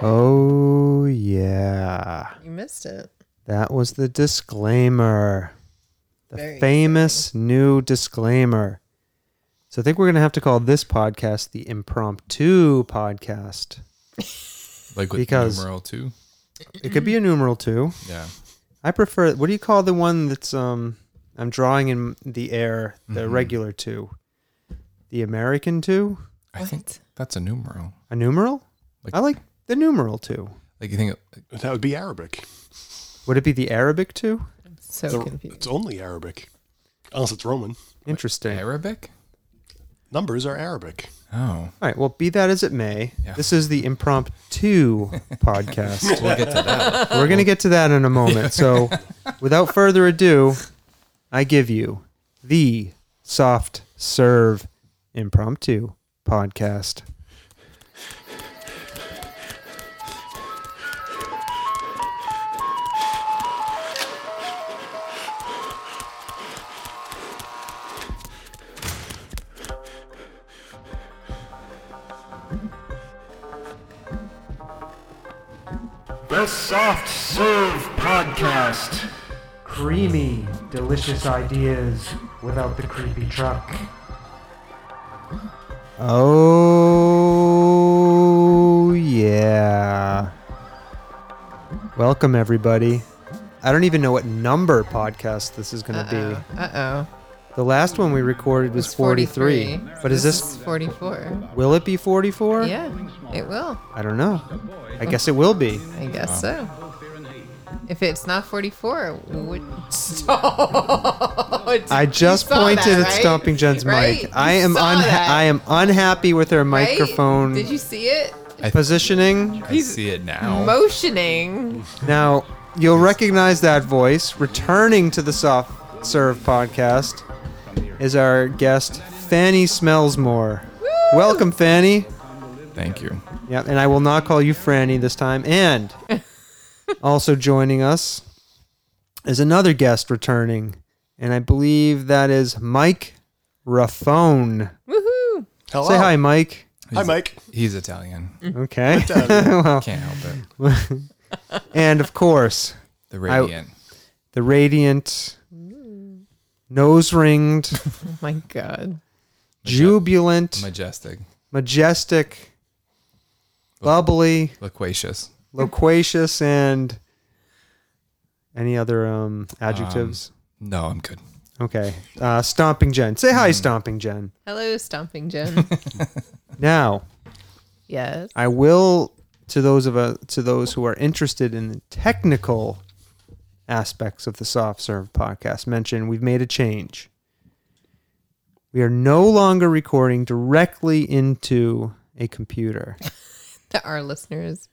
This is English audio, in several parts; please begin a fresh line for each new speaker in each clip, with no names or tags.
Oh, yeah.
You missed it.
That was the disclaimer. The
Very
famous new disclaimer. So I think we're going to have to call this podcast the impromptu podcast.
like with
Because-
numeral two.
It could be a numeral two.
Yeah,
I prefer what do you call the one that's um I'm drawing in the air, the regular two. The American two?
I think that's a numeral.
A numeral?
Like-
I like the numeral two.
Like you think it-
That would be Arabic.
Would it be the Arabic two?
So
The-
confused.
it's only Arabic, unless it's Roman.
Interesting.
Arabic?
Numbers are Arabic.
Oh,
All right. Well, be that as it may,
Yeah.
this is the impromptu podcast.
we'll get to that.
We're going to get to that in a moment. So, without further ado, I give you the soft serve impromptu podcast.
The Soft Serve Podcast.
Creamy, delicious ideas without the creepy truck. Oh, yeah. Welcome, everybody. I don't even know what number podcast this is going to
Uh oh.
be. The last one we recorded was 43, but is this,
is 44?
will it be 44?
Yeah, it will.
I don't know. I guess it will be.
I guess so. If it's not 44, would stop.
I just
You saw
pointed
that,
at
right?
Stomping Jen's
Right?
mic. I
You
am
saw
unha-
that,
I am unhappy with her
right?
microphone
Did you see it?
positioning.
I see it now.
Motioning.
Now, you'll recognize that voice. Returning to the Soft Serve podcast is our guest, Fanny Smellsmore. Welcome, Fanny.
Thank you.
Yeah, and I will not call you Franny this time. And also joining us is another guest returning, and I believe that is Mike Raffone.
Woohoo!
Hello.
Say hi, Mike.
Hi, Mike.
He's Italian.
Okay.
Can't help it.
and of course,
The radiant.
the radiant, nose ringed,
Oh my god.
jubilant,
Majestic.
majestic, bubbly,
Loquacious.
loquacious, and any other um, adjectives?
No, I'm good.
okay. Uh, stomping Jen. Say hi, Stomping Jen.
Hello, Stomping Jim.
Now,
yes.
I will to those of uh, to those who are interested in the technical aspects of the soft serve podcast mention we've made a change. We are no longer recording directly into a computer.
Our listeners,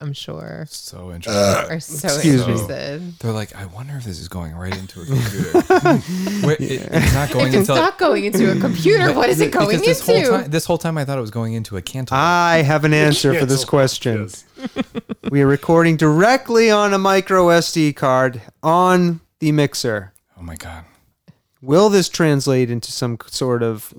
I'm sure,
So
Uh.
interesting.
are so
Uh, Excuse
me.
interested.
They're like, I wonder if this is going right into a computer. Wait, it- it's not going
If it's
into.
not going into a computer, what is it
because
going
this
into?
Whole time, this whole time, I thought it was going into a cantaloupe.
Ah.
I have an answer for this
Cancel.
question.
Yes.
We are recording directly on a micro SD card on the mixer.
oh my god.
Will this translate into some sort of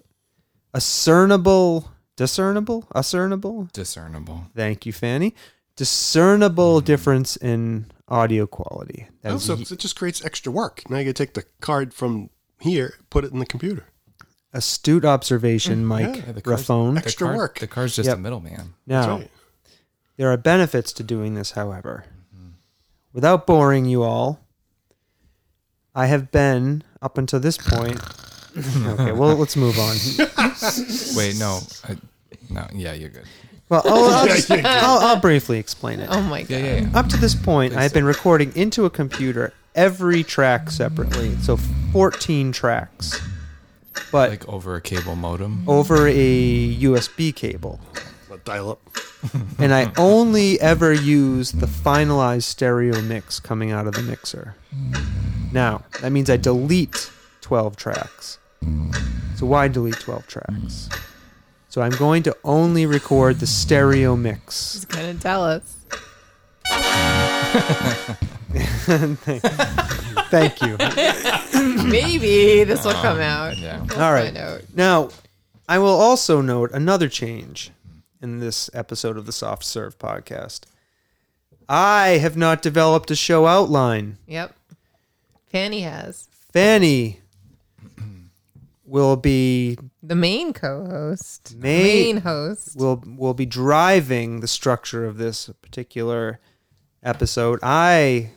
discernible, discernible, discernible
Discernible.
Thank you, Fanny. Discernible difference in audio quality. That is
Also, it just creates extra work. Now you got to take the card from here, put it in the computer.
astute observation, Mike
Yeah, the car's-
Raffone.
The
Extra
car-
work.
The car's just
Yep.
a middleman.
That's
Now,
right.
there are benefits to doing this, however. Without boring you all, I have been up until this point. okay, well, let's move on.
Wait, no. I, no, yeah, you're good.
Well, I'll, I'll, just- I'll, I'll briefly explain it.
oh my god.
Yeah, yeah, yeah.
Up to this point, I have been recording into a computer every track separately, so 14 tracks. but
like over a cable modem.
over a USB cable.
dial up.
And I only ever use the finalized stereo mix coming out of the mixer. Now, that means I delete 12 tracks. So, why delete 12 tracks? So, I'm going to only record the stereo mix.
He's gonna tell us.
Thank you.
Maybe this will come out.
Um, Yeah.
We'll
All right.
find out.
Now, I will also note another change in this episode of the Soft Serve podcast. I have not developed a show outline.
Yep. Fanny has
Fanny will be
the main co-host.
Main-
main host.
will will be driving the structure of this particular episode. I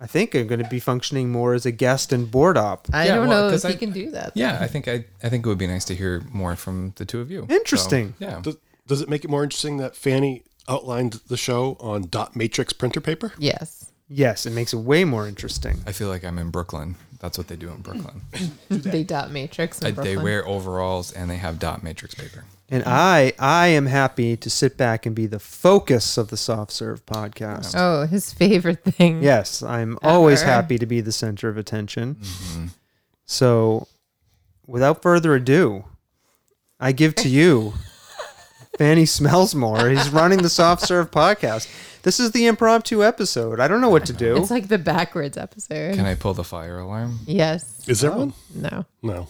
I think I'm going to be functioning more as a guest and board op.
I
Yeah,
don't
well,
know if
'cause
he
I-
can do that.
Yeah, I think I, I think it would be nice to hear more from the two of you. So,
Interesting.
yeah.
Does, does it make it more interesting that Fanny outlined the show on dot matrix printer paper?
Yes.
Yes, it makes it way more interesting.
I feel like I'm in Brooklyn. That's what they do
Mm.
in Brooklyn.
They dot matrix. In
Uh, they
Brooklyn.
wear overalls and they have dot matrix paper.
And I I am happy to sit back and be the focus of the soft serve podcast.
Oh, his favorite thing.
Yes, I'm always
Ever.
happy to be the center of attention. So, without further ado, I give to you Fanny Smellsmore. He's running the Soft Serve podcast. This is the impromptu episode. I don't know what to do.
It's like the backwards episode.
Can I pull the fire alarm?
yes.
Is there one?
No.
No.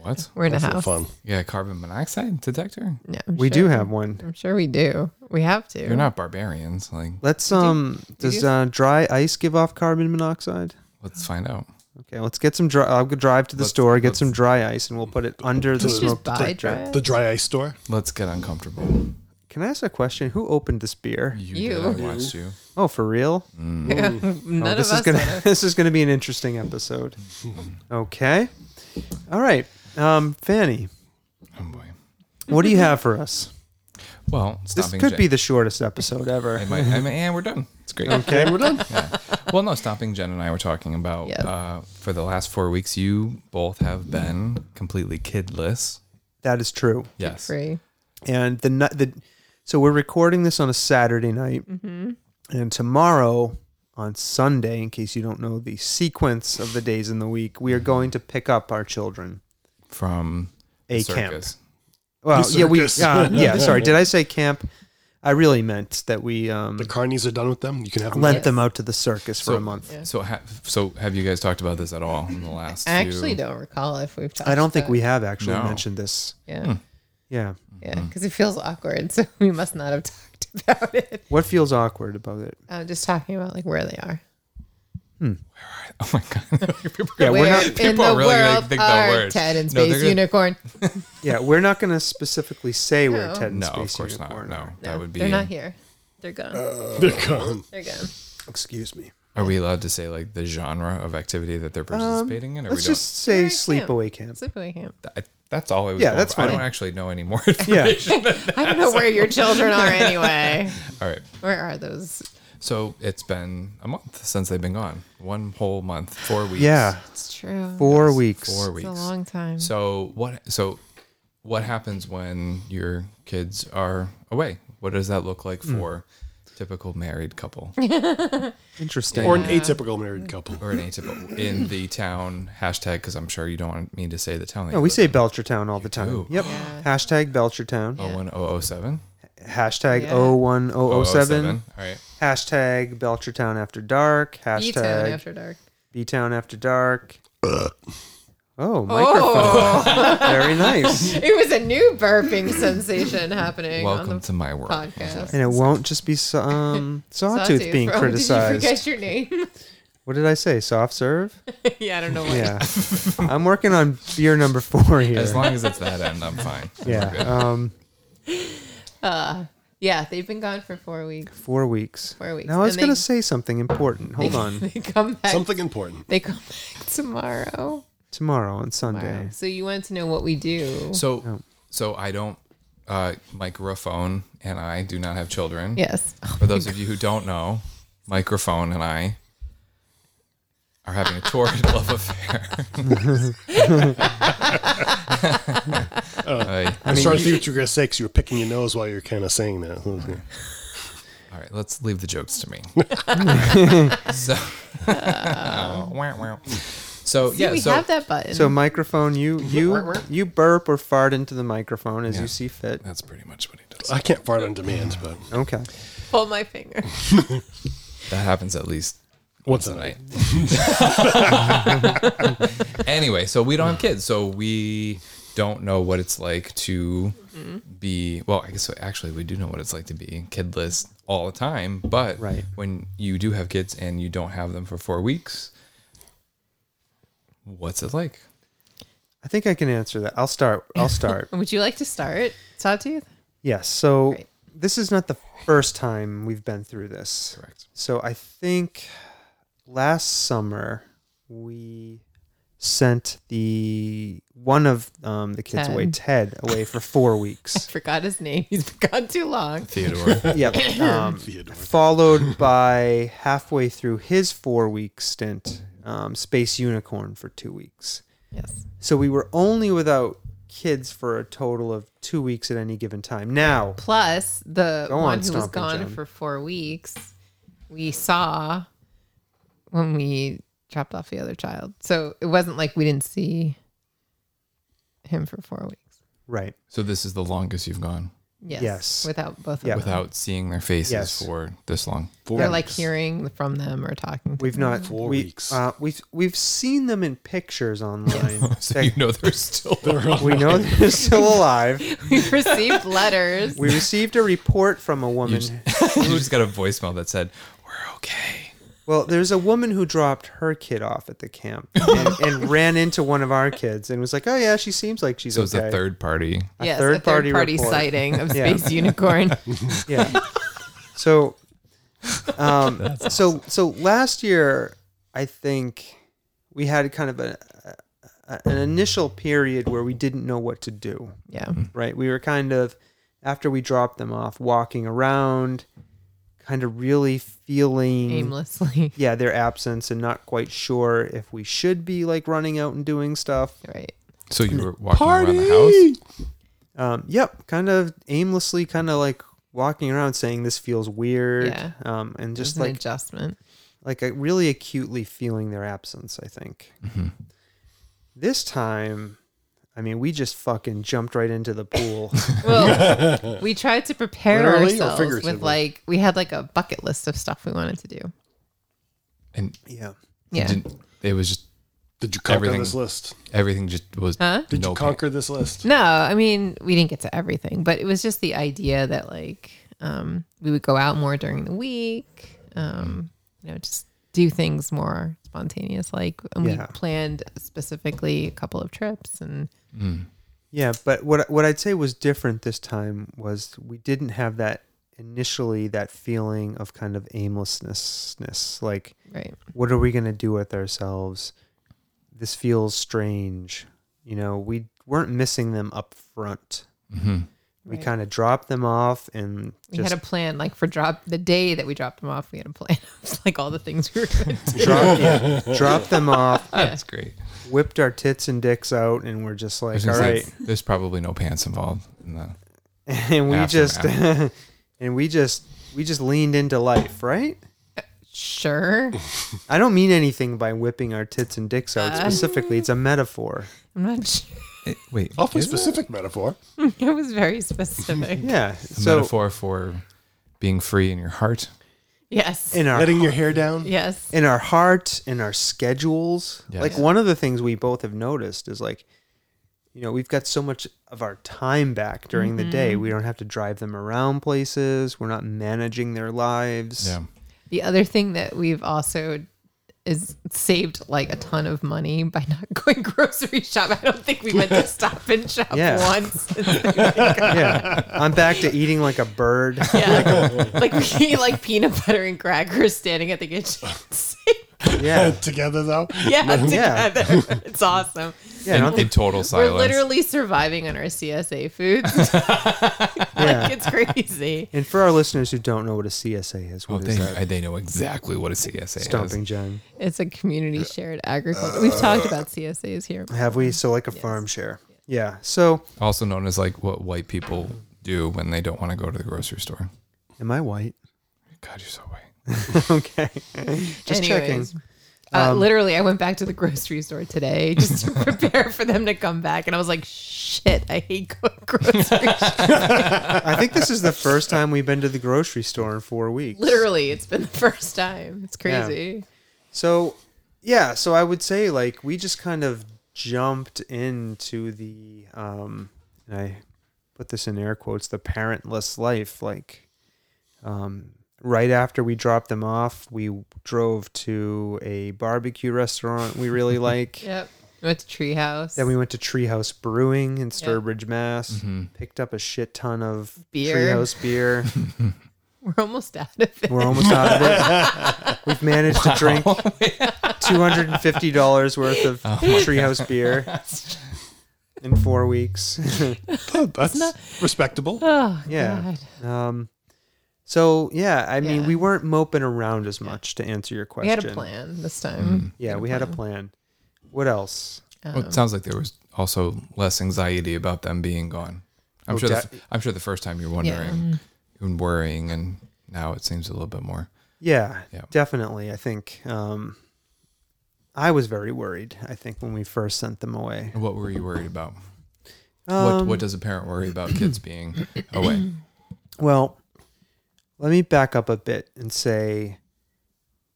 What?
We're in
That's
a
not
house.
fun.
Yeah, carbon monoxide detector.
No, I'm
We
sure-
do have one.
I'm sure we do. We have to.
You're not barbarians. Like,
Let's um does uh, dry ice give off carbon monoxide?
let's find out.
Okay, let's get some dry I'll go drive to the
Let's-
store, get
let's-
some dry ice and we'll put it under the
Let's just
smoke
buy
detector.
dry-
The dry ice store.
Let's get uncomfortable.
Can I ask a question? Who opened this beer?
You,
You.
did. I watched you.
Oh, for real?
Mm-hmm. None
Oh,
of
this
us.
is gonna
are.
this is gonna be an interesting episode. Okay, all right, um, Fanny,
Oh boy.
what do you
Mm-hmm.
have for us?
Well,
This
stopping
could
Gen-
be Oh, the shortest episode ever.
I might, I might, and we're done. It's great.
Okay, we're done.
well, no, stopping Jen and I were talking about
Yes.
uh, for the last four weeks, you both have been completely kidless.
That is true.
Yes.
free.
And the ni- the so we're recording this on a Saturday night,
Mm-hmm.
and tomorrow on Sunday, in case you don't know the sequence of the days in the week,
Mm-hmm.
we are going to pick up our children.
From
A
the
camp.
circus.
Well, yeah, we uh,
circus.
yeah. Sorry, did I say camp? I really meant that we um,
The carnies are done with them. You can have them.
lent
Yes.
them out to the circus for
So-
a month.
So, ha- so have you guys talked about this at all in the last?
I actually
few-
don't recall if we've talked.
I don't think Hmm.
about
we have actually
No.
mentioned this.
it. Yeah.
Yeah.
Yeah, because it feels awkward, so we must not have talked about it.
What feels awkward about it?
I'm just talking about like where they are.
Oh my god! People are
we're
where
not-
in
people
the
are really gonna
world
think the
are
words.
Ted and
No, they're
Space
gonna-
Unicorn?
Yeah, we're not going to specifically say where
No.
Ted and
No,
Space
of course
Unicorn
not. No,
are.
that would be. Uh.
They're not here. They're gone.
They're gone.
they're gone.
Excuse me.
Are we allowed to say like the genre of activity that they're participating in? Or
Let's
we
just say
They're at
sleepaway camp.
Sleepaway camp.
don't? I, that's all I was.
Yeah,
going
that's
for. I don't
fine.
actually know anymore.
Yeah.
I don't know where your children are anyway.
all right.
Where are those?
So it's been a month since they've been gone. One whole month, four weeks.
Yeah.
It's true.
Four weeks.
four
It's
weeks.
a long time.
So what? So what happens when your kids are away? What does that look
Hmm.
like for typical married couple
Interesting.
Or an atypical married couple.
or an atypical in the town hashtag? Because I'm sure you don't want me to say the town.
No, we say Belchertown all the time.
do.
Yep. Hashtag Belchertown.
oh one oh oh seven. Oh
Hashtag
Yeah.
01007.
All right.
Hashtag Belchertown After Dark.
E Town
Hashtag
after dark.
B Town After Dark. Oh, microphone.
Oh.
Very nice.
It was a new burping sensation happening
Welcome
on the
to my world.
podcast.
And it won't just be so- um, Sawtooth being
Oh,
criticized.
Did you forget your name?
What did I say? Soft serve?
yeah, I don't know why.
Yeah. I'm working on beer number four here.
As long as it's that end, I'm fine.
yeah. Um,
Yeah, they've been gone for four weeks.
four weeks.
Four weeks.
Now I was
And
going
they-
to say something important. Hold on.
they come back.
Something important.
They come back tomorrow.
Tomorrow on Sunday.
So you want to know what we do?
So, so I don't. Uh, microphone and I do not have children.
yes.
For those of you who don't know, microphone and I are having a torrid love affair. Aye.
I was trying to see what you were going to say because you were picking your nose while you were kind of saying that. Okay.
All right, let's leave the jokes to me. so, Wow, wow. so
See,
yeah,
we
so
have that button.
So microphone, you you you burp or fart into the microphone as you see fit.
that's pretty much what he does.
I can't fart on demand, but
Okay.
Pull my finger.
That happens at least
once a night.
tonight. anyway, so we don't have kids, so we don't know what it's like to be. Well, I guess actually we do know what it's like to be kidless all the time, but
Right.
when you do have kids and you don't have them for four weeks, what's it like?
I think I can answer that. I'll start. I'll start.
Would you like to start, Sawtooth?
yes. So
Great.
this is not the first time we've been through this.
Correct.
So I think last summer we sent the one of um, the kids
Ted.
away, Ted, away for four weeks.
Forgot his name. He's been gone too long.
Theodore.
yep. Um,
Theodore.
followed by halfway through his four week stint, um, Space Unicorn for two weeks.
Yes.
So we were only without kids for a total of two weeks at any given time. Now,
Plus the
Go on,
one who was
Stompin'
gone
John.
for four weeks, we saw when we dropped off the other child. So it wasn't like we didn't see him for four weeks.
right.
so this is the longest you've gone
Yes.
Yes.
Without both
Yeah.
of them.
without seeing their faces
Yes.
for this long.
Four
or like
weeks.
hearing from them or talking to
We've
them.
not
Four
we,
weeks.
Uh, we've we've seen them in pictures online.
So you know they're still
we know they're still alive.
We've received letters.
We received a report from a
You
woman.
just, you just got a voicemail that said, "We're okay."
Well, there's a woman who dropped her kid off at the camp and, and ran into one of our kids and was like, "Oh yeah, she seems like she's
So it's
okay."
a third party.
yes,
third
a third
party
party,
report.
sighting of
Yeah.
Space Unicorn.
Yeah. So, um, so so last year, I think we had kind of a, a an initial period where we didn't know what to do.
Yeah.
Right, we were kind of after we dropped them off, walking around, kind of really feeling
Aimlessly.
yeah their absence and not quite sure if we should be like running out and doing stuff.
Right.
So you were walking around the house.
Um, yep, kind of aimlessly, kind of like walking around saying this feels weird.
Yeah.
Um, and just
Just an
like
adjustment.
like a, really acutely feeling their absence. I think this time, I mean, we just fucking jumped right into the pool.
Well,
uh,
we tried to prepare
Literally or
ourselves
figuratively?
with like we had like a bucket list of stuff we wanted to do.
And
yeah,
Yeah.
didn't, it was just
Did you conquer
Everything.
this list?
everything just was
Huh?
Did
no
you
pa-
conquer this list?
No, I mean we didn't get to everything, but it was just the idea that like um, we would go out more during the week, um,
Mm.
you know, just do things more spontaneous. Like and
Yeah.
we planned specifically a couple of trips, and
yeah. But what what I'd say was different this time was we didn't have that initially that feeling of kind of aimlessness. Like,
right,
what are we gonna do with ourselves? This feels strange. You know, we weren't missing them up front. We
Right.
kind of dropped them off and
we
just
had a plan. Like for drop the day that we dropped them off, we had a plan. of like all the things we were going to do.
drop, yeah, dropped them off,
That's great.
whipped our tits and dicks out, and we're just
I was
like, all
gonna say,
right.
There's probably no pants involved. In the,
And we just,
Aftermath.
and we just, we just leaned into life, right?
Sure,
I don't mean anything by whipping our tits and dicks out
Uh.
specifically. It's a metaphor.
I'm not sure.
It- wait,
Oh,
Awfully
is it
specific metaphor.
It was very specific.
Yeah.
a
So
metaphor for being free in your heart.
Yes.
in our
Letting your hair down.
yes.
in our heart, in our schedules,
Yes.
like one of the things we both have noticed is like, you know, we've got so much of our time back during the day. We don't have to drive them around places. We're not managing their lives.
Yeah.
The other thing that we've also is saved like a ton of money by not going grocery shop. I don't think we went to Stop and Shop
Yeah.
once.
yeah. I'm back to eating like a bird.
yeah, like we eat like peanut butter and crackers standing at the kitchen sink.
Yeah.
Oh,
Together though.
yeah,
Yeah.
together. It's awesome.
Yeah, I don't
in,
think-
in total silence.
We're literally surviving on our CSA foods.
Yeah.
like it's crazy.
And for our listeners who don't know what a CSA is,
Oh,
what is
they,
that?
I- they know exactly what a CSA
Stomping
is.
Jen.
It's a community shared agriculture. We've talked about CSAs here.
Have we? So like a farm share. Yeah. So
Also known as like what white people do when they don't want to go to the grocery store.
am I white?
God, you're so white.
okay. Just checking. Um,
Anyways, Uh, literally, I went back to the grocery store today just to prepare for them to come back, and I was like, "Shit, I hate going grocery." shopping."
I think this is the first time we've been to the grocery store in four weeks.
literally, it's been the first time. It's crazy.
So, yeah, so I would say like we just kind of jumped into the um and I put this in air quotes the parentless life like um right after we dropped them off, we drove to a barbecue restaurant we really like.
Yep. We went to Treehouse.
Then we went to Treehouse Brewing in Sturbridge, Mass. Picked up a shit ton of
Beer.
Treehouse beer.
We're almost out of it.
We're almost out of it. We've managed to drink two hundred and fifty dollars worth of Treehouse beer in four weeks.
That's respectable.
Oh
yeah.
God.
Um, so yeah, I mean,
Yeah.
we weren't moping around as much to answer your question. Mm-hmm.
We had a plan this time.
Yeah, we had a plan. What else?
Well, it sounds like there was also less anxiety about them being gone. I'm
Oh,
sure.
de-
the, I'm sure the first time you're wondering and worrying, and now it seems a little bit more.
Yeah,
Yeah.
definitely. I think um, I was very worried. I think when we first sent them away.
What were you worried about? what
Um,
What does a parent worry about kids being away?
Well, let me back up a bit and say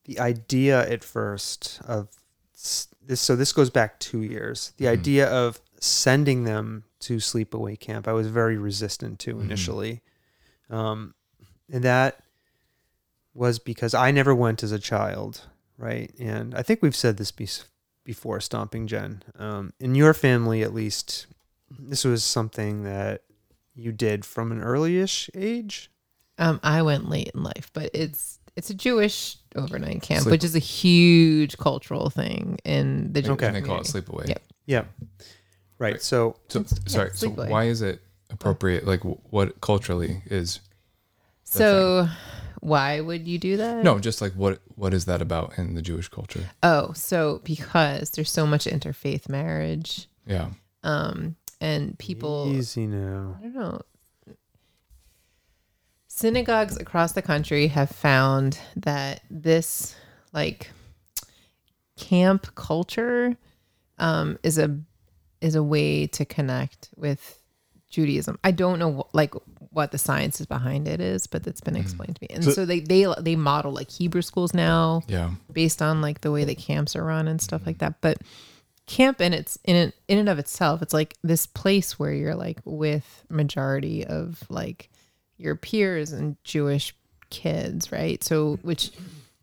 the idea at first of s- this. So this goes back two years. The idea of sending them to sleepaway camp, I was very resistant to initially, um, and that was because I never went as a child, right? And I think we've said this be- before, Stomping Jen. Um, in your family, at least, this was something that you did from an early-ish age.
Um, I went late in life, but it's it's a Jewish overnight camp,
Sleep-
which is a huge cultural thing in the Jewish
Okay.
And they call it
community.
sleepaway.
Yep.
Yeah. Right.
Right.
So
So sorry. So
sleepaway.
why is it appropriate? Like wh- what culturally is
So, why would you do that?
no? Just like what what is that about in the Jewish culture?
Oh, so because there's so much interfaith marriage,
Yeah.
um, and people,
easy now.
I don't know. Synagogues across the country have found that this like camp culture um, is a is a way to connect with Judaism. I don't know wh- like what the science is behind it is, but it's been explained to me. And so, they they they model like Hebrew schools now
Yeah.
based on like the way that camps are run and stuff like that. But camp in its in it, in and of itself, it's like this place where you're like with majority of like your peers and Jewish kids, right? So which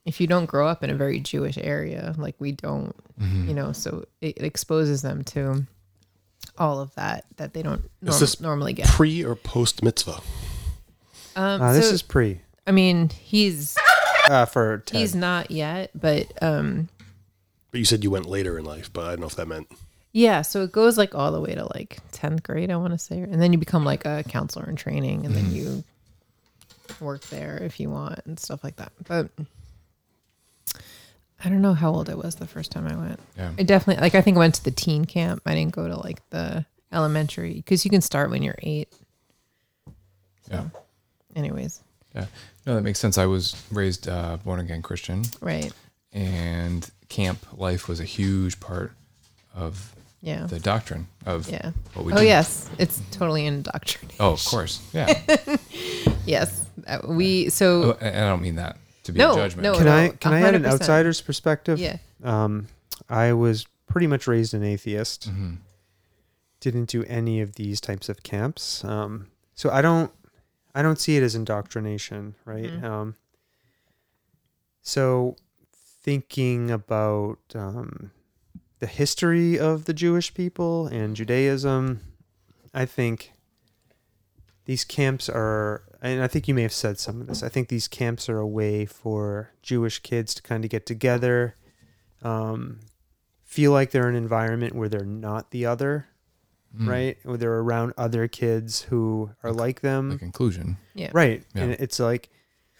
if you don't grow up in a very Jewish area, like we don't,
Mm-hmm.
you know, so it, it exposes them to all of that that they don't norm-
this
normally get.
Pre or post mitzvah?
Um,
Uh, this
so,
is pre
I mean, he's
uh, for Ted.
he's not yet, but um
But you said you went later in life, but I don't know if that meant.
Yeah, so it goes like all the way to like 10th grade, I want to say. And then you become like a counselor in training and
Mm.
then you work there if you want and stuff like that. But I don't know how old I was the first time I went.
Yeah.
I definitely, like, I think I went to the teen camp. I didn't go to like the elementary because you can start when you're eight.
Yeah.
Anyways,
Yeah. No, that makes sense. I was raised uh, born again Christian,
right.
and camp life was a huge part of
Yeah.
the doctrine of
Oh. yeah.
what we
oh,
do.
yes. It's totally indoctrinated.
Oh, of course. Yeah.
Yes. Uh, We, so.
Oh, and I don't mean that to be
No,
a judgment.
no.
Can I can I add an
100%.
outsider's
Oh,
perspective?
Yeah.
Um, I was pretty much raised an atheist. Didn't do any of these types of camps. Um, so I don't I don't see it as indoctrination, right? Um, so thinking about um, the history of the Jewish people and Judaism, I think these camps are and i think you may have said some of this i think these camps are a way for jewish kids to kind of get together um, feel like they're in an environment where they're not the other, right? Where they're around other kids who are like them.
like inclusion.
Yeah.
Right.
Yeah.
And it's like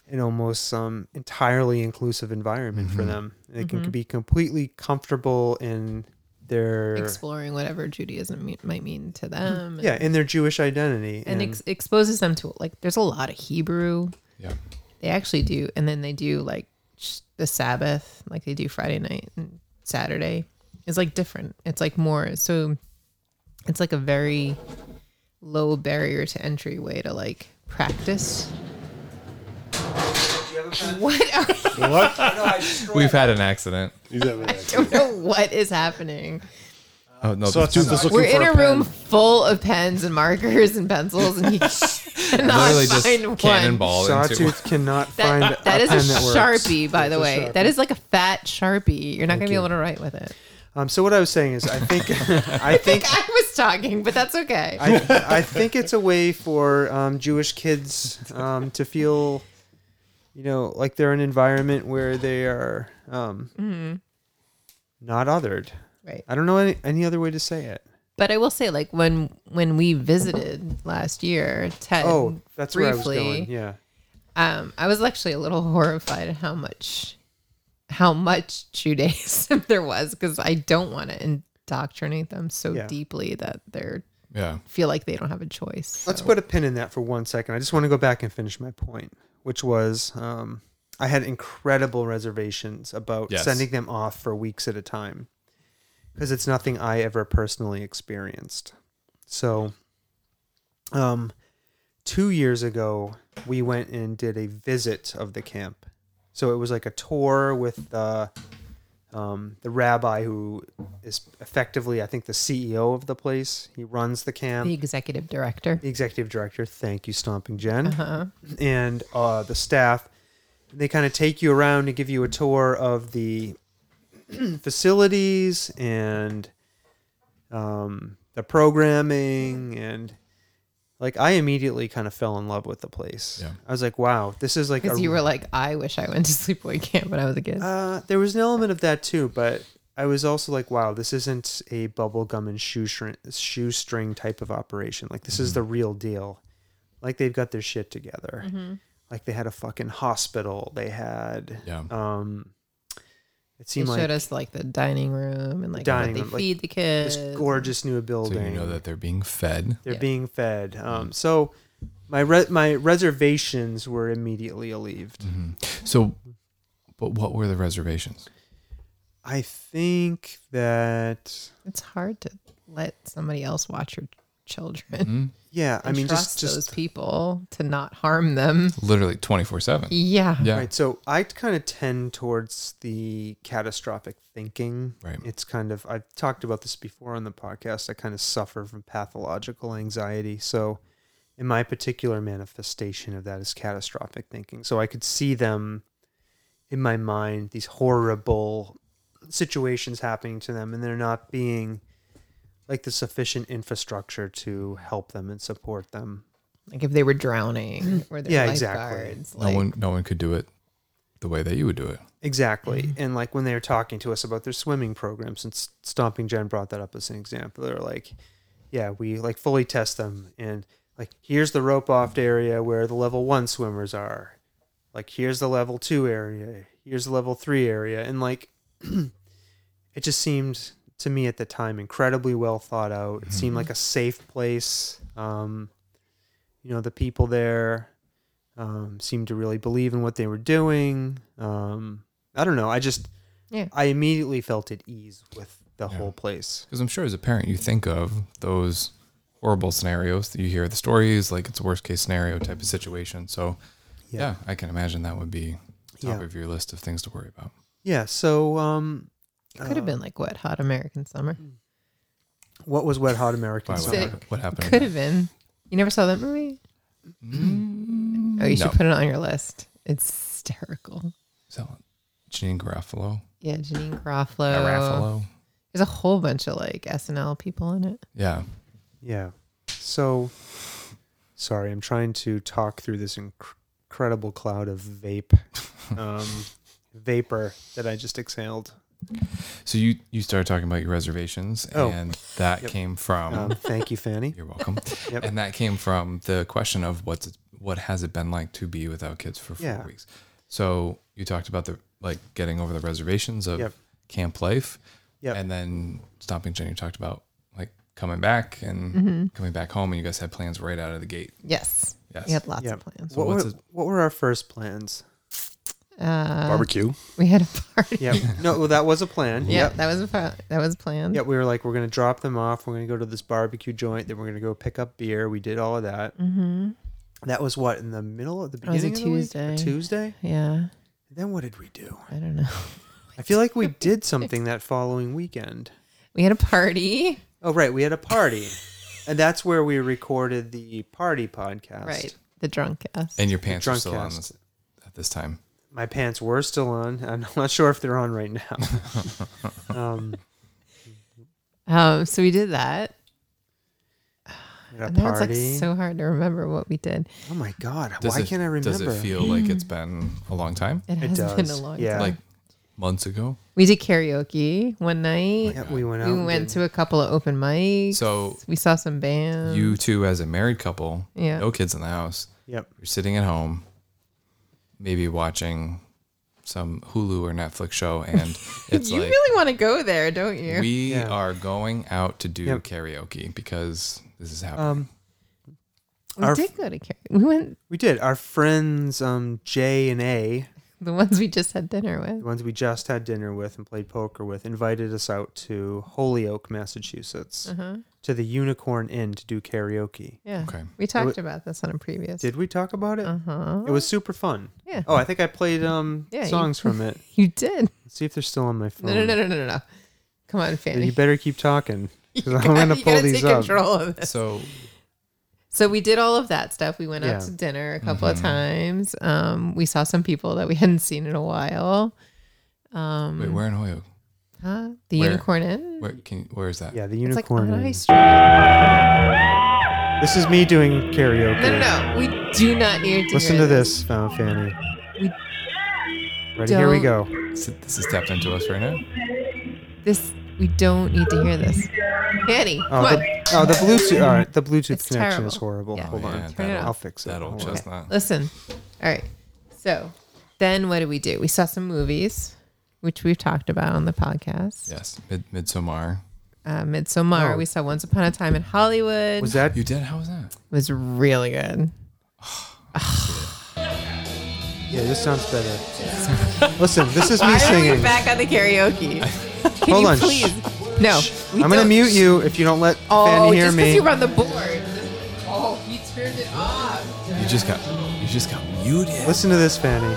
an almost um, entirely inclusive environment
Mm-hmm.
for them. They
Mm-hmm.
can be completely comfortable in their
Exploring whatever Judaism mean, might mean to them.
yeah, in their Jewish identity.
And ex- exposes them to like there's a lot of Hebrew
Yeah.
they actually do and then they do like sh- the sabbath like they do friday night and saturday it's like different it's like more so it's like a very low barrier to entry way to like practice what are,
We've had an accident.
He's having an
I don't know what is happening
Oh no.
So I
this
was
is
looking
we're
for
in a,
a,
room full of pens and markers and pencils and he cannot
literally just
find one
cannonball into
Sawtooth cannot find
that,
a
that is a
pen that works.
sharpie by the way
Sharpie.
that is like a fat sharpie you're not going to be
you.
able to write with it
Um, so what I was saying is, I think, I think,
I was talking, but that's okay.
I, I think it's a way for um, Jewish kids um, to feel, you know, like they're in an environment where they are um,
Mm-hmm.
not othered.
right.
I don't know any, any other way to say it.
But I will say, like when when we visited last year, Ted.
Oh, that's where I was
briefly,
going. Yeah.
Um, I was actually a little horrified at how much how much Judaism there was because I don't want to indoctrinate them so
Yeah.
deeply that they're
yeah.
feel like they don't have a choice.
Let's
So-
put a pin in that for one second. I just want to go back and finish my point, which was um, I had incredible reservations about
Yes.
sending them off for weeks at a time because it's nothing I ever personally experienced. So, um, two years ago, we went and did a visit of the camp. So it was like a tour with the um, the rabbi who is effectively, I think, the CEO of the place. He runs the camp
the executive director.
the executive director. Thank you, Stomping Jen,
Uh-huh.
and uh, the staff. They kind of take you around and give you a tour of the facilities and um, the programming and like I immediately kind of fell in love with the place.
Yeah.
I was like, wow, this is like
Because
a
you were like, I wish I went to sleepaway camp when I was a kid.
uh, there was an element of that too, but I was also like, wow, this isn't a bubblegum and shoestring, shoestring type of operation. Like, this is
Mm-hmm.
the real deal. Like, they've got their shit together.
Mm-hmm.
Like, they had a fucking hospital. They had,
Yeah.
um, it
they
seemed
showed
like
us like the dining room and like
dining
what they
room, like,
feed the kids.
this gorgeous new
So
building.
you know that Mm-hmm. they're being fed.
They're
Yeah.
being fed. Um, so my re- my reservations were immediately alleviated.
Mm-hmm. So, but what were the reservations?
I think that
it's hard to let somebody else watch your children.
yeah, Mm-hmm. I
And
mean
trust
just just
those people to not harm them.
Literally twenty four seven.
Yeah.
Yeah.
Right. So I kind of tend towards the catastrophic thinking.
Right.
It's kind of, I've talked about this before on the podcast. I kind of suffer from pathological anxiety. So, in my particular manifestation of that is catastrophic thinking. So I could see them in my mind, these horrible situations happening to them, and they're not being like the sufficient infrastructure to help them and support them.
Like if they were drowning or their
Mm-hmm. Yeah, exactly.
lifeguards.
No
Like,
one, no one could do it the way that you would do it.
Exactly. And like when they were talking to us about their swimming program, since Stomping Jen brought that up as an example, they're like, yeah, we like fully test them. And like, here's the rope off area where the level one swimmers are. Like, here's the level two area. Here's the level three area. And like, it just seemed to me at the time incredibly well thought out. It seemed like a safe place. Um, you know, the people there um, seemed to really believe in what they were doing. Um, I don't know. I just,
Yeah.
I immediately felt at ease with the whole place.
Because I'm sure as a parent, you think of those horrible scenarios that you hear the stories, like it's a worst case scenario type of situation. So, yeah, I can imagine that would be top
Yeah.
of your list of things to worry about.
Yeah. So, um,
it could have been like what hot American summer.
what was Wet Hot American
Why, what,
Summer?
hap- what happened?
Could have been. You never saw that movie? oh, you should
no.
put it on your list. It's hysterical.
So, Janine Garofalo.
Yeah, Janine Garofalo.
Garofalo.
There's a whole bunch of like SNL people in it.
Yeah.
Yeah. So, sorry, I'm trying to talk through this inc- incredible cloud of vape, um, vapor that I just exhaled.
So you you started talking about your reservations,
Oh.
and that came from.
Um, thank you, Fanny.
You're welcome.
Yep.
And that came from the question of what's it, what has it been like to be without kids for four
Yeah.
weeks. So you talked about the like getting over the reservations of
Yep.
camp life,
Yep.
and then stopping. Jen, you talked about like coming back and
Mm-hmm.
coming back home, and you guys had plans right out of the gate.
Yes.
Yes.
We had lots
Yeah.
of plans.
what,
what's
were,
it-
what were our first plans?
Uh,
Barbecue.
we had a party.
Yeah. no, well, that was a plan.
Yep, that was a fa- that was planned.
Yeah, we were like, we're gonna drop them off. We're gonna go to this barbecue joint. Then we're gonna go pick up beer. We did all of that. Mm-hmm. That was what in the middle of the
That was a
beginning of the week? A
Tuesday. Oh
Tuesday.
Yeah,
Then what did we do?
I don't know.
I feel like we did something that following weekend.
We had a party.
Oh right, we had a party, and that's where we recorded the party podcast.
Right. The drunk cast.
And your pants are
drunk
still on
cast.
this, at this time.
My pants were still on. I'm not sure if they're on right now. um,
Um, so we did that.
we had a
And now it's like
party.
so hard to remember what we did.
oh my god,
Does
why
it-
can't I remember?
Does it feel like it's been a long time?
It
It
has been a
does,
long
yeah.
time.
Like months ago.
we did karaoke one night.
Yeah, we went out.
we
and
went
did-
to a couple of open mics.
So
we saw some bands.
you two, as a married couple,
Yeah.
no kids in the house,
Yep.
you're sitting at home, maybe watching some Hulu or Netflix show, and it's
You
like
really want to go there, don't you?
we
Yeah.
are going out to do
Yep.
karaoke because this is happening.
Um,
We
our-
did go to karaoke. We went
We did. Our friends um, Jay and A,
the ones we just had dinner
the
with.
ones we just had dinner with and played poker with, invited us out to Holyoke, Massachusetts,
Uh-huh.
to the Unicorn Inn to do karaoke.
Yeah.
Okay.
We talked about this on a previous.
Did we talk about it?
uh-huh.
It was super fun.
Yeah.
Oh, I think I played um
Yeah, you-
songs from it.
You did.
Let's see if they're still on my phone.
No, no, no, no, no, no, no. Come on, Fanny.
Oh. You better keep talking because
You
I'm
gotta-
gonna
you
pull
gotta
these
take
up.
Control of this.
so
So we did all of that stuff. We went
Yeah. Mm-hmm.
out to dinner a couple of times. Um, we saw some people that we hadn't seen in a while. Um,
wait, we're in Hoyo.
huh? The
where?
Unicorn Inn.
Where can where is that?
Yeah, the
It's like
Unicorn
on High
Inn.
Street.
This is me doing karaoke.
No, no, no. We do not need to
Listen to
hear
this, uh, Fanny.
We
Ready? Here we go.
don't-
This, this is tapped into us right now.
This we don't need to hear this. Fanny,
Oh,
come on.
the, oh, the Bluetooth. All right, the Bluetooth
It's
connection is
terrible.
horrible.
Yeah.
Hold
Oh,
on,
yeah, Turn it
I'll
off.
fix it.
That old
Hold on.
chestnut.
Listen. All right. So then what did we do? We saw some movies, which we've talked about on the podcast.
Yes, Mid- Midsommar.
Uh, Midsommar.
Oh.
We saw Once Upon a Time in Hollywood.
Was that?
You did? How was that?
It was really good.
Yeah, this sounds better. Listen, this is me
Why are we
singing.
back on the karaoke? Can
Hold
you
on, shh.
please? No. we
I'm gonna
don't-
mute you if you don't let
Oh,
Fanny hear
just because
me.
you were on the board. Oh, you turned it off.
You just got you just got muted.
Listen to this, Fanny.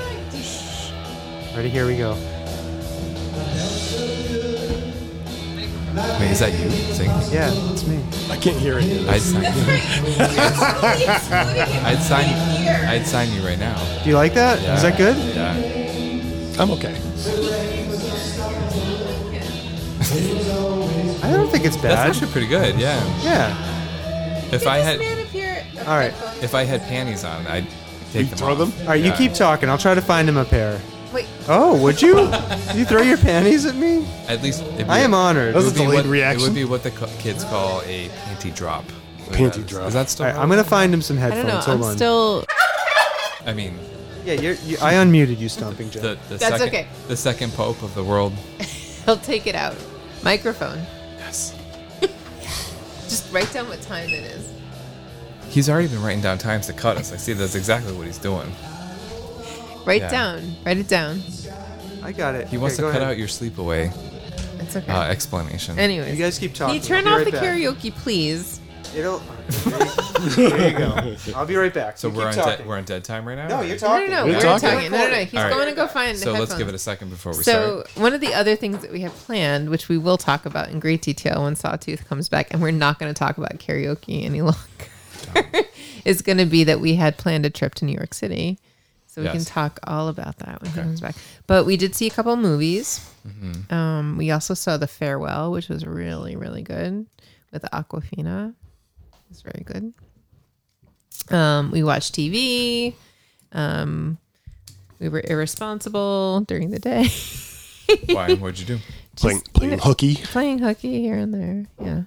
Ready? Here we go.
Wait, is that you singing?
Yeah, it's me.
I can't hear it.
I'd sign you. I'd
I'd
sign. I'd sign you right now.
Do you like that? Is
Yeah.
that good?
Yeah.
I'm okay.
I don't think it's
That's
bad.
actually pretty good. Yeah.
yeah.
If I had
All right.
if I had panties on, I'd take
You
them.
throw
off.
them?
All right, you
Yeah.
keep talking. I'll try to find him a pair.
Wait,
Oh, would you? you throw your panties at me?
At least it'd be-
I am honored.
It
All
would,
Those are
be
delayed
what, it
reaction.
would be what the co- kids call a panty drop.
Panty
Is-
drop.
Is that still?
right, I'm gonna find him some
I don't
headphones.
know.
Hold
I'm
on.
still.
I mean,
Yeah, you're, you, I unmuted you, Stomping Jim.
the, the
That's
second
okay.
the second pope of the world.
He'll take it out. Microphone.
Yes.
Just write down what time it is.
He's already been writing down times to cut us. I see that's exactly what he's doing.
Write
Yeah.
down. Write it down.
I got it.
He wants
Okay,
to
go
cut
ahead.
out your sleepaway
It's okay.
uh, explanation.
Anyways,
You guys keep
can
talking.
you turn
I'll
off
be
the
right back.
karaoke, please?
It'll. There you go. I'll be right back.
so
You
we're on
keep
dead,
talking.
we're on dead time right now.
No, you're
No,
talking.
no, no.
We're
We're
talking.
talking. No, no, no. He's
All right.
going to go find.
So
the
let's give it a
headphones.
second before we
So
start.
one of the other things that we have planned, which we will talk about in great detail when Sawtooth comes back, and we're not going to talk about karaoke any longer, is going to be that we had planned a trip to New York City, so we can
Yes.
talk all about that when he comes back. But we did see a couple movies. Um, we also saw The Farewell, which was really really good with Aquafina. It's very good. Um, we watched TV. Um, we were irresponsible during the day.
Why? What'd you do?
playing
Just, you
playing
know-
hooky.
Playing hooky here and there. Yeah.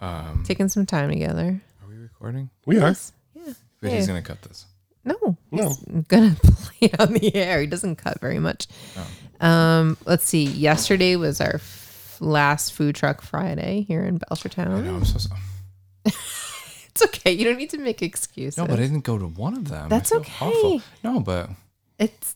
Um,
Taking some time together.
are we recording?
We are.
Yeah.
Wait, he's gonna cut this.
No,
No.
he's gonna play it on the air. He doesn't cut very much.
Oh.
Um, let's see. Yesterday was our f- last food truck Friday here in
I
Belchertown.
know. I'm so sorry.
It's okay. You don't need to make excuses.
No, but I didn't go to one of them. I
That's
feel
okay.
No, but
it's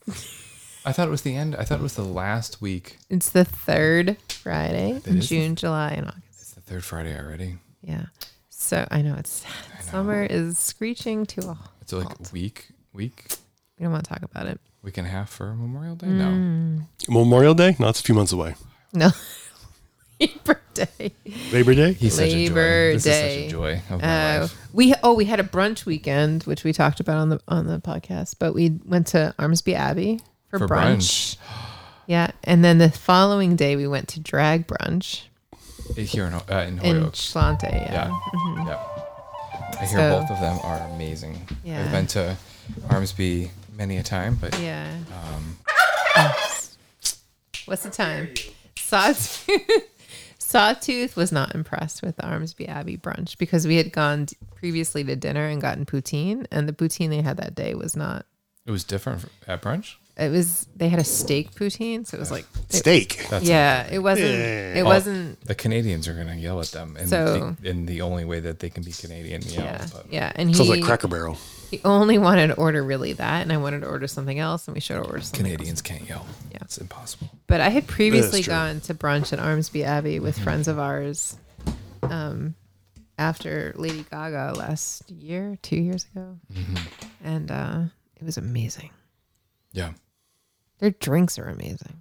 I thought it was the end. I thought it was the last week.
it's the third Friday,
That is the-
June, July, and August.
It's the third Friday already.
Yeah. So I know it's sad. summer is screeching to a.
It's like a week, week,
We don't want to talk about it.
week and a half for Memorial Day.
Mm,
Memorial Day? No, it's a few months away.
No. Labor Day.
Labor Day?
No, he's
Labor
such a joy. This is such
Day.
a joy of my
Uh,
life.
we oh we had a brunch weekend which we talked about on the on the podcast, but we went to Armsby Abbey for,
For
brunch. Yeah, and then the following day we went to drag brunch
Here in, uh, in
Oh. in
Holyoke.
Schlante.
Yeah.
Yeah. Mm-hmm.
Yep. I hear
So-
both of them are amazing.
Yeah.
I've been to Armsby many a time, but
yeah, Um, Yes. What's the time? Sawtooth. Sawtooth was not impressed with the Armsby Abbey brunch because we had gone d- previously to dinner and gotten poutine, and the poutine they had that day was not
it was different at brunch.
it was they had a steak poutine, so it was like it-
Steak.
That's
yeah, it wasn't
Yeah.
it
Oh,
wasn't
The Canadians are gonna yell at them, and
So-
the, in the only way that they can be Canadian, yell.
yeah
But
yeah, and he,
Sounds like Cracker Barrel.
he only wanted to order really that, and I wanted to order something else, and we should order something
Canadians can't yell.
Yeah.
it's impossible.
else. But I had previously
true.
gone to brunch at Armsby Abbey with friends of ours, um, after Lady Gaga last year, two years ago, and uh, it was amazing.
Yeah,
Their drinks are amazing.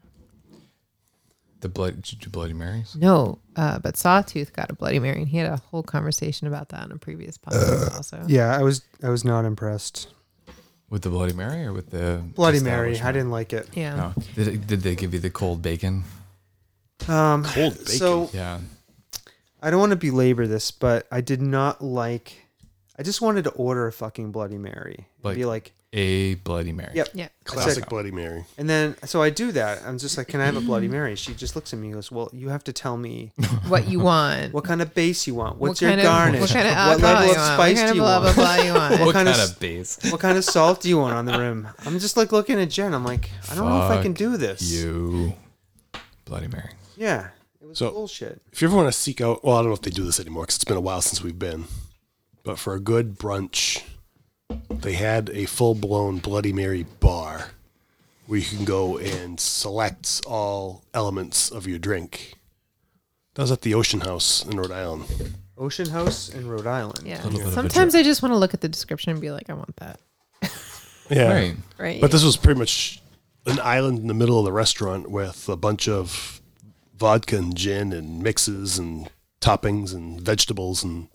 the blood, did you do Bloody Marys.
No, uh, but Sawtooth got a Bloody Mary, and he had a whole conversation about that on a previous podcast. also,
Yeah, I was I was not impressed.
With the Bloody Mary or with the
Bloody Mary, I
establishment?
didn't like it.
yeah.
No. Did, it- did they give you the cold bacon?
Um,
Cold bacon.
so
Yeah.
I don't want to belabor this, but I did not like. I just wanted to order a fucking Bloody Mary.
Like-
Like, be like,
A Bloody Mary.
yep.
Yeah.
Classic Bloody Mary.
And then, so I do that. I'm just like, can I have a Bloody Mary? She just looks at me and goes, well, you have to tell me
What you want.
what kind of base you want. What's
what
your
kind
garnish?
Of, what kind of
what
alcohol
level
you
of
want?
spice
what kind
do you
of blah,
want?
blah, blah, you want?
What
What
kind
kind
of
of
s-
base?
what kind of salt do you want on the rim? I'm just like looking at Jen. I'm like, I don't know if I
Fuck
can do this.
You. Bloody Mary.
Yeah. It was
So-
bullshit.
If you ever want to seek out, well, I don't know if they do this anymore because it's been a while since we've been, but for a good brunch, they had a full blown Bloody Mary bar where you can go and select all elements of your drink. That was at the Ocean House in Rhode Island.
Ocean House in Rhode Island.
yeah.
Little bit of a
Sometimes I just want to look at the description and be like, I want that.
Yeah.
Right.
Right.
But this was pretty much an island in the middle of the restaurant with a bunch of vodka and gin and mixes and toppings and vegetables and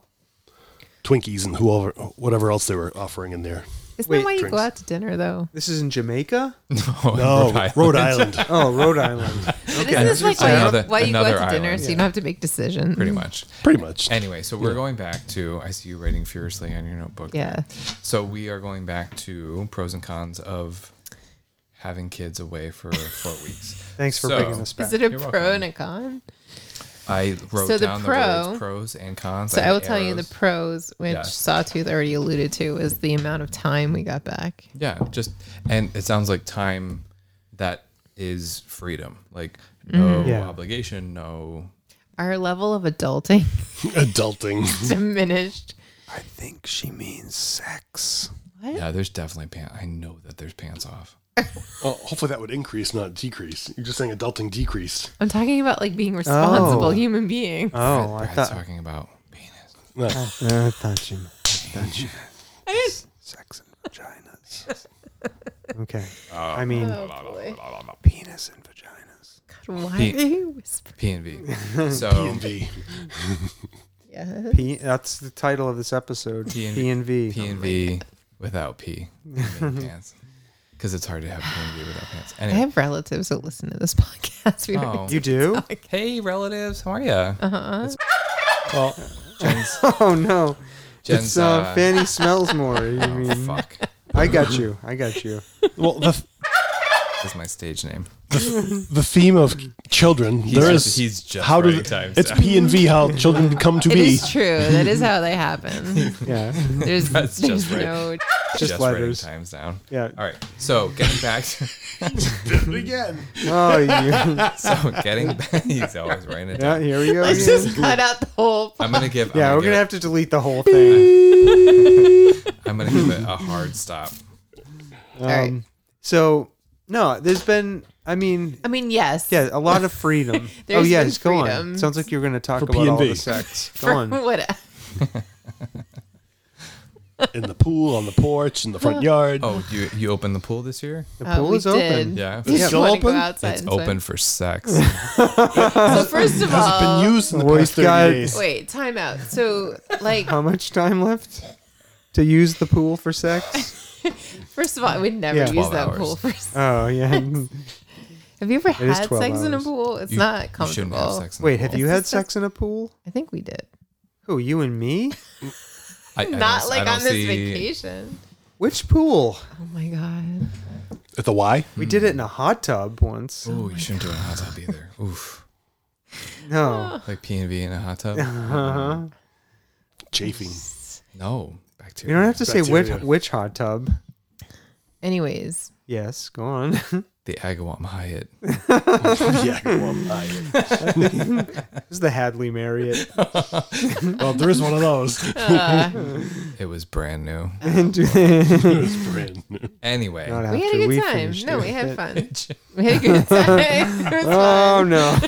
Twinkies and whoever, whatever else they were offering in there.
Isn't
wait,
that why you go
drinks.
out to dinner though?
This is in Jamaica?
No.
No, Rhode Island.
Oh, Rhode Island.
Isn't this like why,
Another-
why you go
another
out to dinner
island.
so you don't have to make decisions?
Pretty much.
Pretty much.
Anyway, so we're going back to. I see you writing furiously on your notebook.
Yeah.
So we are going back to pros and cons of having kids away for four weeks.
Thanks for
So-
bringing this back.
Is it a
You're
pro
welcome.
and a con?
I wrote
So the
down the
pro-
words pros and cons.
So
and
I will tell you the
arrows.
pros, which
Yes.
Sawtooth already alluded to, is the amount of time we got back.
Yeah, just and it sounds like time that is freedom. Like no
Mm-hmm.
Yeah.
obligation, no
Our level of adulting
Adulting.
diminished.
I think she means sex.
Yeah, there's definitely pants. I know that there's pants off.
Well, hopefully that would increase, not decrease. You're just saying adulting decreased.
I'm talking about like being responsible human beings.
Oh, I
Brad's
thought.
talking about penis. Ah.
I thought you. I thought you.
I didn't-
Sex and vaginas. Okay.
Uh,
I mean,
Oh, boy.
penis and vaginas.
Why
Pete.
are you whispering?
P and V. So
B&B.
Yeah.
P. That's the title of this episode.
P and-
P and V.
P and V without P. Pants. Because it's hard to have P and V without pants.
I
Anyway.
have relatives that listen to this podcast. We don't
Oh.
You do?
Hey relatives, how are you? Uh-huh. Well, Jen's,
Oh no!
Jen's
it's uh,
uh,
Fanny smells more. You
oh,
mean?
fuck.
I got you. I got you.
Well, the,
is my stage name.
The theme of children.
He's
there is
just- he's just
how do
writing
the-
times
it's
down.
P and V how children come to
It
be.
is true. That is how they happen.
Yeah.
There's,
That's
there's
just right.
no.
Just
just writing
letters.
times down.
Yeah.
All right. So getting back to
Again,
Oh, you,
so getting back, he's always writing it. Down.
yeah. Here we go.
Let's
Again.
just cut out the whole.
I'm gonna give.
Yeah,
I'm
we're
give,
gonna have to delete the whole thing.
I'm gonna give it a hard stop.
All right.
Um, so no, there's been. I mean,
I mean, yes.
yeah, a lot of freedom. oh
There's
yes,
been
go on.
freedom.
Sounds like you're gonna talk
For
about all
P&V.
the sex. Go
For
on.
what?
in the pool, on the porch, in the front yard.
Oh, you you opened the pool this year?
The
Uh,
pool
we
is open.
did.
Yeah.
We
It's
just
still
wanna
open?
Go outside
It's
and
open
swim.
for sex.
So first of all,
Been used in the
Boy's
past 30
got-
days.
wait, time out. So like,
How much time left to use the pool for sex?
first of all, I would never
Yeah.
use
12
that
hours.
pool for. s-
Oh yeah.
Have you ever
is
had sex
12
in a
hours.
pool? It's
You-
not
You shouldn't
comfortable.
have sex. In
Wait,
the
have
pool.
you
It's
had
just-
sex in a pool?
I think we did.
Who you and me?
I, I don't
not
s- I
like
don't
on this
see-
vacation.
Which pool?
Oh my god.
At the Y?
We did it in a hot tub once.
Oh, you shouldn't do it in a hot tub either. Oof.
Ah.
No.
Like P and V in a hot tub?
Chafing.
No. Bacteria.
You don't have to say which
Bacteria.
which hot tub.
Anyways,
Yes, go on.
the Agawam Hyatt.
yeah. Well, I-
This is the Hadley Marriott.
well, there is one of those.
It was brand new.
And do they-
Brand new.
Anyway.
Not
All
we had
after
a
we
good time.
finished
No,
it.
we had fun. We had a good time. It was
Oh no.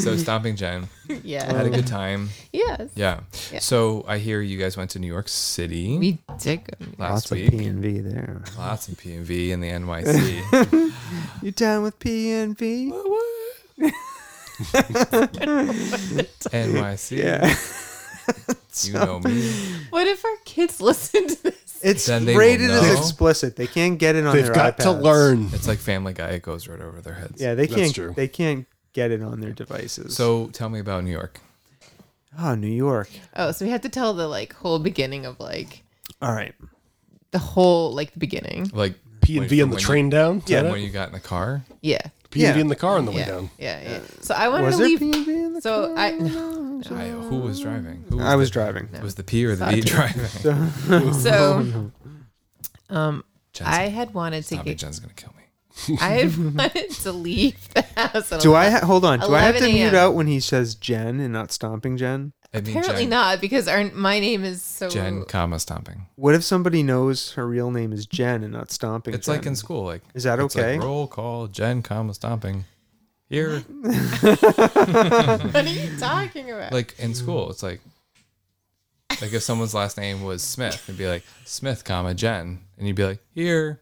So stomping Jen.
fun. Yeah.
Had a good time.
yes.
Yeah. So I hear you guys went to New York City
We did go.
last
Lots of
week.
P and V there.
Lots of P and V in the NYC.
You down with P and V?
NYC.
Yeah.
You know me.
What if our kids listen to this?
It's
Then they will
rated as
know.
explicit. They can't get it on
They've
their
got to
iPads.
learn.
It's like Family Guy. It goes right over their heads.
Yeah, they
That's
can't
true.
they can't get it on their devices.
So tell me about New York.
Oh, New York.
Oh, so we had to tell the like whole beginning of like
All right.
the whole like the beginning.
Like
P and V
when-
on the
when
train down. Is
You,
that
when
it?
you got in the car.
Yeah.
P and V
Yeah.
in the car on the way
Yeah.
down.
Yeah. Yeah. So I wanted
Was
to
there
leave.
P&V in the
so I
I, who was
Uh,
driving? Who
I was
the-
driving.
Was the P or the V driving?
so um
Jen's,
I had wanted to
Tommy
get
Jen's gonna kill me.
I had wanted to leave the house. at
Do I
11.
ha- hold on? Do I have to
11
mute
a.m..
out when he says Jen and not stomping Jen?
I mean,
Apparently
Jen,
not because our my name is so
Jen, comma stomping.
What if somebody knows her real name is Jen and not stomping?
It's like
Jen?
in school. Like
Is that
it's like,
okay?
roll call Jen, comma stomping. Here,
What are you talking about?
like in school, it's like like if someone's last name was Smith, it'd be like Smith, comma Jen, and you'd be like here.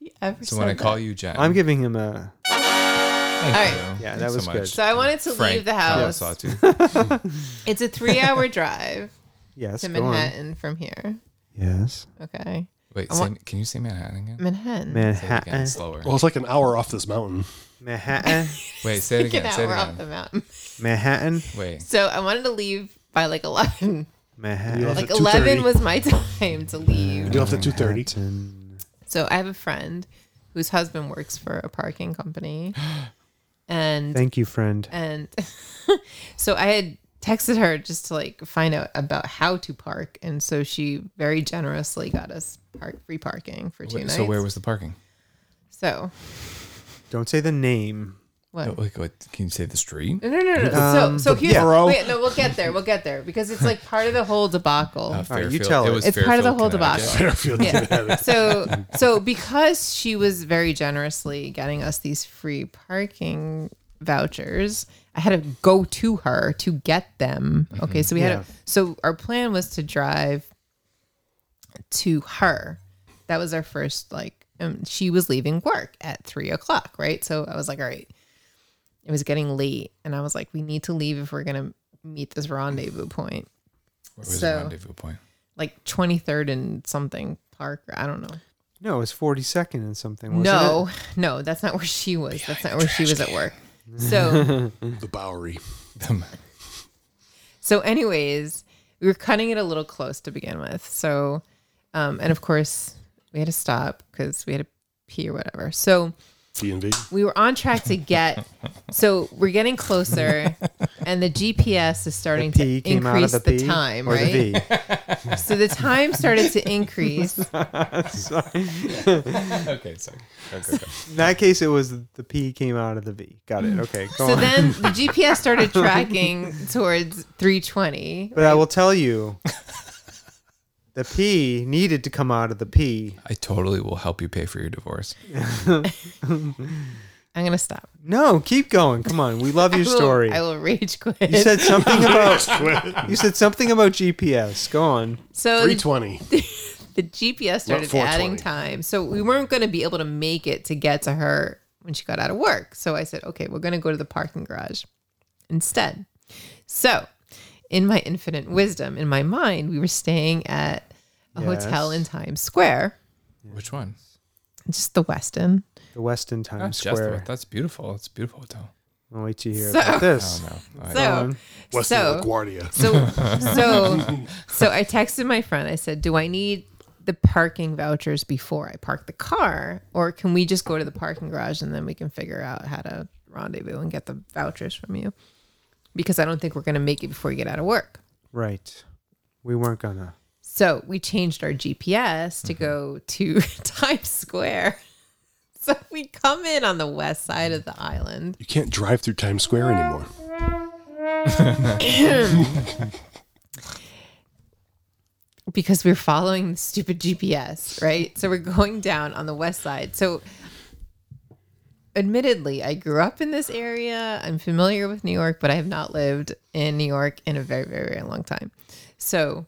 You ever
So when
said
I call
that?
you Jen,
I'm giving him a.
Thank
All
you.
right.
Yeah,
Thanks
that was
so much.
good.
So I wanted to
Frank,
leave the
comma
house.
sawtooth.
It's a three-hour drive
Yes.
to
Go on.
Manhattan from here.
Yes.
Okay,
Wait,
I
say,
want-
can you say Manhattan again?
Manhattan.
Say it again,
Manhattan.
slower.
Well, it's like an hour off this mountain.
Manhattan.
Wait, say it
Get
again.
out,
Say it
we're off the
again.
mountain.
Manhattan.
Wait.
So I wanted to leave by like eleven.
Manhattan.
Like
Like
At
eleven
2:30.
was my time to leave.
Do after two thirty.
Manhattan.
So I have a friend whose husband works for a parking company, and
Thank you, friend.
and so I had texted her just to like find out about how to park, and so she very generously got us park free parking for two
Wait,
nights.
so where was the parking?
so
Don't say the name.
what?
Oh, wait, wait, can you say the street?
No, no, no, no. so, so here's
borough?
wait, no, we'll get there. We'll get there because it's like part of the whole debacle.
right, you tell
It
it.
was
It's part of the whole
Fairfield, Connecticut.
debacle.
Fairfield. Yeah.
so, so because she was very generously getting us these free parking vouchers, I had to go to her to get them. Okay, so we had
Yeah.
a, so our plan was to drive to her. That was our first like. Um, she was leaving work at three o'clock, right? So I was like, all right, it was getting late and i was like we need to leave if we're gonna meet this rendezvous point
Where was
So-
the rendezvous point?
like 23rd and something park or i don't know
No, it was 42nd and something. Wasn't
no no that's not where she was that's not where she was at work so
the Bowery.
so anyways we were cutting it a little close to begin with so um and of course we had to stop because we had to P or whatever. So
DNV.
we were on track to get so we're getting closer and the GPS is starting
P
to
came out of
increase
the
the,
P
time,
or
right?
the V.
So the time started to increase.
Okay, sorry. Okay, okay.
In that case, it was the P came out of the V. Got it. Okay, go
So
on.
then the GPS started tracking towards 320.
but I will tell you, the P needed to come out of the P.
I totally will help you pay for your divorce.
I'm going to stop.
No, keep going. Come on, we love your
I will-
story.
I will rage quit.
You said something about you said something about GPS. Go on.
so
320.
the GPS started
420.
adding time. So we weren't going to be able to make it to get to her when she got out of work. So I said, okay, we're going to go to the parking garage instead. So, in my infinite wisdom, in my mind, we were staying at a
Yes.
hotel in Times Square,
Which one?
just the Westin.
The Weston Times
Just the-
Square.
That's beautiful. It's a beautiful hotel.
I'll wait to hear
So-
about this.
No, I-
So,
West
so,
LaGuardia.
so, so, so I texted my friend. I said, "Do I need the parking vouchers before I park the car, or can we just go to the parking garage and then we can figure out how to rendezvous and get the vouchers from you? Because I don't think we're going to make it before you get out of work."
Right. We weren't gonna.
So we changed our GPS to go to Times Square. So we come in on the west side of the island.
You can't drive through Times Square anymore.
because we were following the stupid GPS, right? So we're going down on the west side. So admittedly, I grew up in this area. I'm familiar with New York, but I have not lived in New York in a very, very, very long time. So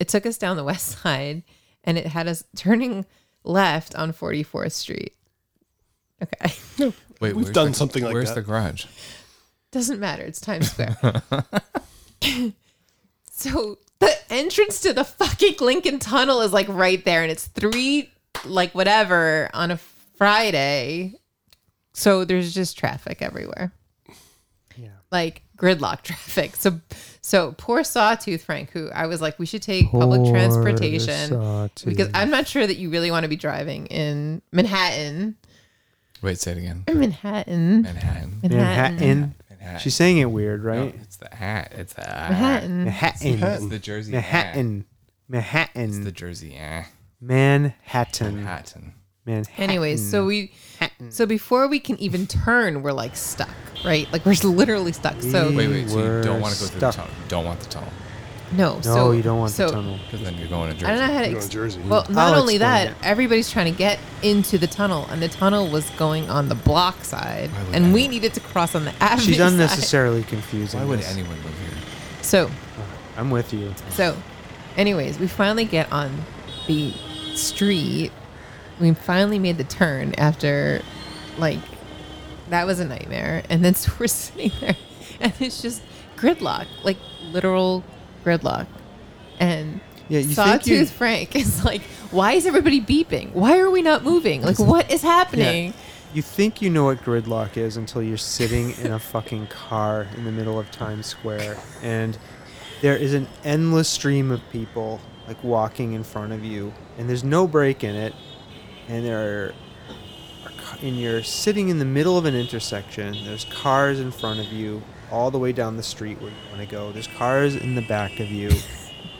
it took us down the west side and it had us turning left on 44th Street. Okay.
Wait,
We've
where's
done
the-
something like
Where's
that.
the garage?
Doesn't matter. It's Times Square. so the entrance to the fucking Lincoln Tunnel is like right there, and it's three, like whatever, on a Friday. So there's just traffic everywhere.
Yeah.
Like gridlock traffic. So, so poor Sawtooth Frank, who I was like, we should take public transportation because I'm not sure that you really want to be driving in Manhattan.
Wait, say it again.
Manhattan.
Manhattan.
Manhattan.
Manhattan.
She's saying it weird,
No,
right?
it's the hat. It's the hat.
Manhattan.
Manhattan.
It's the Jersey hat.
Manhattan. Manhattan.
It's the Jersey hat.
Manhattan.
Manhattan.
Manhattan.
Anyways, so
Mm.
we so before we can even turn, we're like stuck, right? Like we're literally stuck. So
We-
Wait, wait. So you
were
don't want to go through
stuck.
the tunnel. You don't want the tunnel
no,
no,
so
you don't want
so
the tunnel.
because then you're going to Jersey.
I don't know how to.
You're
ex-
in Jersey.
Well, not
I'll
only
explain
that, everybody's trying to get into the tunnel, and the tunnel was going on the block side,
would
and
anyone-
we needed to cross on the avenue.
She's
side.
unnecessarily confusing.
Why would
us.
anyone live here?
So
I'm with you.
So, anyways, we finally get on the street. We finally made the turn after, like, that was a nightmare. And then so we're sitting there, and it's just gridlock, like literal gridlock. And
Yeah, you
Sawtooth
think you-
Frank is like, "Why is everybody beeping? Why are we not moving? Like, what is happening?"
You think you know what gridlock is until you're sitting in a fucking car in the middle of Times Square and there is an endless stream of people like walking in front of you and there's no break in it and there are and you're sitting in the middle of an intersection. There's cars in front of you all the way down the street where you want to go. There's cars in the back of you.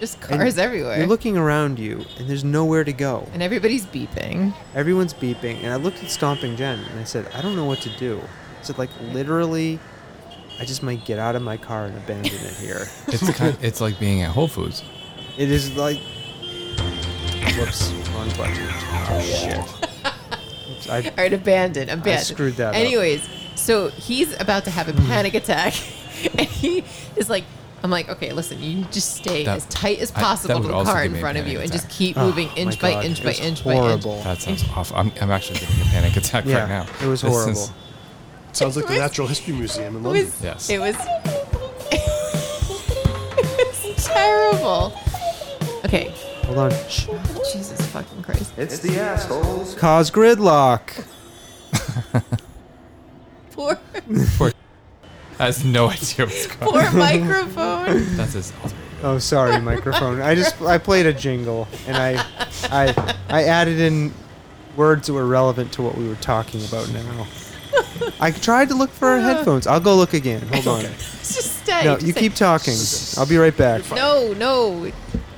Just
And
cars everywhere,
You're looking around you and there's nowhere to go.
and everybody's beeping.
Everyone's beeping, and I looked at Stomping Jen and I said, I don't know what to do. I said, like, literally, I just might get out of my car and abandon it here.
It's kind it's like being at Whole Foods.
it is like. Whoops, wrong button. Oh, shit. Oops, I,
All right, abandoned, abandoned.
screwed that up.
Anyways, so he's about to have a panic attack, and he is like, "I'm like, okay, listen, you just stay
That-
as tight as
I- that
possible
would
to the
also
car in
give me a
front of
panic
you, and just
attack.
keep
Oh,
moving inch
my
by
God,
inch
it
by
was
inch by
horrible.
inch."
That sounds awful. I'm, I'm actually getting a panic attack
Yeah,
right now.
it was
This is-
horrible.
Sounds like the
Where's-
Natural History Museum in
It
London.
was,
Yes.
it was, it was terrible. Okay,
hold on. Shh.
Jesus fucking Christ.
It's the assholes.
Cause gridlock.
Poor,
has no idea what's going on.
poor microphone.
That's his alter ego.
Oh, sorry, microphone. I just I played a jingle and I I I added in words that were relevant to what we were talking about now. I tried to look for our headphones. I'll go look again. Hold on.
It's just stay.
No,
just
you
stay.
keep talking. I'll be right back.
No, no.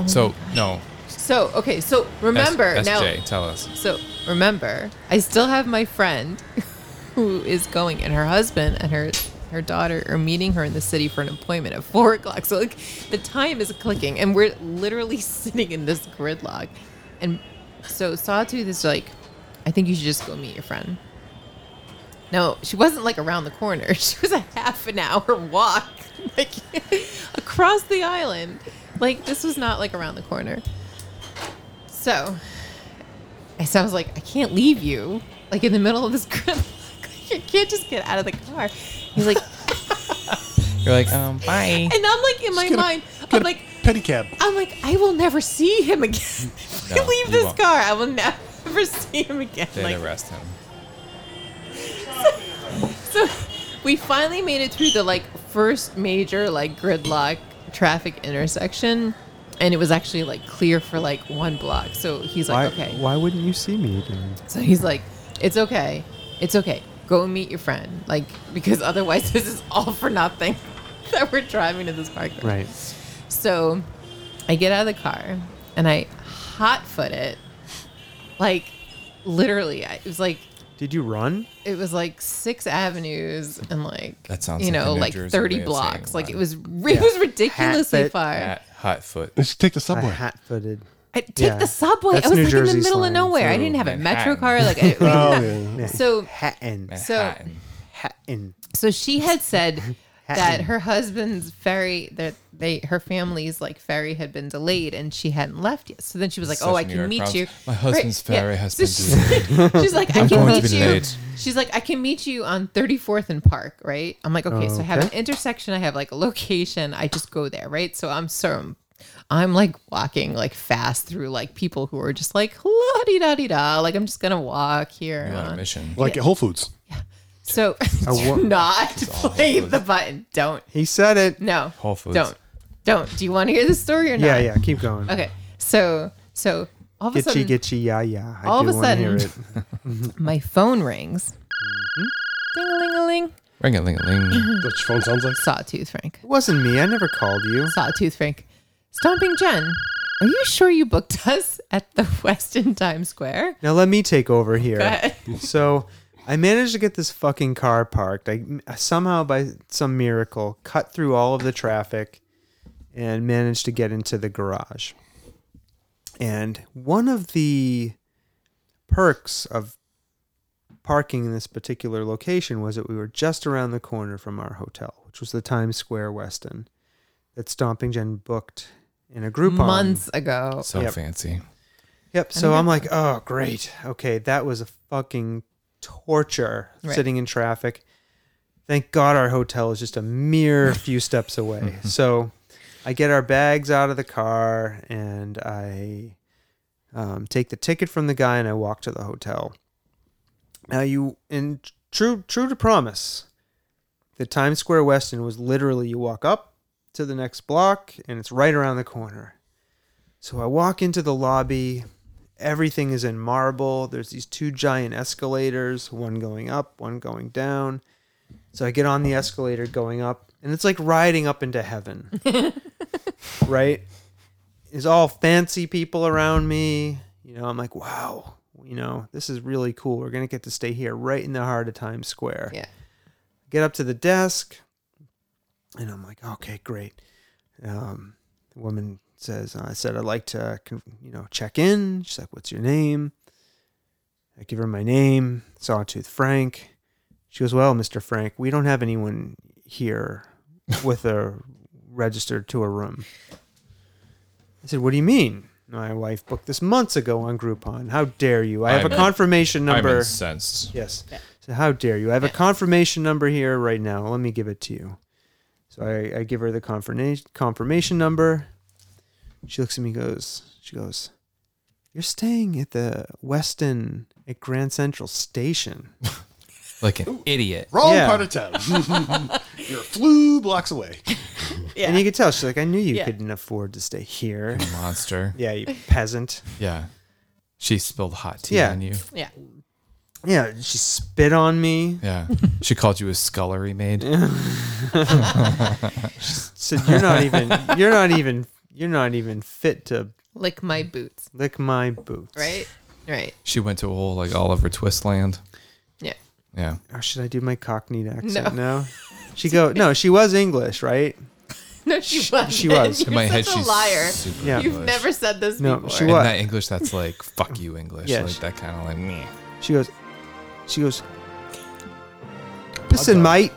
So no.
So okay. So
S-
remember now.
SJ, tell us.
So remember, I still have my friend who is going, and her husband and her her daughter are meeting her in the city for an appointment at four o'clock. So like the time is clicking, and we're literally sitting in this gridlock. And so Sawtooth is like, I think you should just go meet your friend. No, she wasn't like around the corner. She was a half an hour walk, like across the island. Like this was not like around the corner. So I so I was like, I can't leave you like in the middle of this crib. you can't just get out of the car. He's like,
You're like, um, bye.
and I'm like in my
get a-
mind, i
Get
I'm
a
like,
pedicab.
I'm like, I will never see him again. if
No,
I leave
you
this
won't.
car, I will never see him again.
They
Like,
arrest him.
so we finally made it through the like first major like gridlock traffic intersection, and it was actually like clear for like one block. So he's
Why,
like, okay,
why wouldn't you see me again?
So he's like, "It's okay, it's okay. Go and meet your friend, like because otherwise this is all for nothing that we're driving to this park."
Right.
So I get out of the car and I hot foot it, like literally. I, it was like
Did you run?
it was like six avenues and like
That sounds
you
like a
know
New
like
Jersey
thirty
way of saying
blocks. Like
run.
it was it was ridiculously
Hat-foot.
far.
At hot foot.
Let's take
I
the subway.
hat footed.
I take
Yeah.
the subway.
That's
I was
New
like in
Jersey
the middle of
slang
nowhere. I
for
didn't have a metro
Manhattan.
car. Like I,
Oh, yeah.
so.
Hatton.
At
So-
Hatton.
Hatton.
So she had said that her husband's ferry that they her family's like ferry had been delayed and she hadn't left yet. So then she was like,
Such
"Oh, I
New
can
York
meet
problems.
you."
My husband's ferry has been
she's, she's like, "I can
going to
meet
be
you."
late.
She's like, "I can meet you on 34th and Park, right?" I'm like, "Okay, so I have an
Okay.
intersection, I have like a location, I just go there, right?" So I'm so I'm like walking like fast through like people who are just like la di da di da, like I'm just gonna walk here.
You're
and
on a
on.
mission.
Like at Whole Foods.
So
wo-
do not
awful.
play the button. Don't.
He said it.
No.
Whole Foods.
Don't. Don't. Do you want to hear the story or not?
Yeah, yeah. Keep going.
Okay. So so all of a
Gitchy,
sudden
gitchy, yeah, yeah. I
all of
do
a
wanna hear
sudden-
it.
my phone rings.
Mm-hmm.
Ding-a-ling-a-ling.
Ring a ling a ling.
What your phone sounds like?
Sawtooth Frank.
It wasn't me. I never called you.
Sawtooth Frank. Stomping Jen. Are you sure you booked us at the Weston Times Square? Uh,
Now let me take over here.
ahead.
so I managed to get this fucking car parked. I somehow, by some miracle, cut through all of the traffic and managed to get into the garage. And one of the perks of parking in this particular location was that we were just around the corner from our hotel, which was the Times Square Weston that Stomping Jen booked in a Groupon.
Months ago.
So
Yep.
fancy.
Yep. So I'm like, oh, great. Okay. That was a fucking torture
Right.
sitting in traffic. Thank God our hotel is just a mere few steps away. So I get our bags out of the car and I um, take the ticket from the guy and I walk to the hotel. Now, you, in true, true to promise, the Times Square Westin was literally you walk up to the next block and it's right around the corner. So I walk into the lobby. Everything is in marble. There's these two giant escalators, one going up, one going down. So I get on the escalator going up, and it's like riding up into heaven. right? There's all fancy people around me. You know, I'm like, wow, you know, this is really cool. We're going to get to stay here right in the heart of Times Square
Yeah.
get up to the desk and i'm like okay great um, the woman says i said i'd like to con- you know check in she's like what's your name i give her my name sawtooth frank she goes well mr frank we don't have anyone here with a registered to a room i said what do you mean my wife booked this months ago on groupon how dare you i have
I'm
a
in-
confirmation number
I'm incensed.
Yes. So how dare you? I have a confirmation number here right now. Let me give it to you. So I, I give her the confirmation confirmation number. She looks at me and goes, she goes, You're staying at the Westin at Grand Central Station.
Like an idiot.
Wrong
Yeah.
part of town. You're a flew blocks away.
And you could tell she's like, I knew you
Yeah.
couldn't afford to stay here.
Monster.
yeah, you peasant.
Yeah. She spilled hot tea
Yeah.
on you.
Yeah.
Yeah, she spit on me.
Yeah. she called you a scullery maid.
Said you're not even you're not even you're not even fit to
Lick my boots.
lick my boots.
Right? Right.
She went to a whole like Oliver Twist land.
Yeah.
Yeah.
Or Oh, should I do my Cockney accent?
No.
No. She go no, she was English, right?
No, she wasn't.
she was.
You're
In my
such
head,
a
she's
liar.
super
Yeah.
You've
English.
never said this
No,
before.
she
In
was.
that English, that's like fuck you English,
Yeah,
like
she-
that kind of like meh.
She goes she goes Listen, mate.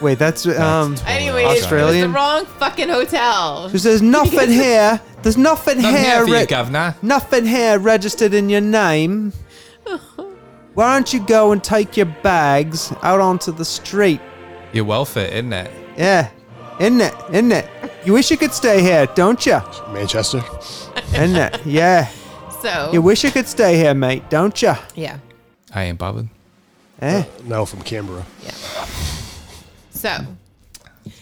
Wait, that's um
That's
Anyways,
Australian.
it was the wrong fucking hotel.
she says nothing here. There's nothing
Nothing
here.
here for
re-
you, governor.
nothing here registered in your name. Why don't you go and take your bags out onto the street?
You're well fit, isn't it?
Yeah, isn't it? Isn't it? You wish you could stay here, don't you?
Manchester.
Isn't it? Yeah.
So
You wish you could stay here, mate, don't you?
yeah,
I ain't bothered.
Eh?
Now from Canberra.
so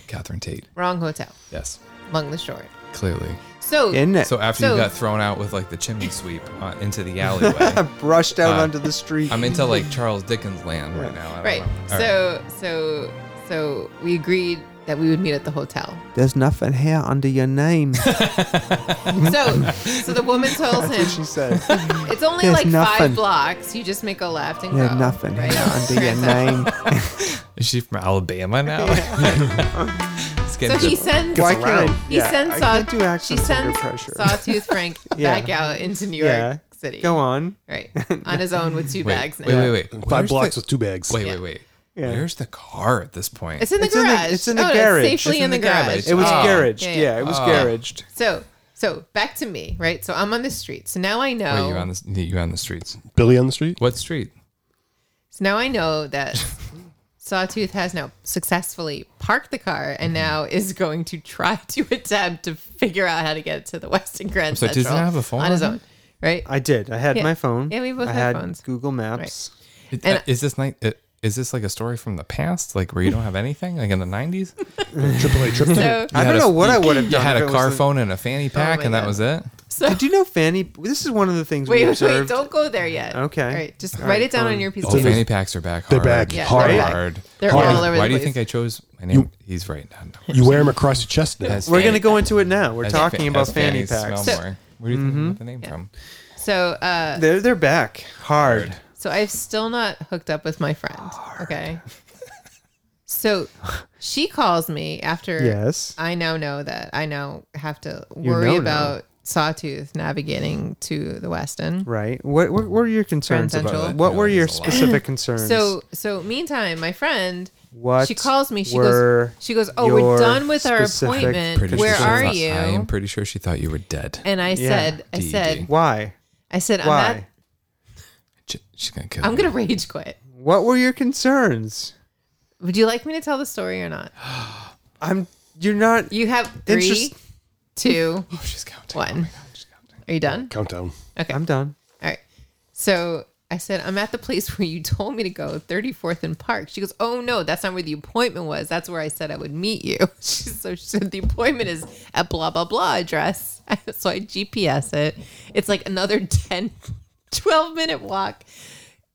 Catherine Tate.
wrong hotel
Yes,
along the shore.
clearly.
So
Isn't it?
So after
So-
you got thrown out with like the chimney sweep uh, into the alleyway,
Brushed out
Uh,
onto the street.
I'm into like Charles Dickens land right now. I don't
right.
know. All
So so so we agreed that we would meet at the hotel.
There's nothing here under your name.
So so the woman tells
That's what she
him
says.
it's only
There's
like
nothing.
five blocks. You just make a left and
There's
go.
nothing
right?
here under your name.
is she from Alabama now?
So
It's getting
he
different.
sends
Why can't I?
he
yeah,
sends
I
saw,
can't do
she
accents under
sends
pressure.
Sawtooth Frank
Yeah.
back out into New York
Yeah.
City.
Go on.
Right. On his own with two
wait,
bags
wait,
now.
wait, wait,
Five
Where's
blocks
the-
with two bags.
wait,
Yeah.
wait, wait.
Yeah.
Where's the car at this point?
It's in the
It's in the-
garage.
it's in the
Oh, no,
garage.
safely
It's
in the garage.
It was
Oh.
garaged.
Yeah,
Yeah,
yeah.
it was
Oh.
garaged.
So so back to me, right? So I'm on the street. So now I know.
Wait, you on the you on the streets?
Billy on the street.
What street?
so now I know that Sawtooth has now successfully parked the car and now is going to try to attempt to figure out how to get to the Western Grand
So doesn't
Central
have a phone
on his
on him?
own, right?
I did. I had
Yeah.
my phone.
Yeah, we both
I
had
had
phones.
Google Maps.
It-
And-
uh, is this night? uh, Is this like a story from the past, like where you don't have anything, like in the '90s?
Triple A, triple A.
So
I
You
don't
had
know
a-
what I would have
You
done.
had
if
a
it
car
was the-
phone and a fanny
Oh
pack,
my
and that
God.
was it.
so
Did you know Fanny? This is one of the things we
wait, wait, wait,
observed.
don't go there yet.
Okay.
All right, just
All
write
right,
it down
fine.
on your piece
It's
of
Oh,
in the-
paper.
fanny packs are back.
They're
hard.
back
Yeah,
hard.
they're back.
Hard.
They're
Hard.
all over
Why
the
do you
place.
think I chose my name? He's right. I don't know.
You wear them across your chest now.
That's-
We're gonna
Fanny
go into it now. We're
As
talking
fa-
about
as
fanny
fannies smell
packs. Mm-hmm.
So-
more. Where do you think I got the name from?
so uh,
They're they're back hard.
So I've still not hooked up with my friend. Okay. So she calls me after
Yes.
I now know that I now have to
You
worry
know now.
about Sawtooth navigating to the Westin.
Right. What, what were your concerns
Grand Central.
about? It? What were your
There's a lot.
specific concerns?
So so meantime, my friend
what?
she calls me, she goes
were
she goes, Oh,
your
we're done with our
specific
appointment. Where
she
are
thought-
you?
I am pretty sure she thought you were dead.
and I
Yeah.
said I
DD.
said
Why?
I said I'm
Why?
not
Ch- She's gonna kill.
I'm
me.
gonna rage quit.
What were your concerns?
Would you like me to tell the story or not?
I'm. You're not.
You have three,
Interest-
two,
Oh, she's counting.
one.
Oh my God, she's counting.
Are you done?
Countdown.
Okay.
I'm done.
All right. So I said, I'm at the place where you told me to go, 34th and Park. She goes, Oh no, that's not where the appointment was. That's where I said I would meet you. She, so she said, The appointment is at blah, blah, blah address. So I GPS it. It's like another 10, 12 minute walk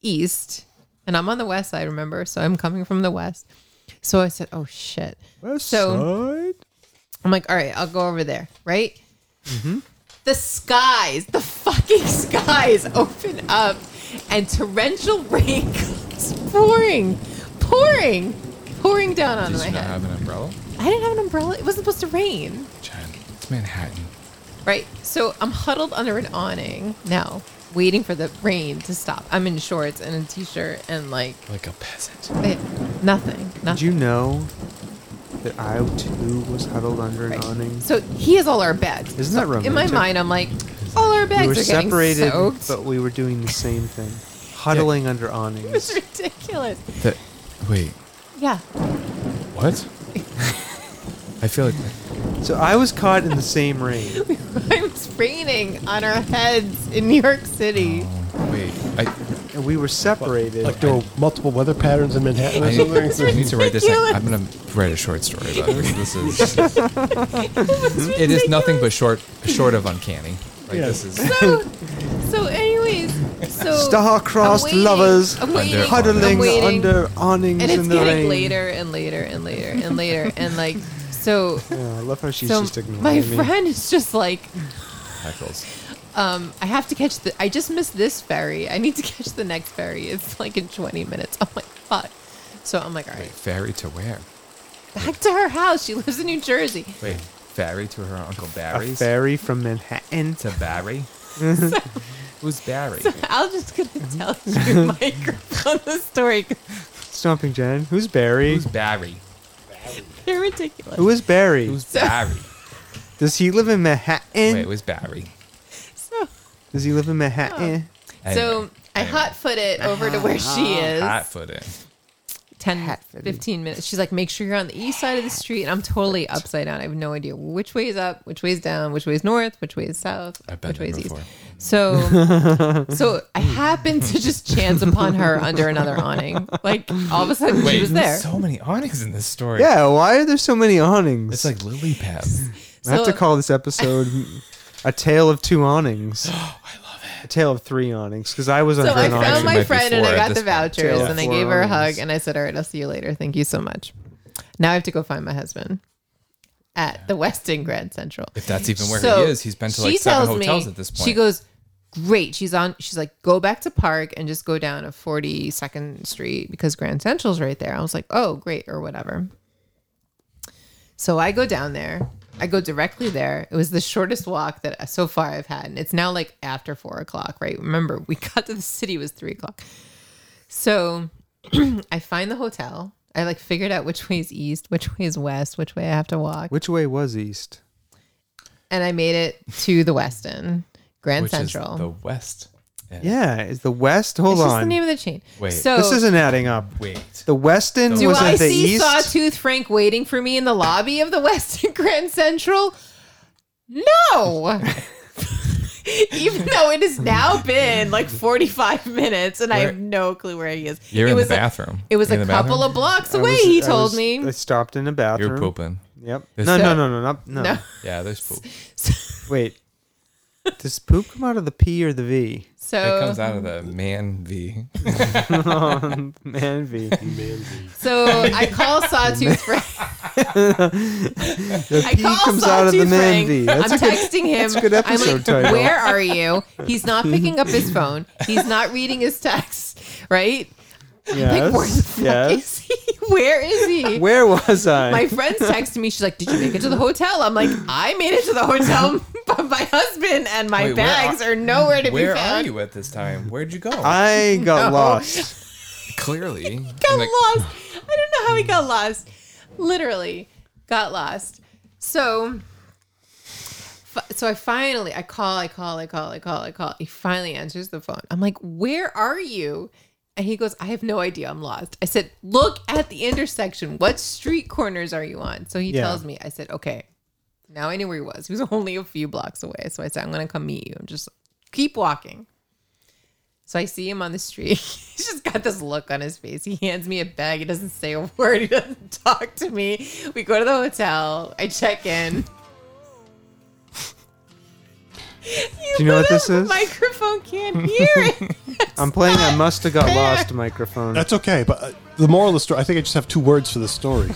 east. And I'm on the west side, remember? So I'm coming from the west. So I said, Oh shit. so I'm like, All right, I'll go over there, right? the skies, the fucking skies open up and torrential rain comes pouring, pouring, pouring down on
Did
my
you not
head.
have an umbrella?
I didn't have an umbrella. It wasn't supposed to rain.
Jen, it's Manhattan.
Right. So I'm huddled under an awning now, waiting for the rain to stop. I'm in shorts and a t shirt and like
Like a peasant.
eh, nothing.
Did
Nothing.
you know that I too was huddled under an
Right.
awning?
So he has all our bags.
Isn't that
So In my
romantic?
mind, I'm like, all our bags
we were
are getting
separated,
soaked.
but we were doing the same thing, huddling under
it was
awnings.
ridiculous.
That, wait,
Yeah.
what? I feel like
So I was caught in the same rain.
It was raining on our heads in New York City.
wait. I,
and we were separated.
Like there were multiple weather patterns in Manhattan or
I need, I
something.
need to write this. down. I'm gonna write a short story about it. because This is it is nothing but short, short of uncanny. Like
Yeah.
this is.
So, so anyways, So
Star-crossed
I'm waiting-
lovers
I'm waiting,
Under-
Huddling
I'm waiting,
under awnings
and it's
in the
getting
rain.
later and later and later and later and like so.
Yeah, I love how she's
So
just ignoring
my
me.
friend is just like,
Heckles.
um, I have to catch the. I just missed this ferry. I need to catch the next ferry. It's like in 20 minutes. I'm like, fuck. So I'm like, all
Wait,
right,
ferry to where?
back to her house. She lives in New Jersey.
Wait, ferry to her uncle
a
Barry's?
fairy from Manhattan.
to Barry? Who's Barry?
I'm just gonna tell
Mm-hmm.
you, Mike, on the story. 'cause
Stomping Jen. Who's Barry?
Who's Barry?
They're ridiculous.
Who is Barry?
Who's Barry?
Does he live in Manhattan?
Wait, who's Barry?
So,
Does he live in Manhattan?
so
Anyway,
I
anyway. Oh,
hot foot it over to where she is.
Hot foot it.
10
Hatfield.
15 minutes she's like make sure you're on the east side of the street and i'm totally upside down i have no idea which way is up which way is down which way is north which way is south
I've been
which way
there
is east
before.
so so i happened to just chance upon her under another awning like all of a sudden
Wait,
she was there
so many awnings in this story.
Yeah, why are there so many awnings?
It's like lily pads.
I have to
So-
call this episode A Tale of Two Awnings. A Tale of Three Awnings, because I was
so
under
i
an awning.
found
Actually, might
my
be
friend and
four
i
at
got
this
the
point.
vouchers
Yeah,
and i
four
gave her a hug
awnings.
and i said all right i'll see you later thank you so much now i have to go find my husband at the westin grand central
If that's even where
So
he is, he's been
she
to like seven
tells me-
hotels at this point.
She goes, Great. She's on she's like, go back to park and just go down a forty second street because Grand Central's right there. I was like, Oh, great, or whatever. So I go down there. I go directly there. It was the shortest walk that so far I've had. And it's now like after four o'clock, right? Remember, we got to the city it was three o'clock. So I find the hotel. I like figured out which way is east, which way is west, which way I have to walk
Which way was east?
and I made it to the Westin Grand
which
Central.
is the west. end.
Yeah, is the west? Hold
it's just the
on.
name of the chain.
Wait.
so
this isn't adding up.
Wait.
The Westin
do
was
I
at the
see
east.
Sawtooth Frank waiting for me in the lobby of the Westin Grand Central? No. Even though it has now been like 45 minutes and I have
Where-
no clue where he is.
You're
it
in the
was a-
bathroom.
it was
You're
a
in the bathroom?
couple of blocks
I
away,
was-
he
I
told
was-
me.
I stopped in a bathroom.
You're pooping.
Yep.
This-
No, no,
So-
no, no, not, no.
No.
Yeah, there's poop.
Wait. Does poop come out of the P or the V?
It
So
comes out of the man V.
Oh, Man, V.
so I call Sawtooth Frank.
The
I
P
call
comes out of the
Sawtooth
man
Frank.
V. That's
I'm
a good.
texting him.
that's a good
I'm
episode
like,
title.
Where are you? He's not picking up his phone. He's not reading his text. Right? Like, where the
Yes.
fuck
Yes.
is he? Where is he?
Where was I?
My friend's texting me. She's like, "Did you make it to the hotel?" I'm like, "I made it to the hotel, but my husband and my
Wait, where
bags
are-
are, nowhere to
Where
be
are
found."
you at this time? Where'd you go?
I got lost.
Clearly.
got
I'm like,
lost. I don't know how he got lost. Literally got lost. So fi- so I finally I call, I call, I call, I call, I call. He finally answers the phone. I'm like, "Where are you?" And he goes, "I have no idea. I'm lost." I said, "Look at the intersection. What street corners are you on?" So he
Yeah.
tells me. I said, "Okay." Now I knew where he was. He was only a few blocks away. So I said, "I'm going to come meet you." I'm just keep walking. So I see him on the street. He's just got this look on his face. He hands me a bag. He doesn't say a word. He doesn't talk to me. We go to the hotel. I check in.
Do you know what this
The
is?
Microphone can't hear it.
I'm playing I Must Have Got Lost microphone.
That's okay, but uh, the moral of the story, I think I just have two words for this story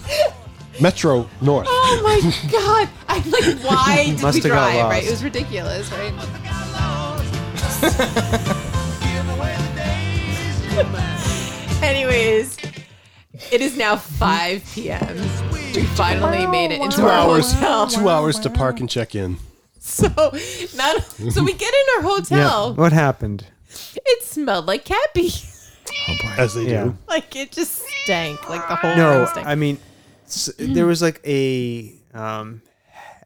Metro North.
Oh my god! I'm like, why did
Must
we
have got
drive? Right?
lost.
It was ridiculous, right? Anyways, it is now 5 p.m. We finally made it into
Two
our
hours.
hotel.
Two hours to park and check in.
So not so we get in our hotel.
What happened?
It smelled like cat pee.
As they
Yeah.
do.
Like it just stank. Like the whole
No,
room stank.
I mean, s- there was like a um,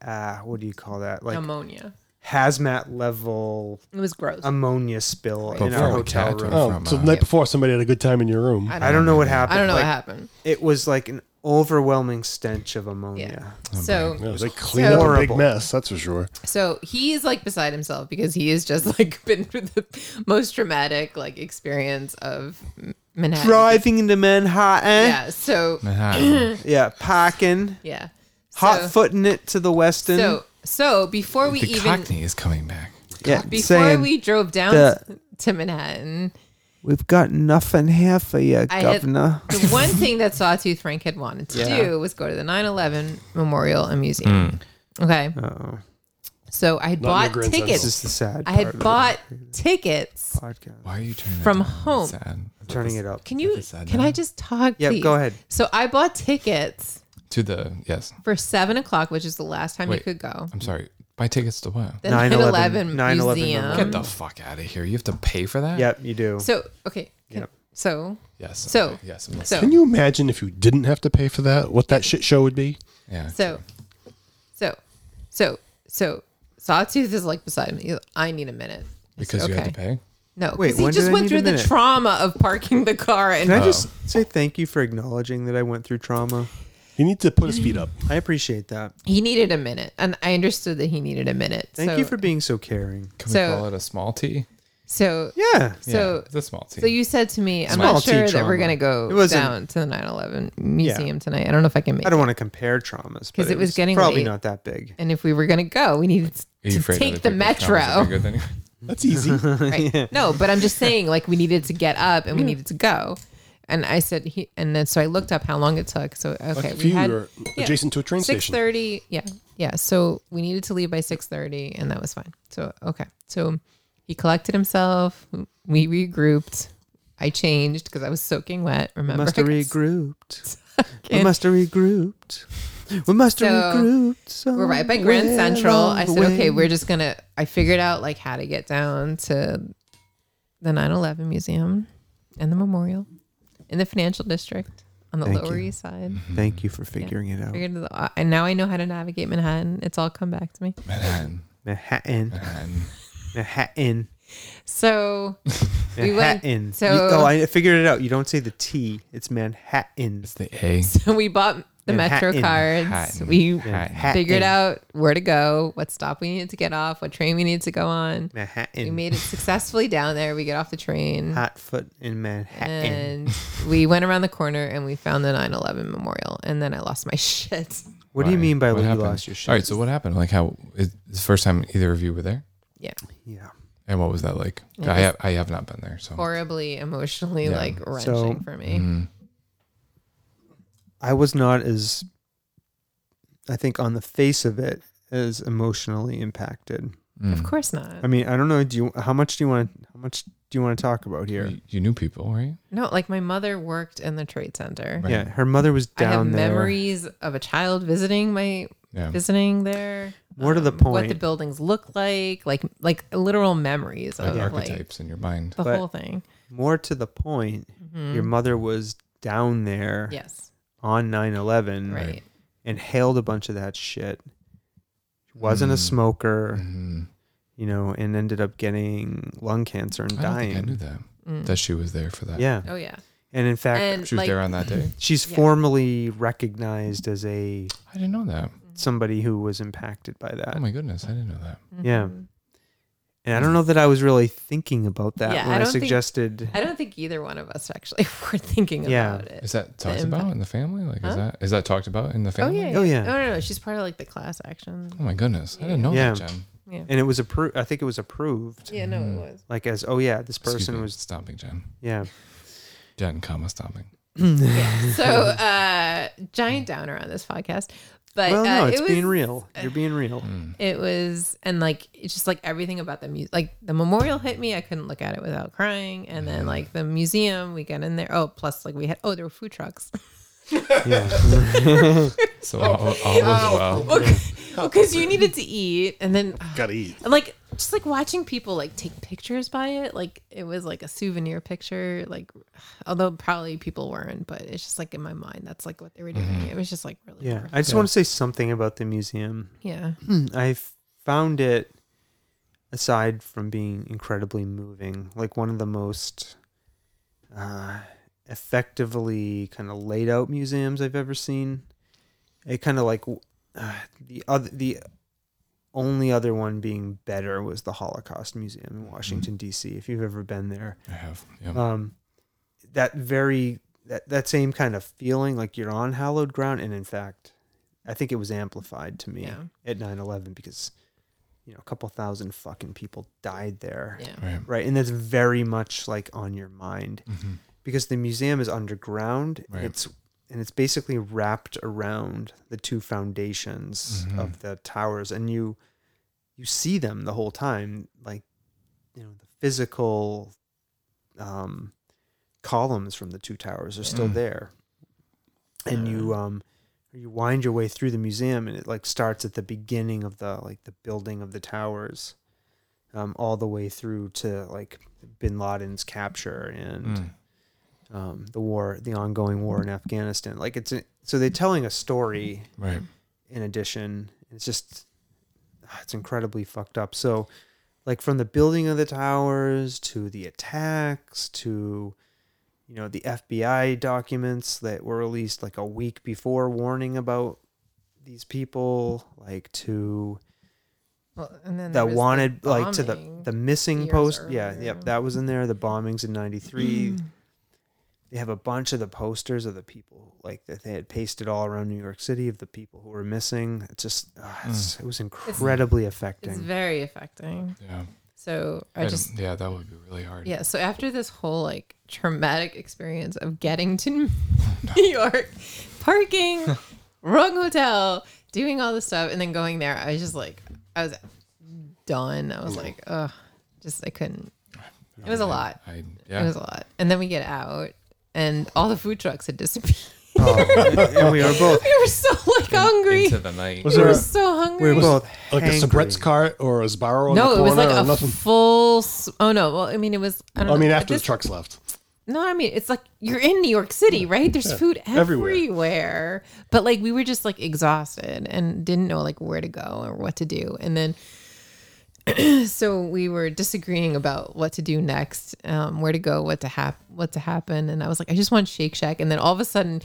uh, what do you call that? Like
Ammonia.
hazmat level
It was gross.
ammonia spill in
Before
our
we
hotel
catch it.
room.
Oh,
From,
so the
uh,
night before, somebody had a good time in your room.
I don't know what happened.
I don't know
like,
what happened.
It was like an overwhelming stench of
Yeah.
ammonia.
So
Yeah, they cleaned up a big
Horrible.
mess, that's for sure.
So he's like beside himself because he has just like been through the most traumatic like experience of M- Manhattan.
Driving into Manhattan.
Yeah. So
Manhattan.
Yeah, parking,
yeah.
hot
so,
footing it to the Westin.
So so before we
the
even
cockney is coming back.
yeah,
before
saying
we drove down
the
to Manhattan.
We've got nothing here for you,
I had-
governor.
The one thing that Sawtooth Frank had wanted to
Yeah.
do was go to the 9 11 Memorial and Museum. Okay.
Oh,
So I had
Not near
bought
Grand Central.
this is
tickets.
the sad.
I
part
had
of
bought tickets
the podcast.
Why are you turning that
From
down? That's
home.
sad.
Turning it up.
Can you?
Is that
Can
now?
I just talk?
Yep,
please?
go ahead.
So I bought tickets
to the yes.
for seven o'clock, which is the last time you
Wait.
could go.
I'm sorry. Buy tickets to what?
The
9/11
9/11,
9/11
museum.
Get the fuck out of here. You have to pay for that.
Yep, you do.
So okay. can-
Yep.
So
Yes.
So-
okay, yes. I'm
so
Can you imagine if you didn't have to pay for that? What that shit show would be?
yeah.
so so so so Sawtooth is like beside me. He's like, I need a minute. I
because
said,
you had to
okay.
pay.
No,
Wait,
because
when did
he
I
just
need
went
a
through the
minute?
trauma of parking the car and
Can I just say thank you for acknowledging that I went through trauma?
You need to put his feet up.
I appreciate that.
he needed a minute. And I understood that he needed a minute.
Thank
so,
you for being so caring.
Can we
So-
call it a small T?
so
Yeah.
yeah,
so
it's a small T.
So you said to me, I'm
Small
not
T
sure that
trauma.
we're gonna
It
go
wasn't-
down to the 9/11 museum tonight. I don't know if I can make.
I
it.
don't want to compare traumas
'Cause
but
it was getting
probably
late.
not that big.
And if we were gonna go, we needed
Are you
to
afraid
take
other
the
people's comments would be
metro.
good anyway?
That's easy.
Right. No, but I'm just saying, like we needed to get up and we needed to go. And I said, he, and then so I looked up how long it took. So okay,
if
we
you
had
were adjacent to a train
six
station.
thirty. Yeah, yeah. So we needed to leave by six thirty, and that was fine. So okay, so he collected himself. We regrouped. I changed because I was soaking wet.
We
Remember,
must have regrouped. we
Okay.
must have regrouped. We must have
So,
regrouped.
We're right by Grand
somewhere
Central.
along
I
the
said, okay,
way."
we're just gonna. I figured out like how to get down to the 9/11 museum and the memorial in the financial district on the
Thank
Lower
you. Mm-hmm.
East Side.
Thank you for figuring it out.
Figured it out. and now I know how to navigate Manhattan. It's all come back to me.
Manhattan.
Manhattan.
Manhattan.
Manhattan.
So We went-
Manhattan.
so-
You- oh, I figured it out. You don't say the T. It's Manhattan.
It's the A.
we bought the
Manhattan.
Metro cards.
Manhattan.
We
Manhattan.
figured out where to go, what stop we needed to get off, what train we needed to go on.
Manhattan.
We made it successfully down there. We get off the train.
hot foot in Manhattan.
and we went around the corner and we found the 9-11 memorial and then i lost my shit
What do you
Why?
mean by
What
when you
happened?
lost your shit?
All right. So what happened? Like how is the first time either of you were there?
yeah
Yeah.
And what was that like?
It
I
was-
have, I have not been there. So
horribly emotionally
Yeah.
like wrenching
So-
for me
Mm.
I was not as, I think, on the face of it, as emotionally impacted.
of
Mm.
course not
I mean, I don't know. Do you? How much do you want? How much do you want to talk about here?
You, you knew people, right?
no like my mother worked in the trade center
Right.
Yeah, her mother was
i
down
have
there.
memories of a child visiting my
Yeah.
visiting there Um,
More to the
what
point.
the buildings look like like like literal memories
Like
of like
archetypes in your mind.
the
But-
whole thing
More to the point,
Mm-hmm.
your mother was down there
yes
on 9/11
right,
Right.
and hailed a bunch of that shit. She wasn't a smoker,
Mm.
you know, and ended up getting lung cancer and
I don't
dying.
think I knew that.
Mm-hmm.
That she was there for that.
Yeah,
Mm. oh yeah
and in fact,
and
She was
like
there on that day.
she's formally recognized as a
I didn't know that.
Uh, somebody who was impacted by that.
Oh my goodness, I didn't know that.
mm-hmm.
Yeah. And I don't know that I was really thinking about that
Yeah,
when
I
I,
don't think-
suggested.
i don't think either one of us actually were thinking
Yeah.
about it
Is that talked
impact.
about in the family? Like, is
Huh?
that is that talked about in the
Oh
family?
yeah,
Oh, yeah.
yeah. No, no, no. She's part of like the class action.
Oh my goodness, I didn't know
Yeah.
that, Jen.
and it was approved. I think it was approved.
Yeah, no, it was.
Like as oh yeah, this
Excuse
person
me,
was
stopping, Jen.
yeah.
Jen, comma stopping.
So, uh, giant downer on this podcast, but
Well, no,
uh,
it's
it was
being real. You're being real.
Mm.
it was, and like it's just like everything about the music, like the memorial hit me. I couldn't look at it without crying,
Mm-hmm.
and then like the museum, we got in there. Oh, plus like we had oh, there were food trucks.
Yeah.
Oh.
So all, all was well.
because you needed to eat, and then ah,
Gotta eat.
and like just like watching people like take pictures by it like it was like a souvenir picture like although probably people weren't but it's just like in my mind that's like what they were doing it was just like really
yeah.
horrifying.
I just want to say something about the museum.
yeah
I f- found it, aside from being incredibly moving, like one of the most uh, effectively kind of laid out museums I've ever seen. It kind of like w- uh, the other the only other one being better was the Holocaust Museum in Washington D.C. If you've ever been there,
I have. Yeah.
um, that very that, that same kind of feeling like you're on hallowed ground and in fact i think it was amplified to me
Yeah.
at 9-11 because you know, a couple thousand fucking people died there.
Yeah.
Right. Mm-hmm.
Right. And that's very much like on your mind because the museum is underground.
Right.
It's and it's basically wrapped around the two foundations of the towers and you you see them the whole time like you know the physical um columns from the two towers are still there and you um you wind your way through the museum and it like starts at the beginning of the like the building of the towers um all the way through to like bin laden's capture and
Mm-hmm. Mm.
um, the war, the ongoing war in Afghanistan. Like it's a, so they're telling a story.
Right.
In addition, it's just ah, it's incredibly fucked up. So, like from the building of the towers to the attacks to you know the FBI documents that were released like a week before warning about these people like to
Well, and then there
that
was
wanted
the
like to the
bombing.
the missing
years
post yeah
earlier. Mm.
yep that was in there the bombings in 93 they have a bunch of the posters of the people like that they had pasted all around new york city of the people who were missing it's just ah, it's, it was incredibly
It's
affecting
very affecting.
Yeah.
So
I
I just
don't- yeah, that would be really hard.
Yeah, so after this whole like traumatic experience of getting to New York, parking, wrong hotel, doing all this stuff, and then going there, I was just like, I was done. I was like, ugh, just I couldn't. It was a lot.
I
It
yeah.
was a lot. And then we get out, and all the food trucks had disappeared.
Oh, and we were both
we were so like hungry.
Into the night.
we
there
were
a-
so
we
hungry.
were both
Like a
hangry.
Sabret's cart or a Sbarro in
no,
the
it was
corner
like a
or nothing.
full. s- Oh no! Well, I mean, it was. I, don't
I mean,
know.
after
This-
the trucks left.
No, I mean it's like you're in New York City, right? There's food
everywhere.
everywhere. But like we were just like exhausted and didn't know like where to go or what to do. And then so we were disagreeing about what to do next, um, where to go, what to hap- what to happen. And I was like, I just want Shake Shack. And then all of a sudden,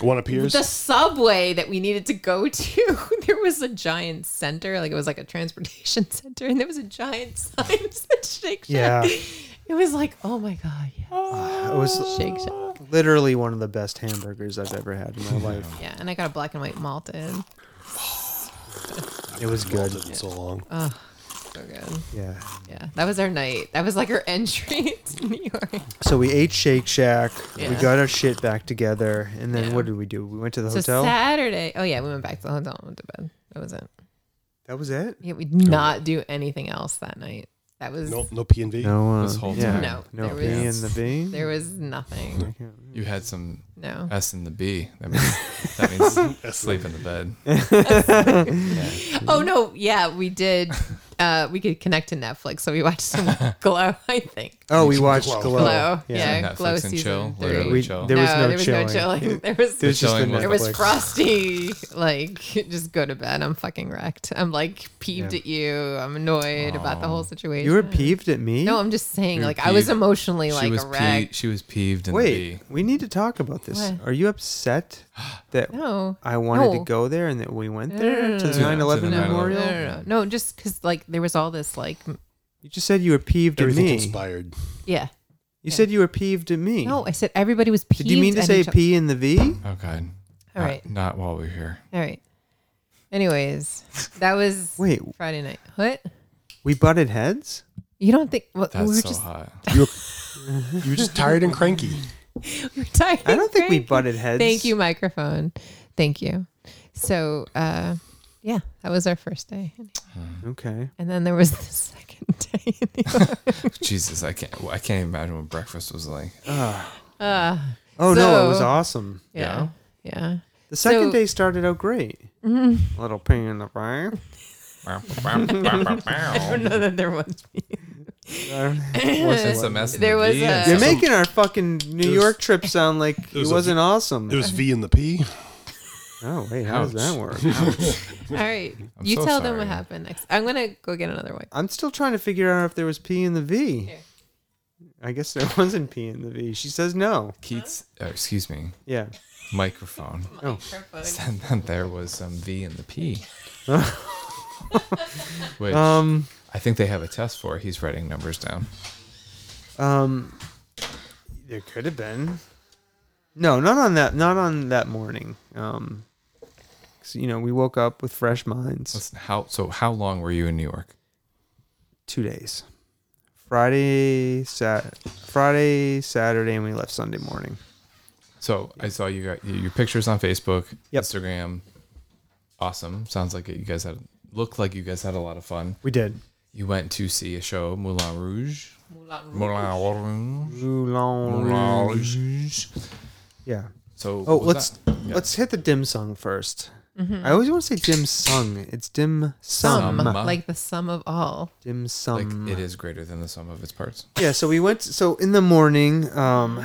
One appears.
the subway that we needed to go to, there was a giant center, like it was like a transportation center, and there was a giant sign that said Shake Shack.
yeah
It was like, oh my god, yeah,
ah, it was
Shake Shack.
literally one of the best hamburgers i've ever had in my life
Yeah, and I got a black and white Malton.
it was good
It so long.
Um, So good.
yeah
Yeah, that was our night. That was like our entry to New York.
so we ate shake shack we
Yeah.
got our shit back together and then
Yeah.
what did we do we went to the
So
hotel
Saturday. Oh yeah, we went back to the hotel and went to bed. That was it.
that was it
Yeah, we did not do anything else that night. That was
no, no P and V.
no uh,
This whole
yeah,
time.
No,
no
there
B in
was-
the bean
there was nothing.
You had some
No.
S in the B. That means, that means sleep in the bed.
Oh no, yeah, we did uh we could connect to Netflix, so we watched some Glow, I think.
Oh, we watched
Glow.
Glow.
Glow. Yeah,
Yeah.
Netflix
Glow
and
season
chill,
three.
literally.
We,
Chill.
there was
no,
no,
there was
chilling.
no chilling. There was
There was just the
Chilling was
There was
Netflix.
frosty. Like, just go to bed. I'm fucking wrecked. I'm like peeved
Yeah.
at you. I'm annoyed about the whole situation.
You were peeved at me.
No, I'm just saying.
were
Like, I was
peeved.
emotionally
she
like
was
a wreck.
pee- she was peeved in the
Wait,
B.
we need to talk about this.
What?
Are you upset that
No.
I wanted to
No. Mm.
go there and that we went there to the
no, no.
9 11
To the
memorial?
No, no, no, no. Just because like there was all this like, m-
You just said you were peeved at
Everything
me.
inspired.
yeah.
You said you were peeved at me.
No, I said everybody was peeved.
Did you mean to
at
say
each o-
P in the V?
Oh god.
All right.
Not, not while we're here.
All right. Anyways, that was
Wait,
Friday night. What?
we butted heads?
You don't think? What, we
That's
were
so
just
hot.
You were just tired and cranky.
we were tired.
I don't think we
Frank.
butted heads.
Thank you, microphone. Thank you. So, uh, yeah, that was our first day,
Okay.
and then there was the second day. in New York.
Jesus, I can't. I can't even imagine what breakfast was like.
uh,
Ah. Oh, no, it was
So-
awesome.
yeah, yeah.
The second
So-
day started out great. Little ping in the right.
I don't know that there was.
That's a mess in
There
the
was
B
a-
and
You're
some-
making our fucking New
was-
York trip sound like it
was a-
wasn't awesome.
There was V in the P.
Oh wait, how does that work?
All right,
I'm
you
so
tell them
sorry.
what happened next. I'm gonna go get another one.
I'm still trying to figure out if there was P in the V. I guess there wasn't P in the V. She says no.
Keats. Oh, excuse me.
Yeah.
Microphone.
Oh,
And then there was some V in the P. Which
um,
I think they have a test for. He's writing numbers down.
um, there could have been. No, not on that. Not on that morning. Um, 'cause So, you know, we woke up with fresh minds.
Let's- How so? How long were you in New York?
Two days. Friday, sat Friday, Saturday, and we left Sunday morning.
So I saw you got your pictures on Facebook,
Yep.
Instagram. Awesome. Sounds like it. You guys had looked like you guys had a lot of fun.
We did.
You went to see a show, Moulin Rouge. Moulin Rouge.
Moulin
Moulin
Rouge.
Rouge.
Yeah.
So
Oh,
what was
let's
that? Yeah.
let's hit the dim sum 1st I always want to say dim sung. It's dim sum.
Sum.
like the sum of all.
Dim
like
sum.
it is greater than the sum of its parts.
yeah so we went so in the morning um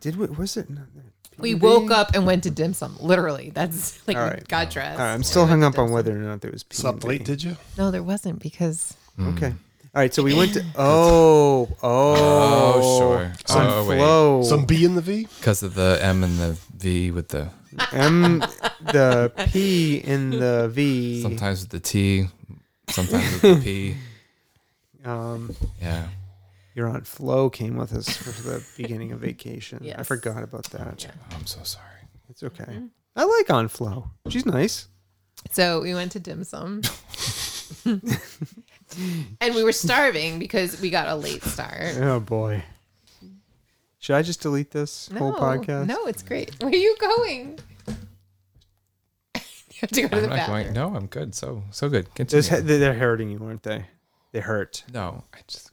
did we was it not there?
We woke up and went to dim sum. Literally, that's like
All
we
right.
got dressed.
all right i'm still hung up on whether or not there was p
Slept late, did you?
No, there wasn't because
okay
Mm.
all right so we went to oh oh
Oh, sure.
some
Oh, wait.
flow
Some B in the V?
Because of the M and the V with the
m the p in the v
sometimes with the T, sometimes with the P.
um
Yeah.
your aunt flo came with us for the beginning of vacation i
Yes. Mm-hmm.
forgot about that
I'm so sorry.
it's okay i like aunt flo she's nice
so we went to dim sum. and we were starving because we got a late start.
oh boy should i just delete this whole
no,
podcast
No, it's great. Where are you going? you have to go to the
I'm not
bathroom.
going. No, I'm good. So so good. Continue.
Those, they- they're hurting you, aren't they? They hurt.
no, I just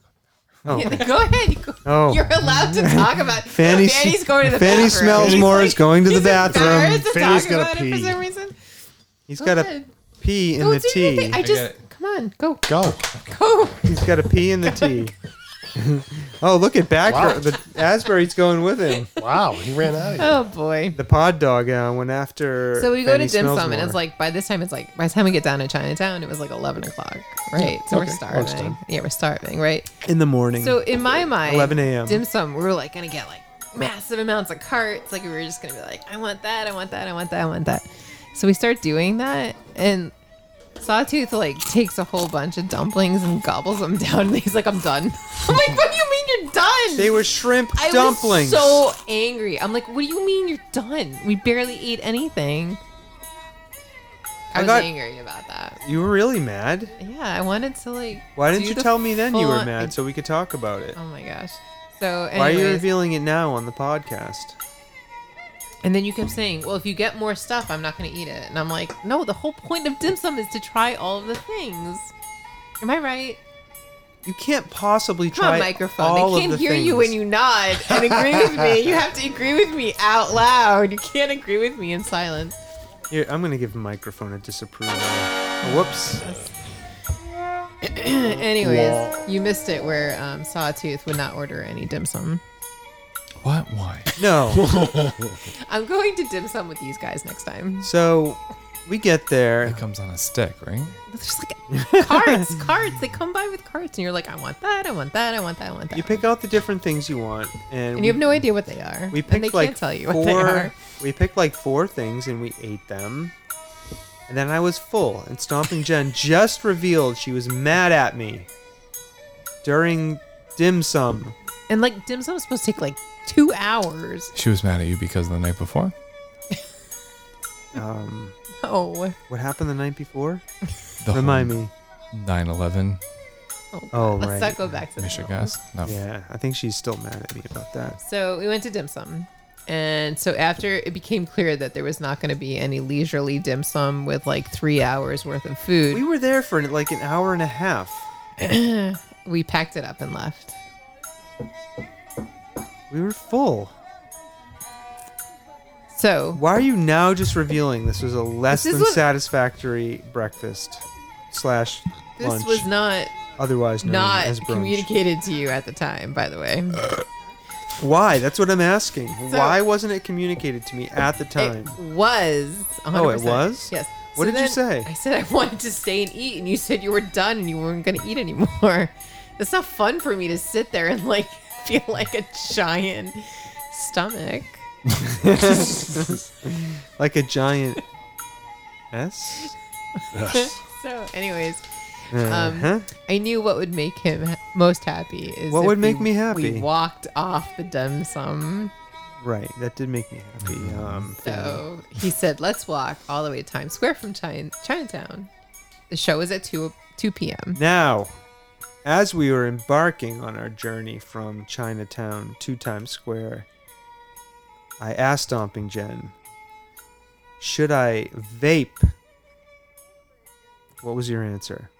Oh, okay.
Go ahead. You go-
Oh.
You're allowed to talk about.
Fanny,
Fanny, Fanny's going to the
Fanny
bathroom.
smells
He's
more.
like-
is going to the
he's
bathroom.
embarrassed to
Fanny's
talk
gotta
about it for
pee.
some reason.
He's got a
ahead.
pee in
Go
the
do your
tea.
thing. I
get
just
it.
come on, go,
Go.
go.
He's got a pee in the tea. oh, look at back.
Wow.
The Asbury's going with him.
Wow, he ran out of here.
Oh boy.
The pod dog uh, went after.
So we go
Fanny
to dim
smells
sum, and
more.
it's like by this time it's like by the time we get down to Chinatown, it was like eleven o'clock, right? So we're starving. Yeah, we're starving, right?
in the morning.
So in my mind,
11 a.m..
dim sum, we were like gonna get like massive amounts of carts. Like we were just gonna be like, I want that, I want that, I want that, I want that. So we start doing that, and Sawtooth like takes a whole bunch of dumplings and gobbles them down. And he's like, I'm done. I'm like, what do you mean you're done?
they were shrimp
I
dumplings.
was so angry. I'm like, what do you mean you're done? We barely ate anything.
I
I, was
got-
angry about that.
you were really mad.
Yeah, I wanted to like.
Why didn't
do
you
the
tell me then you were
full-
mad so we could talk about it?
Oh my gosh. So anyways,
Why are you revealing it now on the podcast?
And then you kept saying, "Well, if you get more stuff, I'm not going to eat it." And I'm like, "No, the whole point of dim sum is to try all of the things." Am I right?
You can't possibly
Come
try
on, microphone.
all
I
of
can't
the
hear you when
things.
you nod and agree with me. You have to agree with me out loud. You can't agree with me in silence.
Here, I'm gonna give the microphone a disapproval.
Oh,
Whoops.
Anyways, you missed it where um, Sawtooth would not order any dim sum.
what? Why?
No.
I'm going to dim sum with these guys next time.
So we get there.
It comes on a stick, right?
There's like carts, carts. They come by with carts, and you're like, "I want that. I want that. I want that. I want that."
You pick out the different things you want, and,
and you have no idea what they are.
we, we picked
and they
like
can't tell you
four.
what they are.
We picked like four things, and we ate them. And then I was full, and Stomping Jen just revealed she was mad at me during dim sum.
And like dim sum is supposed to take like two hours.
She was mad at you because of the night before.
Um,
Oh,
what happened the night before?
The
Remind me.
9/11
Oh,
let's
right.
not go back to that.
Michigan. No.
Yeah, I think she's still mad at me about that.
So we went to dim sum, and so after it became clear that there was not going to be any leisurely dim sum with like three hours worth of food,
We
we,
were there for like an hour and a half.
packed it up and left.
We were full.
So
Why are you now just revealing this was a less
This is
than
what-
satisfactory breakfast slash
this
lunch,
was not
otherwise known
not
as brunch? Uh,
communicated to you at the time, by the way.
Why? That's what I'm asking. Why wasn't it communicated to me at the time?
It was. 100%.
Oh, it was?
Yes.
What did you
then
say?
I said I wanted to stay and eat, and you said you were done and you weren't going to eat anymore. It's not fun for me to sit there and like feel like a giant stomach.
Like a giant S?
So, anyways, um,
Uh-huh.
I knew what would make him ha- most happy is
What
if
would make
we-
me happy?
We walked off the dim sum
Right. That did make me happy. Um,
So he said, let's walk all the way to Times Square from China- Chinatown. The show was at 2, 2 p.m.
Now, as we were embarking on our journey from Chinatown to Times Square, I asked Stomping Jen, should I vape? What was your answer?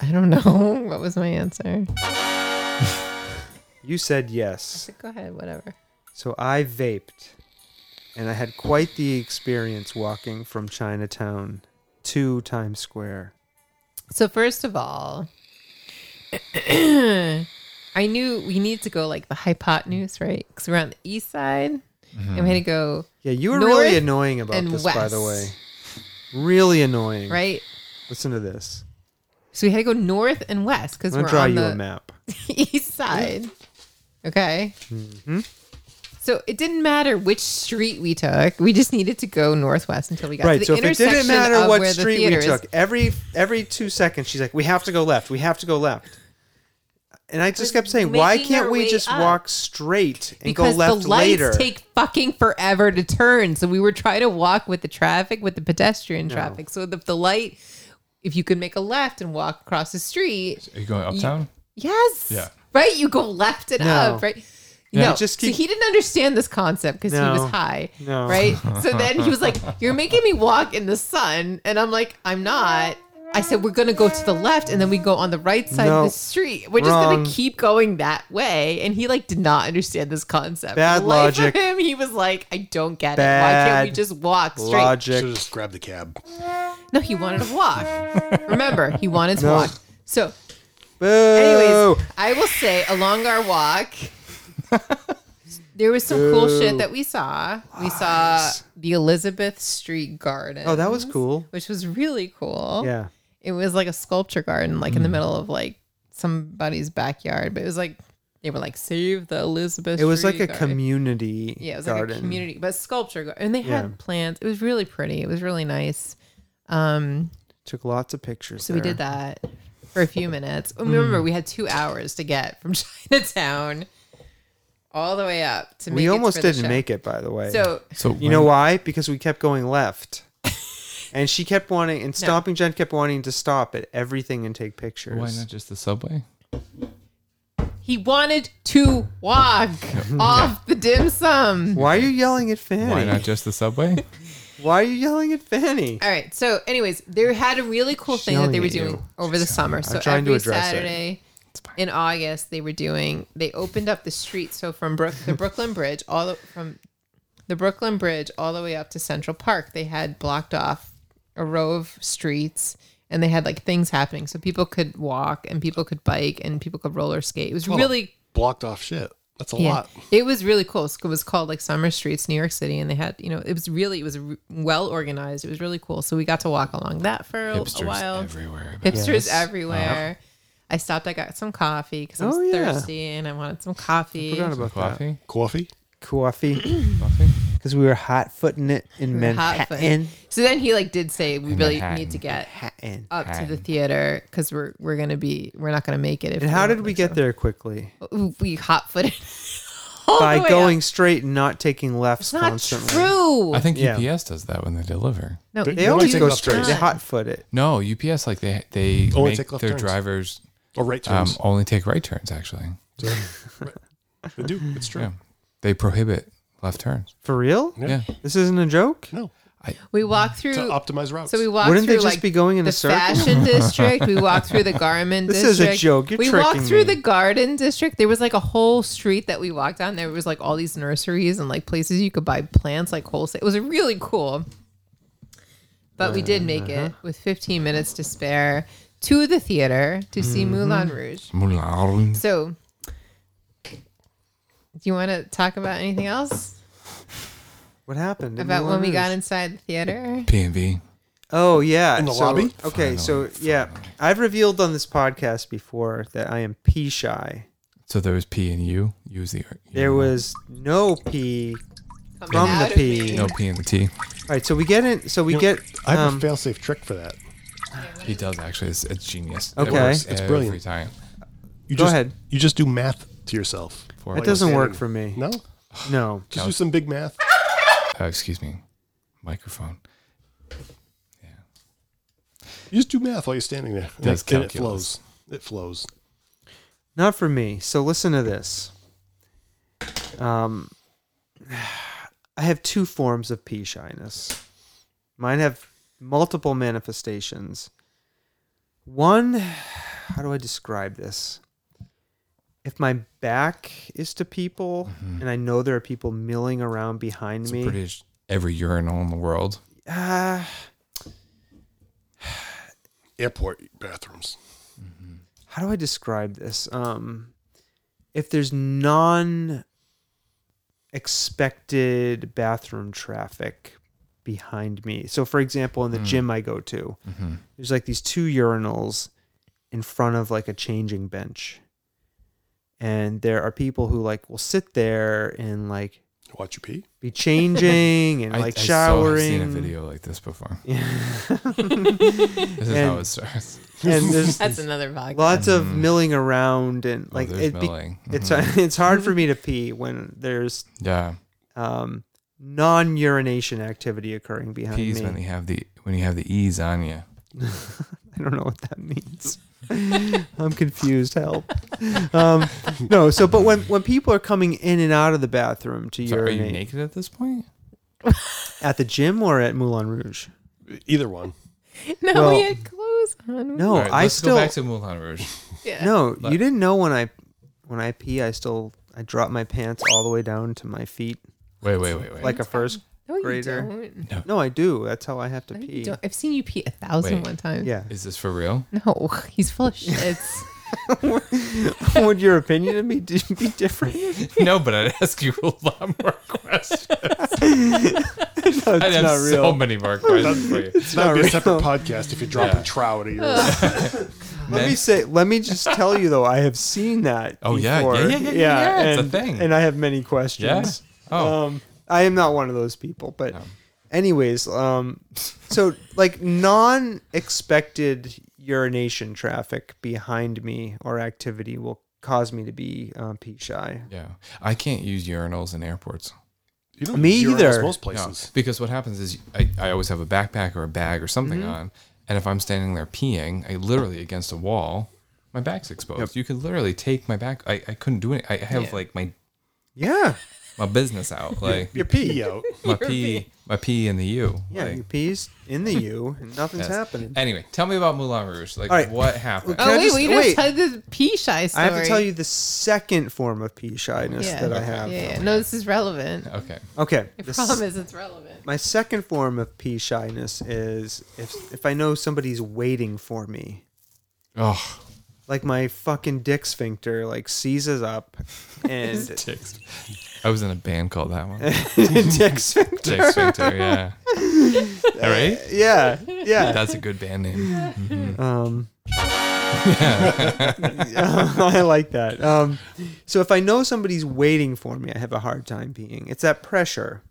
I don't know. What was my answer?
You said yes.
Go ahead, whatever.
So I vaped, and I had quite the experience walking from Chinatown to Times Square.
So first of all, I knew we need to go like the hypotenuse, right? Because we're on the east side, and we had to
Mm-hmm.
go
Yeah, you were
North
really annoying about
and
this, by the way.
west.
Really annoying.
right.
Listen to this.
So we had to go north and west because
I'm gonna
we're
draw
on
you
the
a map.
east side. Okay.
Mm-hmm.
So it didn't matter which street we took. We just needed to go northwest until we got
Right.
to the
So if it
intersection
didn't matter
of
what
where the
street we
theater is.
took, every every two seconds she's like, "We have to go left. We have to go left." And I just kept saying, "Why
making
can't
our
we
way
just
up."
walk straight and
because
go left
the lights
later?"
take fucking forever to turn. So we were trying to walk with the traffic, with the pedestrian traffic. So the, the light, if you could make a left and walk across the street,
Are you going uptown?
yes,
Yeah.
right. You go left and
No.
up, right.
Yeah.
No,
You just
so
keep-
he didn't understand this concept because he
No.
was high,
No.
right? So then he was like, "You're making me walk in the sun," and I'm like, "I'm not." I said, "We're gonna go to the left, and then we go on the right side
No.
of the street. We're
Wrong.
just gonna keep going that way." And he like did not understand this concept.
Bad
The life of
logic.
him, he was like, "I don't get it. Why can't we
Bad
just walk straight?"
Logic.
Should have just grabbed the cab.
No, he wanted to walk. Remember, he wanted to
No.
walk. So
Boo.
Anyways, I will say along our walk, there was some cool shit that we saw. We saw the Elizabeth Street Garden.
oh, that was cool.
which was really cool.
Yeah. Mm.
It was like a sculpture garden, like in the middle of like somebody's backyard. But it was like they were like save the Elizabeth.
It was
Street
like a
Garden."
community
Yeah, it was
garden.
like a community, but sculpture garden. And they had
Yeah.
plants. It was really pretty. It was really nice. Um,
Took lots of pictures.
so we did that for a few minutes. And Remember,
Mm.
we had two hours to get from Chinatown all the way up to. Make
We
it
almost
for the
didn't
show.
make it, by the way.
So
So
You know why? Because we kept going left. And she kept wanting, and Stomping Jen kept wanting to stop at everything and take pictures.
Why not just the subway?
he wanted to walk off the dim sum.
Why are you yelling at Fanny?
Why not just the subway?
Why are you yelling at Fanny?
All right. So, anyways, they had a really cool thing that
Yelling
they were
at you.
doing over the summer. So
trying to
every
address it.
Saturday in August, they were doing. They opened up the street. So from Brook, the Brooklyn Bridge, all the, from the Brooklyn Bridge all the way up to Central Park, they had blocked off a row of streets. And they had like things happening, so people could walk and people could bike and people could roller skate. It was really
Blocked off shit. That's a lot.
it was really cool. It was called like Summer Streets, New York City, and they had you know it was really it was re- well organized. It was really cool. So we got to walk along that for a- a
Hipsters
while.
everywhere.
Hipsters everywhere. I stopped. I got some coffee because I was
Uh-huh. Oh, yeah.
thirsty and I wanted some coffee.
Forgot about that.
Coffee?
Coffee?
Coffee.
Coffee?
Because we were hot footing it in
We were hot foot.
Manhattan.
So then he like did say we really
Manhattan.
need to get
Manhattan.
up to the
Manhattan.
theater because we're we're gonna be we're not gonna make it. If
And how
don't
did we
make
get there quickly?
it. We hot footed
By going straight and not taking lefts
Not
constantly.
true.
I think
Yeah.
UPS does that when they deliver.
no,
They
You only
always
take
go
left
straight.
turns.
They hot foot it.
No, UPS like they they
Oh,
Only
make
take left
their
turns.
drivers
Or right
um,
turns.
only take right turns. Actually,
They do. It's true.
yeah, they prohibit left turns.
For real?
Yeah,
This isn't a joke?
No.
we walked through.
To optimize routes.
So we walked
Wouldn't
through
they just
like
be going in
the
a circle?
fashion district. We walked through the garment
This is
district.
a joke. You're
we walked
tricking
through
me.
the garden district. There was like a whole street that we walked down. There was like all these nurseries and like places you could buy plants like wholesale. It was really cool. But we did make it
Uh-huh.
with 15 minutes to spare to the theater to see
Mm-hmm.
Moulin Rouge.
Moulin.
So, do you want to talk about anything else
What happened? in
about when we
Moulin
got
Rouge?
inside the theater?
PNV.
Oh yeah,
In the
So-
lobby?
Okay, so yeah, I've revealed on this podcast before that I am pee shy.
So there was P and U. U was the R.
There was no pee
Coming
from
out
the
of me.
pee.
no P and the T.
All right, so we get in. So we
You know,
get.
I have
um,
a fail safe trick for that.
He does actually. It's, it's genius.
Okay.
it works
It's
every
brilliant.
time.
You
Go
just,
ahead.
You just do math to yourself.
For
It
like-
doesn't
Standing-
work for me.
No?
No.
Just do some big math.
Uh, excuse me, microphone.
You just do math while you're standing there. And
Does
it, and it
calculus.
flows. It flows.
Not for me. So listen to this. Um, I have two forms of pea shyness. Mine have multiple manifestations. One, how do I describe this? If my back is to people and I know there are people milling around behind
Mm-hmm. It's
me,
pretty much every urinal in the world.
ah,
Airport bathrooms.
how do I describe this? Um, if there's non expected bathroom traffic behind me. So, for example, in
Hmm.
the gym I go to,
Mm-hmm.
there's like these two urinals in front of like a changing bench. And there are people who like will sit there and like
Watch you pee.
be changing and
I-
like
I so have
showering.
seen a video like this before. This is how
And-
it starts.
and there's
That's another podcast.
lots of milling around and
Mm. Oh,
like
there's
it be-
milling. Mm-hmm.
it's it's hard for me to pee when there's
Yeah,
um, non-urination activity occurring behind
peas
me.
when you have the when you have the ease on you.
I don't know what that means. I'm confused. Help. Um, no. So, but when when people are coming in and out of the bathroom to
So are you
urinate
naked at this point?
at the gym or at Moulin Rouge,
Either one.
No,
Well-
we had clothes on.
no,
All right,
I
let's
still
go back to Moulin Rouge.
Yeah.
no. You didn't know when I when I pee, I still I drop my pants all the way down to my feet
Wait, wait, wait, wait.
like a first.
No, you
Greater.
don't.
No, I do. That's how I have to
No,
pee.
you don't. I've seen you pee a thousand
Wait.
one times.
Yeah.
is this for real?
No, he's full of shits.
Would your opinion of me d- be different?
no, but I'd ask you a lot more questions.
That's not
I'd have
real.
so many more questions for you.
It's not be a
real.
separate podcast if you're dropping trout at your
Let me say. Let me just tell you though. I have seen that.
Oh, yeah, yeah,
before.
yeah, yeah, yeah, yeah, it's a
and,
thing.
And I have many questions.
Yeah? Oh.
Um, I am not one of those people, but, anyways, um, so like non-expected urination traffic behind me or activity will cause me to be um, pee shy.
Yeah, I can't use urinals in airports.
You don't
Me
use urinals
either.
Most
No,
places.
because what happens is I, I always have a backpack or a bag or something
Mm-hmm.
on, and if I'm standing there peeing, I literally against a wall, my back's exposed. You could literally take my back. I, I couldn't do it. I have like my
Yeah,
my business out, like
Your pee out.
my pee, my pee in the U.
yeah.
like,
Your pee's in the U, and nothing's
yes.
happening.
Anyway, tell me about Moulin Rouge. Like
All right.
what happened?
Can
oh
I
wait,
just-
we
wait.
just had the pee shy story.
I have to tell you the second form of pee shyness
Yeah.
that I
Okay.
have. Oh
Yeah, yeah. no, this is relevant.
Okay.
Okay.
I
the s-
promise it's relevant.
My second form of pea shyness is if if I know somebody's waiting for me,
Oh,
like my fucking dick sphincter like seizes up, and
dicks. I was in a band called that one.
dick sphincter.
Dick Sphincter. Yeah. All right.
Yeah, yeah.
That's a good band name.
Um, I like that. Um, so if I know somebody's waiting for me, I have a hard time peeing. It's that pressure.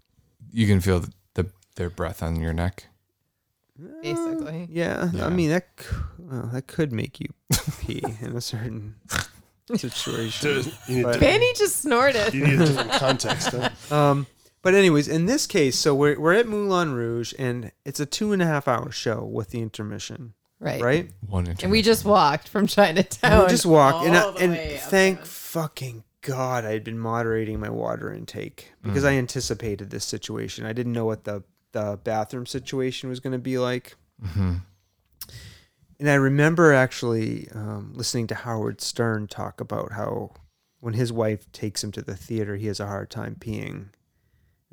You can feel the, the their breath on your neck.
Basically,
Um, Yeah,
Yeah.
I mean that. c- Well, that could make you pee in a certain situation.
You need,
But-
a
Benny just snorted.
you need a different context. Huh?
Um, but anyways, in this case, so we're we're at Moulin Rouge, and it's a two and a half hour show with the intermission,
Right.
right?
One inch.
And we just walked from Chinatown.
And we just walk, and I,
Oh, all the way
and
up
thank
there.
fucking God, I had been moderating my water intake because I anticipated this situation. I didn't know what the the bathroom situation was going to be like. And I remember actually um, listening to Howard Stern talk about how when his wife takes him to the theater, he has a hard time peeing.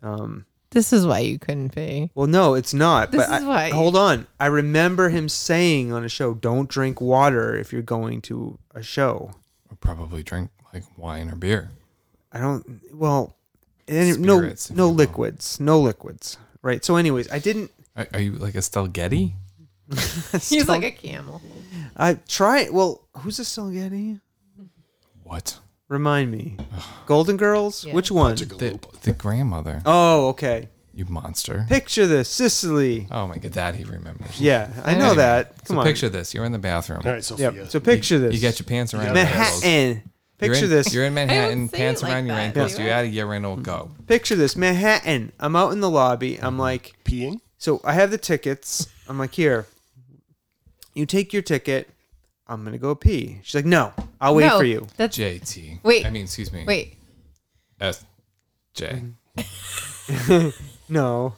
Um,
This is why you couldn't pee.
Well, no, it's not.
This
but
is
I,
why-
Hold on. I remember him saying on a show, "Don't drink water if you're going to a show."
probably drink like wine or beer.
I don't. Well, any, no,
Spirits, if
no
you will.
liquids, no liquids. Right. So, anyways, I didn't.
Are, are you like Estelle Getty?
He's like a camel.
I try. Well, who's a Salgetti?
What?
Remind me. Golden Girls.
Yeah.
Which one?
The, the grandmother.
Oh, okay.
You monster.
Picture this, Sicily.
Oh my god, that he remembers.
Yeah, I know
Anyway,
that. Come
so
on.
picture this. You're in the bathroom.
All right, Sophia.
Yep. So picture this.
You got your pants around. your ankles.
Manhattan.
You're
Picture
in-
this. Hmm.
You're in Manhattan,
say
pants
it like
around your
that,
ankles.
do
You had a year rental. Go.
Picture this. Manhattan. I'm out in the lobby. I'm like,
Peeing?
so I have the tickets. I'm like, here, you take your ticket. I'm gonna go pee. She's like, no, I'll wait
no,
for you.
That's
JT.
Wait.
I mean, excuse me.
wait.
S.
Hmm.
J.
No,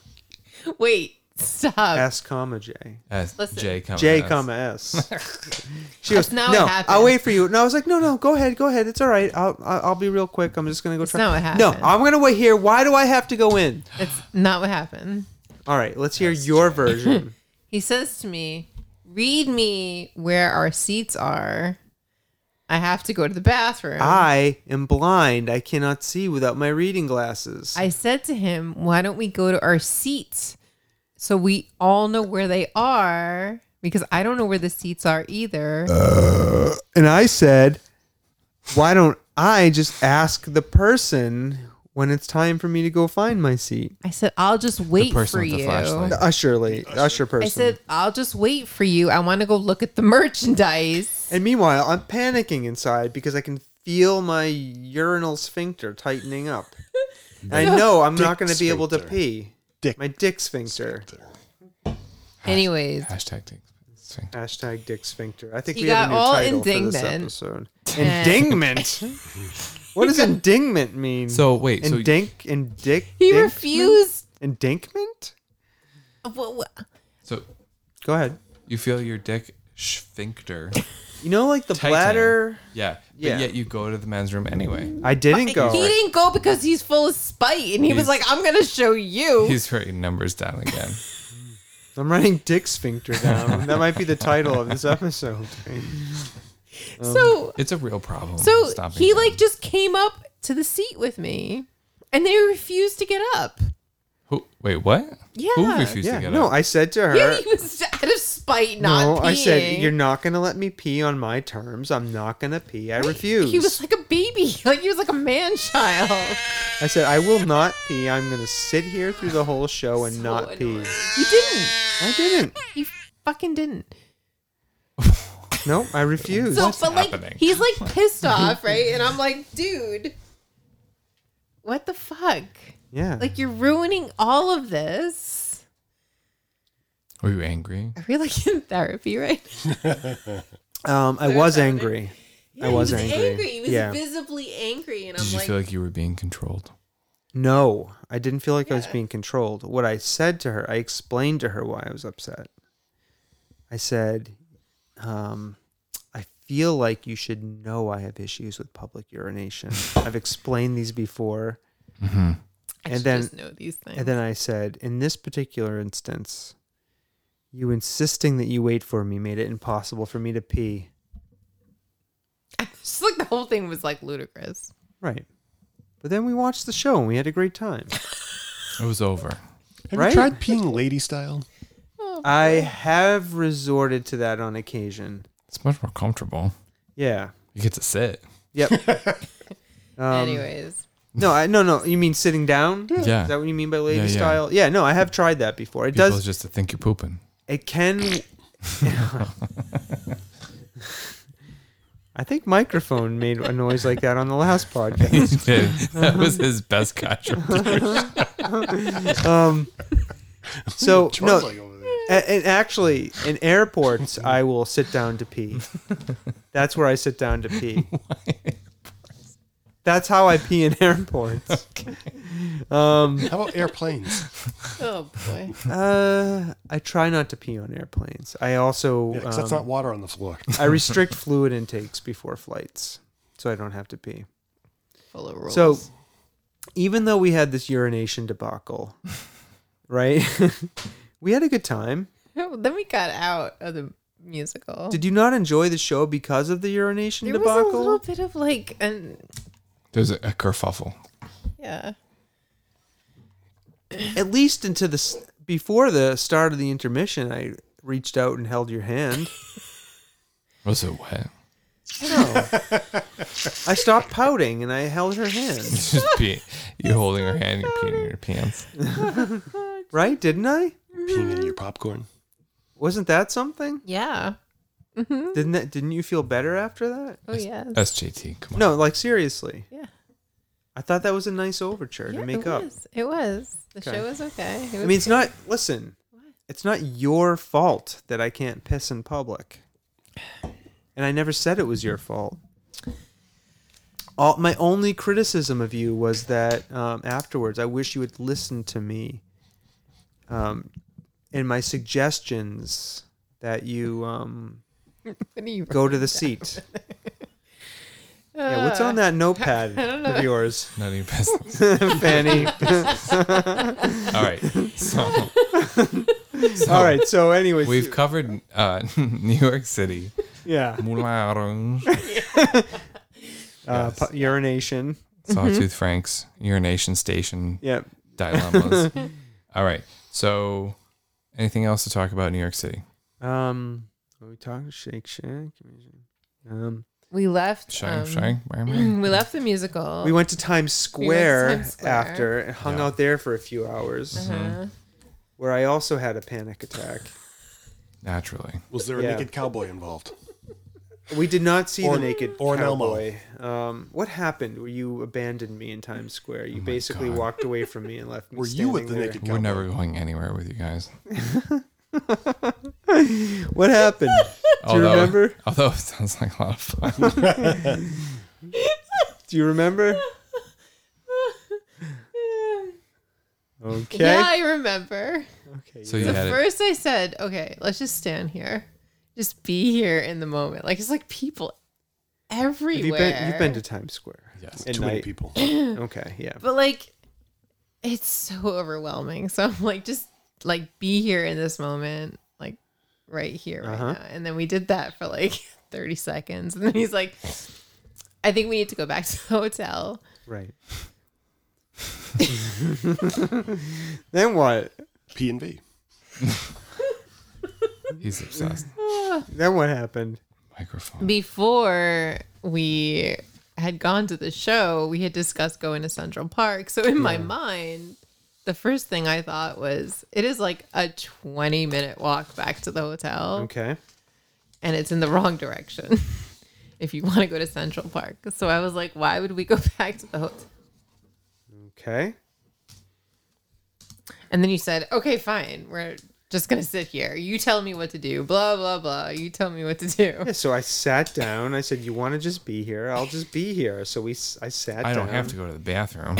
Wait. Stop.
S comma J.
S.
Listen.
J. Comma.
J
S.
comma S. She goes,
not
no,
what happened."
I'll wait for you. No, I was like, no, no, go ahead, go ahead. It's all right. I'll, I'll I'll be real quick. I'm just gonna go try.
not what
no,
happened.
I'm gonna wait here. Why do I have to go in?
That's not what happened.
All right, let's hear your version.
He says to me, "Read me where our seats are. I have to go to the bathroom."
I am blind. I cannot see without my reading glasses.
I said to him, "Why don't we go to our seats so we all know where they are?" Because I don't know where the seats are either.
and I said, why don't I just ask the person when it's time for me to go find my seat?
I said, "I'll just wait
person
for
with the
you."
flashlight.
The usher lady, usher, person.
I said, "I'll just wait for you. I want to go look at the merchandise."
and meanwhile, I'm panicking inside because I can feel my urinal sphincter tightening up. And I know I'm not
Dick
going to be able to
sphincter.
pee.
Dick.
My dick sphincter.
Anyways,
Hashtag. dick sphincter.
Hmm. Hashtag dick sphincter. I think
He
we have a
got
new
all
title for this
indignant.
episode.
And-
Indingment. what does indingment mean?
So wait. So
and dink and dick.
he
dinkment?
refused.
Indinkment?
What- what-
so
Go ahead.
you feel your dick sphincter.
You know, like the
Titan.
bladder.
Yeah. But
Yeah.
yet you go to the men's room anyway.
I didn't go.
He didn't go because he's full of spite, and he was
He's-
like, "I'm gonna show you."
He's writing numbers down again.
I'm writing dick sphincter down. that might be the title of this episode.
so
It's a real problem.
So
stopping
he
them.
like just came up to the seat with me, and they refused to get up.
Who, wait, what? Who
Yeah.
refused to
Yeah.
get
No,
up?
I said to her.
Yeah, he was out of spite, not
Er. no,
peeing.
I said you're not gonna let me pee on my terms. I'm not gonna pee. I refuse.
He was like a baby, like he was like a man child.
I said I will not pee. I'm gonna sit here through the whole show and not pee.
You didn't.
I didn't.
He fucking didn't.
No, I refused.
So, but
happening?
like, he's like pissed off, right? And I'm like, dude, what the fuck?
yeah.
Like, you're ruining all of this.
Were you angry?
Are we like in therapy, right?
um, I was angry. I
he
was,
was
angry.
He was
yeah.
visibly angry, and I'm
Did you
like,
feel like you were being controlled?
No, I didn't feel like I was being controlled. What I said to her, I explained to her why I was upset. I said, um, I feel like you should know I have issues with public urination. I've explained these before.
I
And
should
then-
just know these things.
And then I said, in this particular instance, you insisting that you wait for me made it impossible for me to pee.
Just like the whole thing was like ludicrous.
Right. But then we watched the show and we had a great time.
It was over.
Have
Right?
you tried peeing lady style?
I have resorted to that on occasion.
It's much more comfortable.
Yeah.
You get to sit.
Yep. Um,
Anyways,
No, I, no, no. You mean sitting down?
Yeah.
Is that what you mean by lady
Yeah, yeah.
style? Yeah. No, I have tried that before. It
People
does.
just to think you're pooping.
It can. I think microphone made a noise like that on the last podcast.
Dude, that was his best contribution.
So no,
Like over there.
a- and actually, in airports, I will sit down to pee. That's where I sit down to pee. That's how I pee in airports. Um,
How about airplanes?
oh boy,
uh, I try not to pee on airplanes. I also
Yeah, 'cause
um,
that's not water on the floor.
I restrict fluid intakes before flights so I don't have to pee.
full of rules.
So even though we had this urination debacle, right? we had a good time.
then we got out of the musical.
Did you not enjoy the show because of the urination
there
debacle?
was a little bit of like, an
There's a, a kerfuffle.
yeah,
At least into the s- before the start of the intermission, I reached out and held your hand.
Was it wet?
No. I stopped pouting and I held her hand.
Just pee. You holding her hand, you're peeing in your pants.
Right? Didn't I?
peeing in your popcorn.
Wasn't that something?
yeah.
Didn't that? Didn't you feel better after that?
Oh yeah.
SJT, come on.
No, like seriously.
Yeah.
I thought that was a nice overture to make
it
up.
was. It was. The
Okay.
show was okay. It
I
was
mean, it's not. Listen, it's not your fault that I can't piss in public, and I never said it was your fault. All, my only criticism of you was that um, afterwards, I wish you would listen to me, um, and my suggestions that you um,
pretty-
go to the seat. yeah, what's on
Uh,
that notepad of yours,
None of your business.
Fanny?
All right. So, so
All right. So, anyways,
We've covered uh, New York City,
yeah,
Moulin Rouge,
uh, pu- urination.
Sawtooth Frank's urination station
Yeah.
dilemmas. All right. So, anything else to talk about in New York City?
Um, what we talking Shake Shack. Um,
we left.
Shang,
um,
Shang, Ram,
mm-hmm.
Ram?
We left the musical.
we went to Times
We went to
Square,
Times Square.
after and hung
Yeah.
out there for a few hours,
Uh-huh.
where I also had a panic attack.
Naturally.
Was there a
Yeah.
naked cowboy involved?
We did not see
Or-
the naked
or an
cowboy. Um, what happened? Where you abandoned me in Times Square? You basically
God.
walked away from me and left me.
Oh Were you with
standing
the
there.
naked
We're
cowboy?
never going anywhere with you guys.
What happened? Do you remember?
Although it sounds like a lot of fun.
Do you remember? Okay.
Yeah, I remember.
Okay.
So you
The
had it.
first I said, okay, let's just stand here. Just be here in the moment. Like it's like people everywhere.
Have you been, you've been to Times Square.
Yes.
At
Too many
night.
people.
Okay. Yeah.
but like it's so overwhelming. So I'm like, just like be here in this moment, like right here, right
Uh-huh.
now. And then we did that for like 30 seconds. And then he's like, I think we need to go back to the hotel.
Right. then what?
P and V.
He's obsessed.
Then what happened?
Microphone.
before we had gone to the show, we had discussed going to Central Park. So in my mind, the first thing I thought was it is like a 20 minute walk back to the hotel
Okay.
and it's in the wrong direction if you want to go to Central Park. So I was like, why would we go back to the hotel?
Okay.
And then you said, okay, fine. We're just going to sit here. You tell me what to do. Blah, blah, blah. You tell me what to do.
Yeah, so I sat down. I said, "You want to just be here? I'll just be here." So we, s- I sat.
I don't
down.
have to go to the bathroom.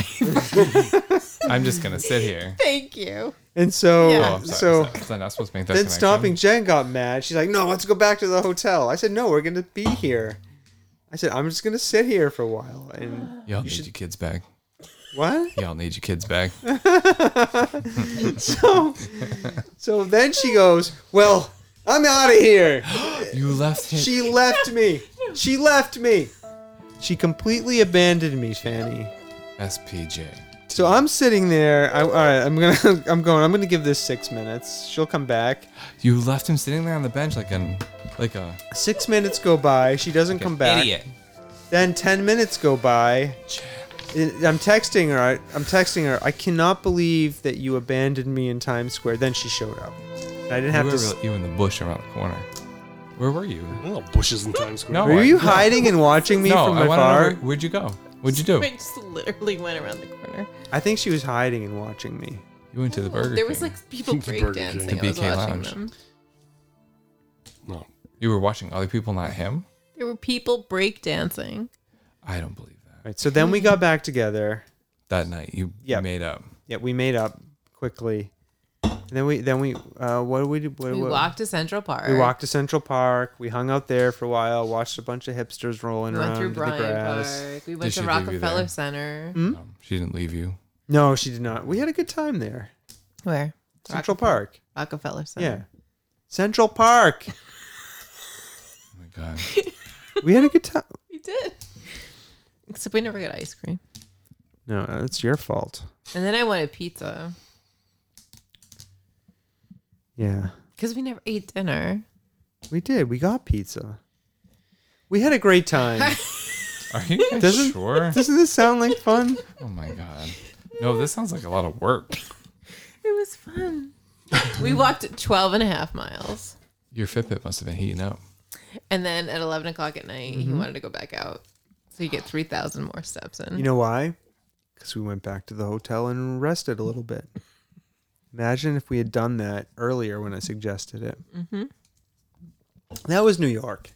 I'm just gonna sit here.
Thank you.
And so,
Yeah.
Oh, I'm sorry.
so
I'm sorry. I'm not supposed to make that.
then
connection.
stomping Jen got mad. She's like, "No, let's go back to the hotel." I said, "No, we're gonna be here." I said, "I'm just gonna sit here for a while." And
Y'all need
should-
your kids back.
what?
Y'all need your kids back.
So, so then she goes, "Well, I'm out of here."
You left him.
She left me. She left me. She completely abandoned me, Fanny.
SPJ.
So I'm sitting there. I, all right, I'm gonna. I'm going. I'm gonna give this six minutes. She'll come back.
You left him sitting there on the bench like an like a
Six minutes go by. She doesn't come back.
idiot.
Then ten minutes go by. I- I'm texting her. I, I'm texting her. I cannot believe that you abandoned me in Times Square. Then she showed up. And I didn't
You
have
were
to. s-
really- you were in the bush around the corner. Where were you?
I don't know, Oh, bushes in Times Square.
No.
Were you
No.
hiding and watching me
no,
from
I want to know
afar?
where, where'd you go? What'd you do?
I just literally went around the corner.
I think she was hiding and watching me.
You went to the Burger
There was
King.
like people
The Burger King.
breakdancing.
The
I was
BK
watching
Lounge.
them.
No.
you were watching other people, not him.
There were people breakdancing.
I don't believe that.
Right. So then we got back together.
That night you
Yeah.
made up.
Yeah, we made up quickly. And then we then we uh, what did we do? What,
We
what-
walked to Central Park.
We walked to Central Park. We hung out there for a while. Watched a bunch of hipsters rolling
We
around
went through
in the
Bryant
grass.
Park. We went
she
to
leave you there?
Rockefeller Center.
No, Um, she didn't leave you.
No, she did not. We had a good time there.
Where?
Central Park.
Rockefeller Center.
Yeah, Central Park.
Oh my god.
we had a good time.
We did. Except we never got ice cream.
No, that's your fault.
And then I wanted pizza
Yeah,
because we never ate dinner.
we did. We got pizza. We had a great time.
Are you guys
Doesn't-
sure?
Doesn't this sound like fun?
Oh my god. No, this sounds like a lot of work.
It was fun. we walked 12 and a half miles.
Your Fitbit must have been heating up.
And then at 11 o'clock at night,
Mm-hmm.
he wanted to go back out. So you get 3,000 more steps in.
You know why? Because we went back to the hotel and rested a little bit. Imagine if we had done that earlier when I suggested it. Mm-hmm. That was New York.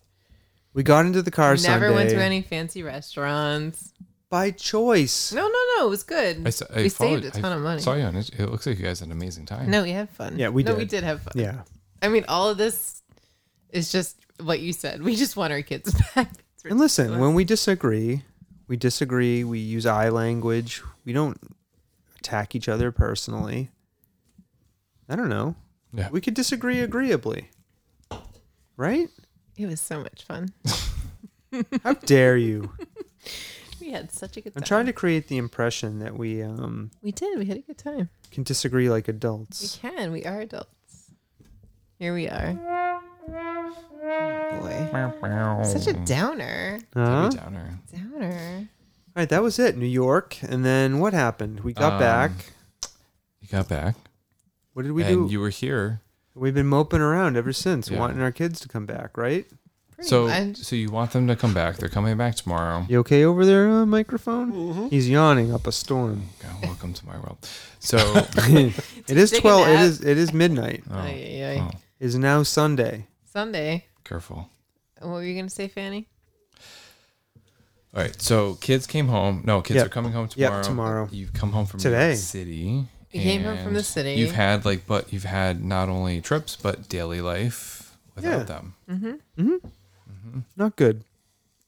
We got into the car
Never
Sunday
went to any fancy restaurants.
by choice.
No, no, no. It was good.
I, saw, I
we
followed-
saved a
I
ton of money.
Saw you on it. It looks like you guys had an amazing time.
No, we had fun.
Yeah, we
No, we
did.
did have fun.
Yeah.
I mean, all of this is just what you said. We just want our kids back. It's
And listen, when we disagree, we disagree. We use I language. We don't attack each other personally. I don't know.
Yeah.
We could disagree agreeably, right?
It was so much fun.
How dare you?
We had such a good time.
I'm trying to create the impression that we um,
we did. We had a good time.
can disagree like
We
adults.
can. We are adults. Here we are. Boy.
Oh,
Such a downer.
Huh?
Debbie Downer.
Downer.
All right, that was it. New York, and then what happened? We got
Um,
back.
You got back,
What did we do?
and you were here.
We've been moping around ever since,
Yeah.
wanting our kids to come back. Right?
Pretty
So,
much.
so you want them to come back? They're coming back tomorrow.
You okay over there, uh, microphone? He's yawning up a storm.
God, welcome to my world. So,
It is
Take a
twelve. It
nap.
is. It is midnight.
Ay, ay, ay.
oh.
It Is now Sunday.
Sunday.
careful.
What were you going to say, Fanny?
All right. So, kids came home. No, kids
Yep.
are coming home
Yep,
tomorrow.
tomorrow.
You've come home from
Today.
The city.
You came home from the
and
city.
You've had like, but you've had not only trips but daily life without
Yeah.
them.
Not good.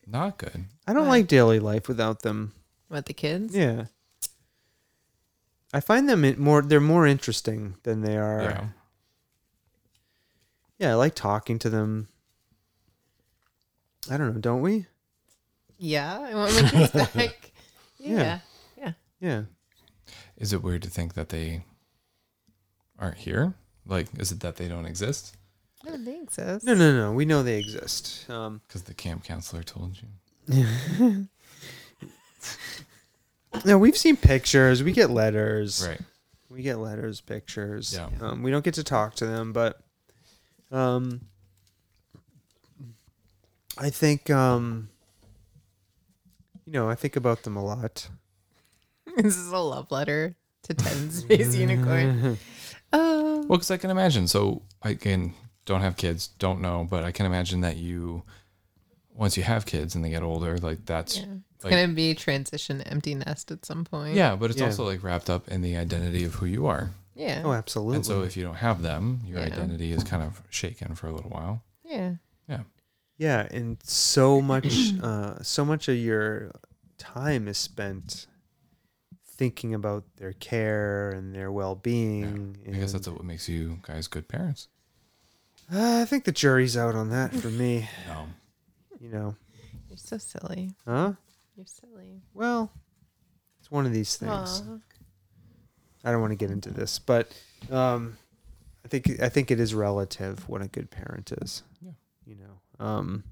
Not good.
I don't like daily life without them.
What, the kids?
Yeah. I find them in- more. They're more interesting than they are.
Yeah.
Yeah, I like talking to them. I don't know, don't we?
Yeah. I want my kids back. Yeah.
Yeah. Yeah.
Is it weird to think that they aren't here? Like, is it that they don't exist?
I don't think so.
No, no, no. We know they exist. Um,
Because the camp counselor told you.
no, we've seen pictures. We get letters.
Right.
We get letters, pictures.
Yeah.
Um, we don't get to talk to them, but um, I think um, you know, I think about them a lot. Oh,
This is a love letter to Ten Space Unicorn. Oh.
Well, because I can imagine. So I can don't have kids, don't know, but I can imagine that you, once you have kids and they get older, like that's
Yeah. It's
like-
going to be transition to empty nest at some point.
yeah, but it's
Yeah.
also like wrapped up in the identity of who you are.
Yeah.
Oh, absolutely.
And so if you don't have them, your
Yeah.
identity is kind of shaken for a little while.
yeah.
Yeah.
Yeah, and so much, uh, so much of your time is spent thinking about their care and their well-being.
I guess
and-
that's what makes you guys good parents.
Uh, I think the jury's out on that for me.
No.
You know,
You're so silly.
huh?
You're silly.
Well, it's one of these things.
Aw.
I don't want to get into this, but um, I think I think it is relative what a good parent is.
Yeah.
You know. Um,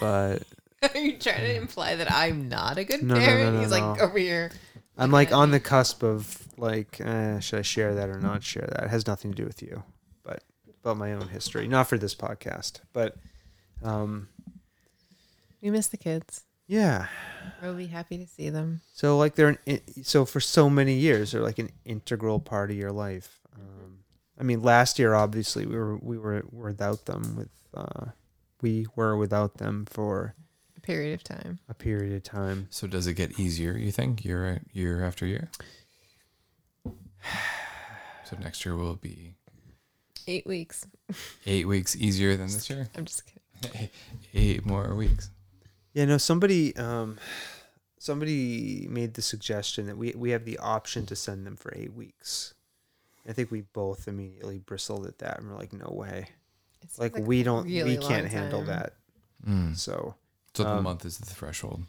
but
Are you trying to imply that I'm not a good
No, no, no,
parent?
no,
He's like
no.
over here.
I'm like on the cusp of like, eh, should I share that or not share that? It has nothing to do with you, but about my own history, not for this podcast. But um,
We miss the kids.
yeah,
We'll be happy to see them.
so like they're an, in- so for so many years they're like an integral part of your life. Um, I mean, last year obviously we were we were without them with uh, we were without them for
A period of time.
a period of time.
So does it get easier, you think, year year after year? So next year will be
Eight weeks.
eight weeks easier than this year?
I'm just kidding.
Eight more weeks.
Yeah, no, somebody um somebody made the suggestion that we we have the option to send them for 8 weeks. I think we both immediately bristled at that and we're like no way.
It seems
Like,
like
we
a
don't we
really
can't
long
handle
time.
that.
Mm.
So
So the
Um,
month is the threshold.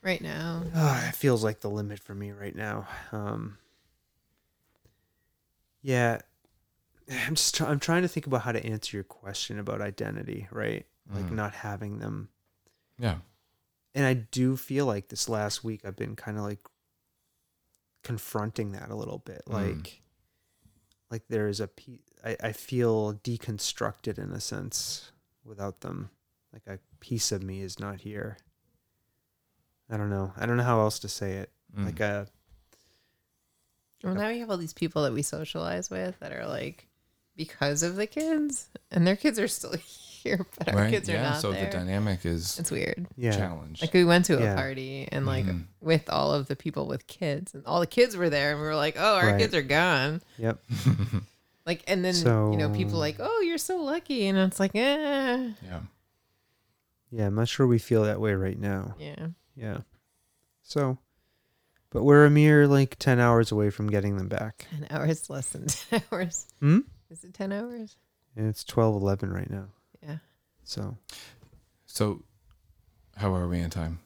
right now.
ah, it feels like the limit for me right now. Um Yeah, I'm just try- I'm trying to think about how to answer your question about identity, right? Like
Mhm.
not having them
Yeah.
and I do feel like this last week I've been kind of like confronting that a little bit.
Mm.
Like, like there is a pe- I, I feel deconstructed in a sense without them. Like a piece of me is not here. I don't know. I don't know how else to say it.
Mm.
Like uh, a
Well, now we have all these people that we socialize with that are like because of the kids, and their kids are still here, but our
right?
kids are
yeah.
not
so
there.
the dynamic is
it's weird.
yeah.
challenged.
Like we went to a
Yeah.
party and like
Mm-hmm.
with all of the people with kids, and all the kids were there, and we were like, "Oh, our
Right.
kids are gone."
Yep.
Like, and then you know, people
So-
like, "Oh, you're so lucky," and it's like, eh,
yeah.
Yeah, I'm not sure we feel that way right now.
yeah.
Yeah. So, but we're a mere like 10 hours away from getting them back.
Ten hours less than ten hours.
Hmm?
Is it ten hours?
And it's 12 11 right now.
Yeah.
So,
So how are we in time?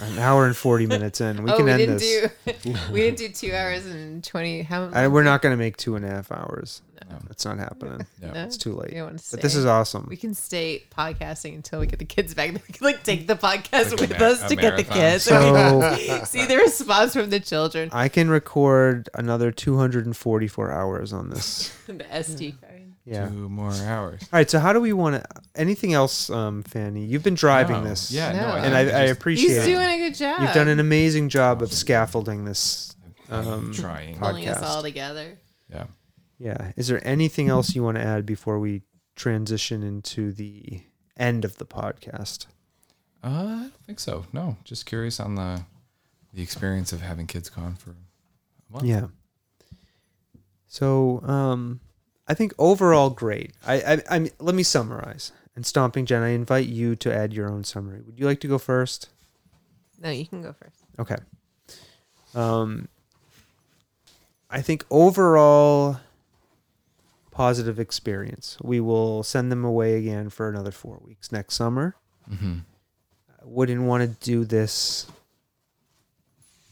an hour and 40 minutes in. We
oh,
can
we
end
didn't
this.
do. we didn't do two hours and twenty. How?
I, we're not going to make two and a half hours.
No.
That's not happening.
No.
No?
It's too late.
We don't want to
But this
stay.
is awesome.
We can stay podcasting until we get the kids back. We can like take the podcast
Like a
with
ma-
us
a
to get the
marathon.
kids.
So
See the response from the children.
I can record another 244 hours on this.
The SD card.
Yeah. All
Two more hours.
right. So, how do we want to? Anything else, um, Fanny? You've been driving
No.
this.
Oh, Yeah, no,
No.
And I, I
just
appreciate
He's
it.
doing a good job.
You've done an amazing job of scaffolding this.
trying.
pulling us
podcast.
all together.
Yeah.
Yeah. Is there anything else you want to add before we transition into the end of the podcast?
Uh, I don't think so. No, just curious on the the experience of having kids gone for a month.
Yeah. So, um, I think overall great. I, I, I'm. Let me summarize. And Stomping Jen, I invite you to add your own summary. Would you like to go first?
No, you can go first.
Okay. Um, I think overall positive experience. We will send them away again for another four weeks next summer. I wouldn't want to do this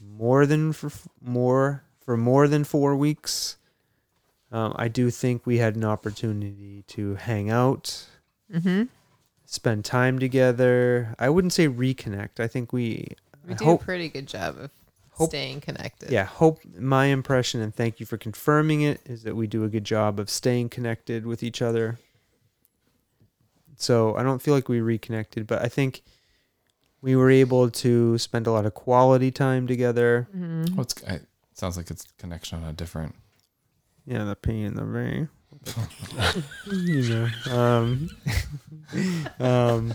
more than for more for more than four weeks. Um, I do think we had an opportunity to hang out
Mm-hmm.
spend time together. I wouldn't say reconnect. I think we,
We
I
do
hope,
a pretty good job of
hope-
staying connected.
yeah, hope my impression and thank you for confirming it is that we do a good job of staying connected with each other. So I don't feel like we reconnected, but I think we were able to spend a lot of quality time together.
Mm-hmm.
Well, it's, I- it sounds like it's connection on a different.
Yeah, the pain in the ring. you know, um, um,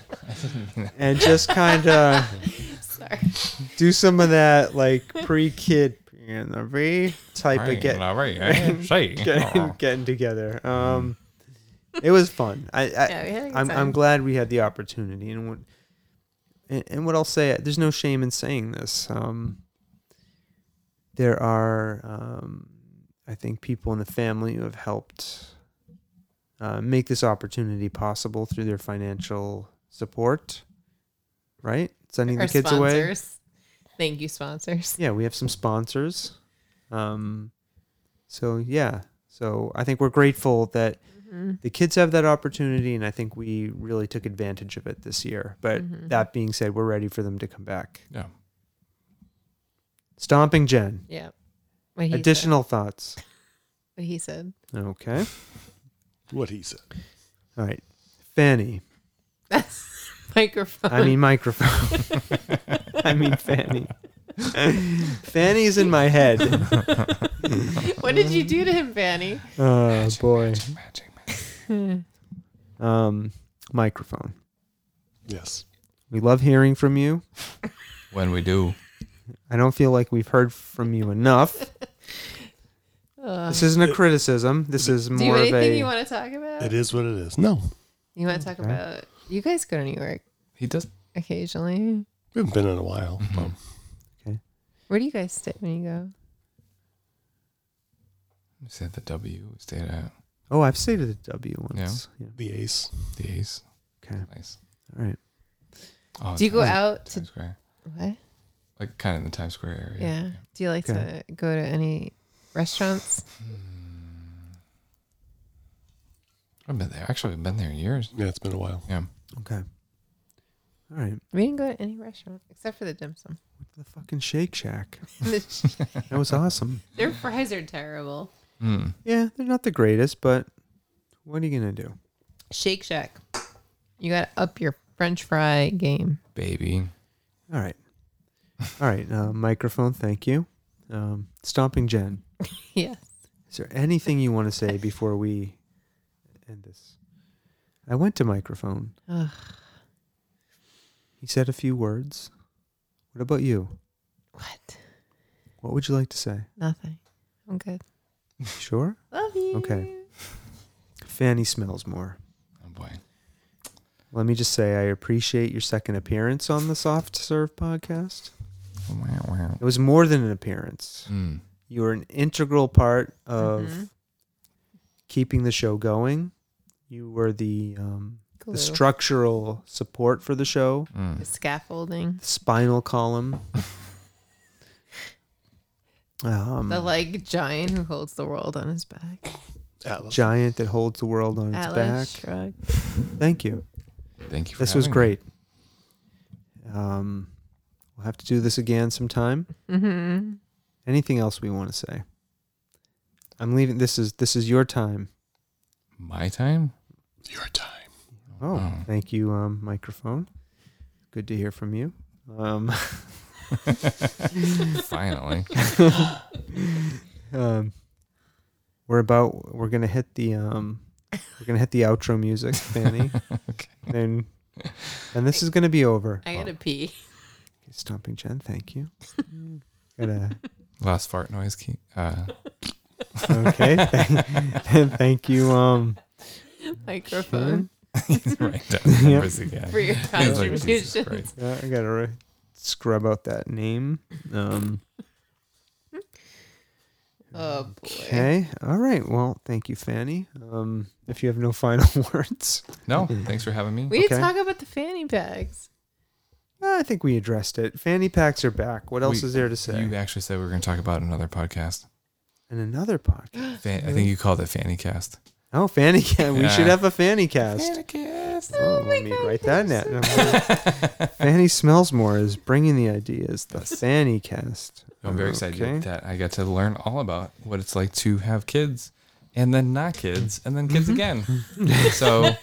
and just kind of
Sorry.
do some of that like pre-kid in the re type
Right,
of get
all right, eh, say.
getting,
Oh.
getting together. Um, it was fun. I, I
Yeah, we had a good
I'm I'm
time.
glad we had the opportunity. And what and, and what I'll say, there's no shame in saying this. Um, there are, um, I think, people in the family who have helped uh, make this opportunity possible through their financial support. Right, sending
Our
the kids away.
sponsors. Thank you, sponsors.
Yeah, we have some sponsors. Um, so yeah, so I think we're grateful that the kids have that opportunity, and I think we really took advantage of it this year. But that being said, we're ready for them to come back.
Yeah.
Stomping Jen.
Yeah. What he said.
Additional thoughts.
What he said.
Okay.
What he said.
All right, Fanny.
That's microphone.
I mean microphone. I mean Fanny. Fanny's in my head.
what did you do to him, Fanny?
Oh boy.
Magic, magic, magic.
Um, microphone.
Yes.
We love hearing from you.
When we do,
I don't feel like we've heard from you enough. this isn't a criticism. This is
Do you
more
have
of
anything
a.
you want to talk about?
It is what it is. No.
You want to talk about? You guys go to New York
he does.
occasionally.
We haven't been in a while. but
Where do you guys stay when you go?
We stayed at the W. We stayed at
oh, I've stayed at the W once. Yeah.
the ace.
the Ace.
Okay.
Nice.
All right.
Oh,
Do you go
Times-
out to
Times Square?
what?
Like kind of in the Times Square area.
Yeah. Do you like
Okay.
to go to any restaurants?
I've been there. Actually, I've been there in years.
Yeah, it's been a while.
Yeah.
Okay. All right.
We didn't go to any restaurant except for the dim sum.
The fucking Shake Shack. That was awesome.
Their fries are terrible.
Hmm.
Yeah, they're not the greatest, but what are you gonna do?
Shake Shack. You got to up your French fry game.
baby.
All right, all right. Uh, microphone, thank you. Um, Stomping Jen,
Yes.
is there anything you want to say before we end this? I went to microphone.
Ugh.
He said a few words. What about you?
What?
What would you like to say?
Nothing. I'm good.
Sure.
Love you.
Okay. Fanny smells more.
Oh boy.
Let me just say, I appreciate your second appearance on the Soft Serve podcast.
Wow, wow.
It was more than an appearance.
Mm.
You were an integral part of
Mhm.
keeping the show going. You were the um,
Glue.
the structural support for the show,
The
Mm.
scaffolding.
the spinal column. um,
The like giant who holds the world on his back.
Atlas.
giant that holds the world on its
Atlas
back.
Shrug.
Thank you.
Thank you for
This was
having me.
great. Um, we'll have to do this again sometime.
Mm-hmm.
Anything else we want to say? I'm leaving. This is this is your time.
My time?
Your time.
Oh,
Oh.
thank you, um, microphone. Good to hear from you. Um,
Finally.
um, we're about. We're gonna hit the. Um, we're gonna hit the outro music, Fanny,
okay.
and and this is gonna be over.
I gotta pee.
Stomping Jen, thank you. Gotta
Last fart noise. Keep, uh,
okay. Thank, thank you. Um,
Microphone
right down.
Yep.
Embarrassing, yeah.
for your
It's like, Jesus
contribution.
Christ.
Yeah, I gotta re- scrub out that name. Um,
oh boy.
okay. All right. Well, thank you, Fanny. Um, if you have no final words,
No, thanks for having me.
We didn't
Okay.
talk about the fanny bags.
I think we addressed it. Fanny packs are back. What else
We-
is there to say?
You actually said we were going to talk about another podcast.
And another podcast.
Fan, I think you called it Fanny Cast.
Oh, Fanny Cast. We should
Yeah.
have a Fanny Cast.
Cast.
Oh, let me write that down. Fanny Smells More is bringing the ideas. The Fanny Cast.
I'm very excited
Okay.
that I got to learn all about what it's like to have kids and then not kids and then kids again.
Mm-hmm.
so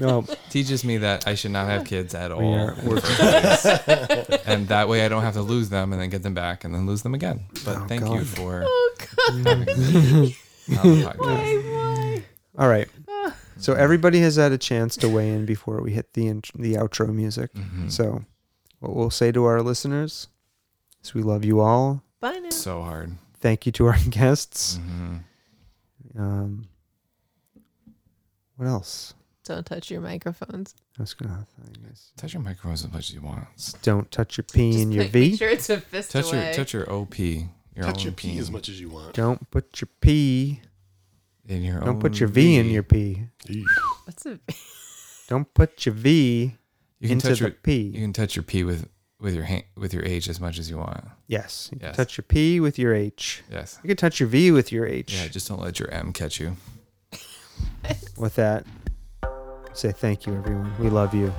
No,
teaches me that I should not have kids at all.
we are
in the
working.
first place. and that way I don't have to lose them and then get them back and then lose them again. But
Oh,
thank you
God.
for
Oh god.
having me on the podcast.
All right. So everybody has had a chance to weigh in before we hit the int- the outro music.
Mm-hmm.
So what we'll say to our listeners is we love you all.
Bye now.
So hard.
Thank you to our guests.
Mhm.
Um, what else?
Don't touch your microphones.
I was gonna. I guess.
Touch your microphones as much as you want.
Don't touch your P in your
Make
V.
sure it's a fist
Touch
away.
your touch your OP. Your
Touch
own
your pee
peen
as much as you want.
Don't put your P.
in your
Don't put
own
your V in your P.
Eek.
What's a
Don't put your V
you can
into
touch
the
your you
P.
can touch your pee with with your hand, with your H as much as you want.
Yes. You can
Yes.
Touch your P with your H.
Yes.
You can touch your V with your H.
Yeah, just don't let your M catch you.
with that, say thank you, everyone. We love you.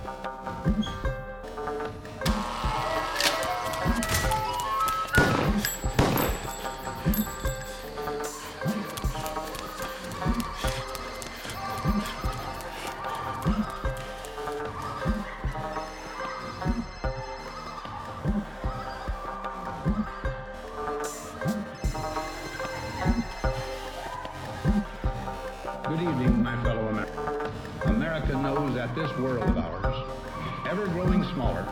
Good evening, my fellow Americans. America knows that this world of ours, ever growing smaller,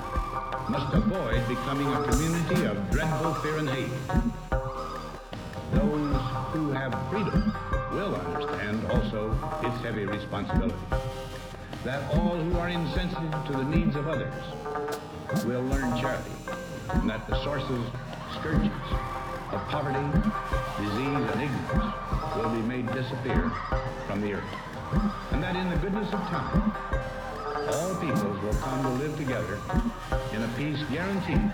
must avoid becoming a community of dreadful fear and hate. Those who have freedom will understand also its heavy responsibility. That all who are insensitive to the needs of others will learn charity, and that the sources, scourges of poverty, disease, and ignorance will be made disappear from the earth. And that in the goodness of time, all peoples will come to live together in a peace guaranteed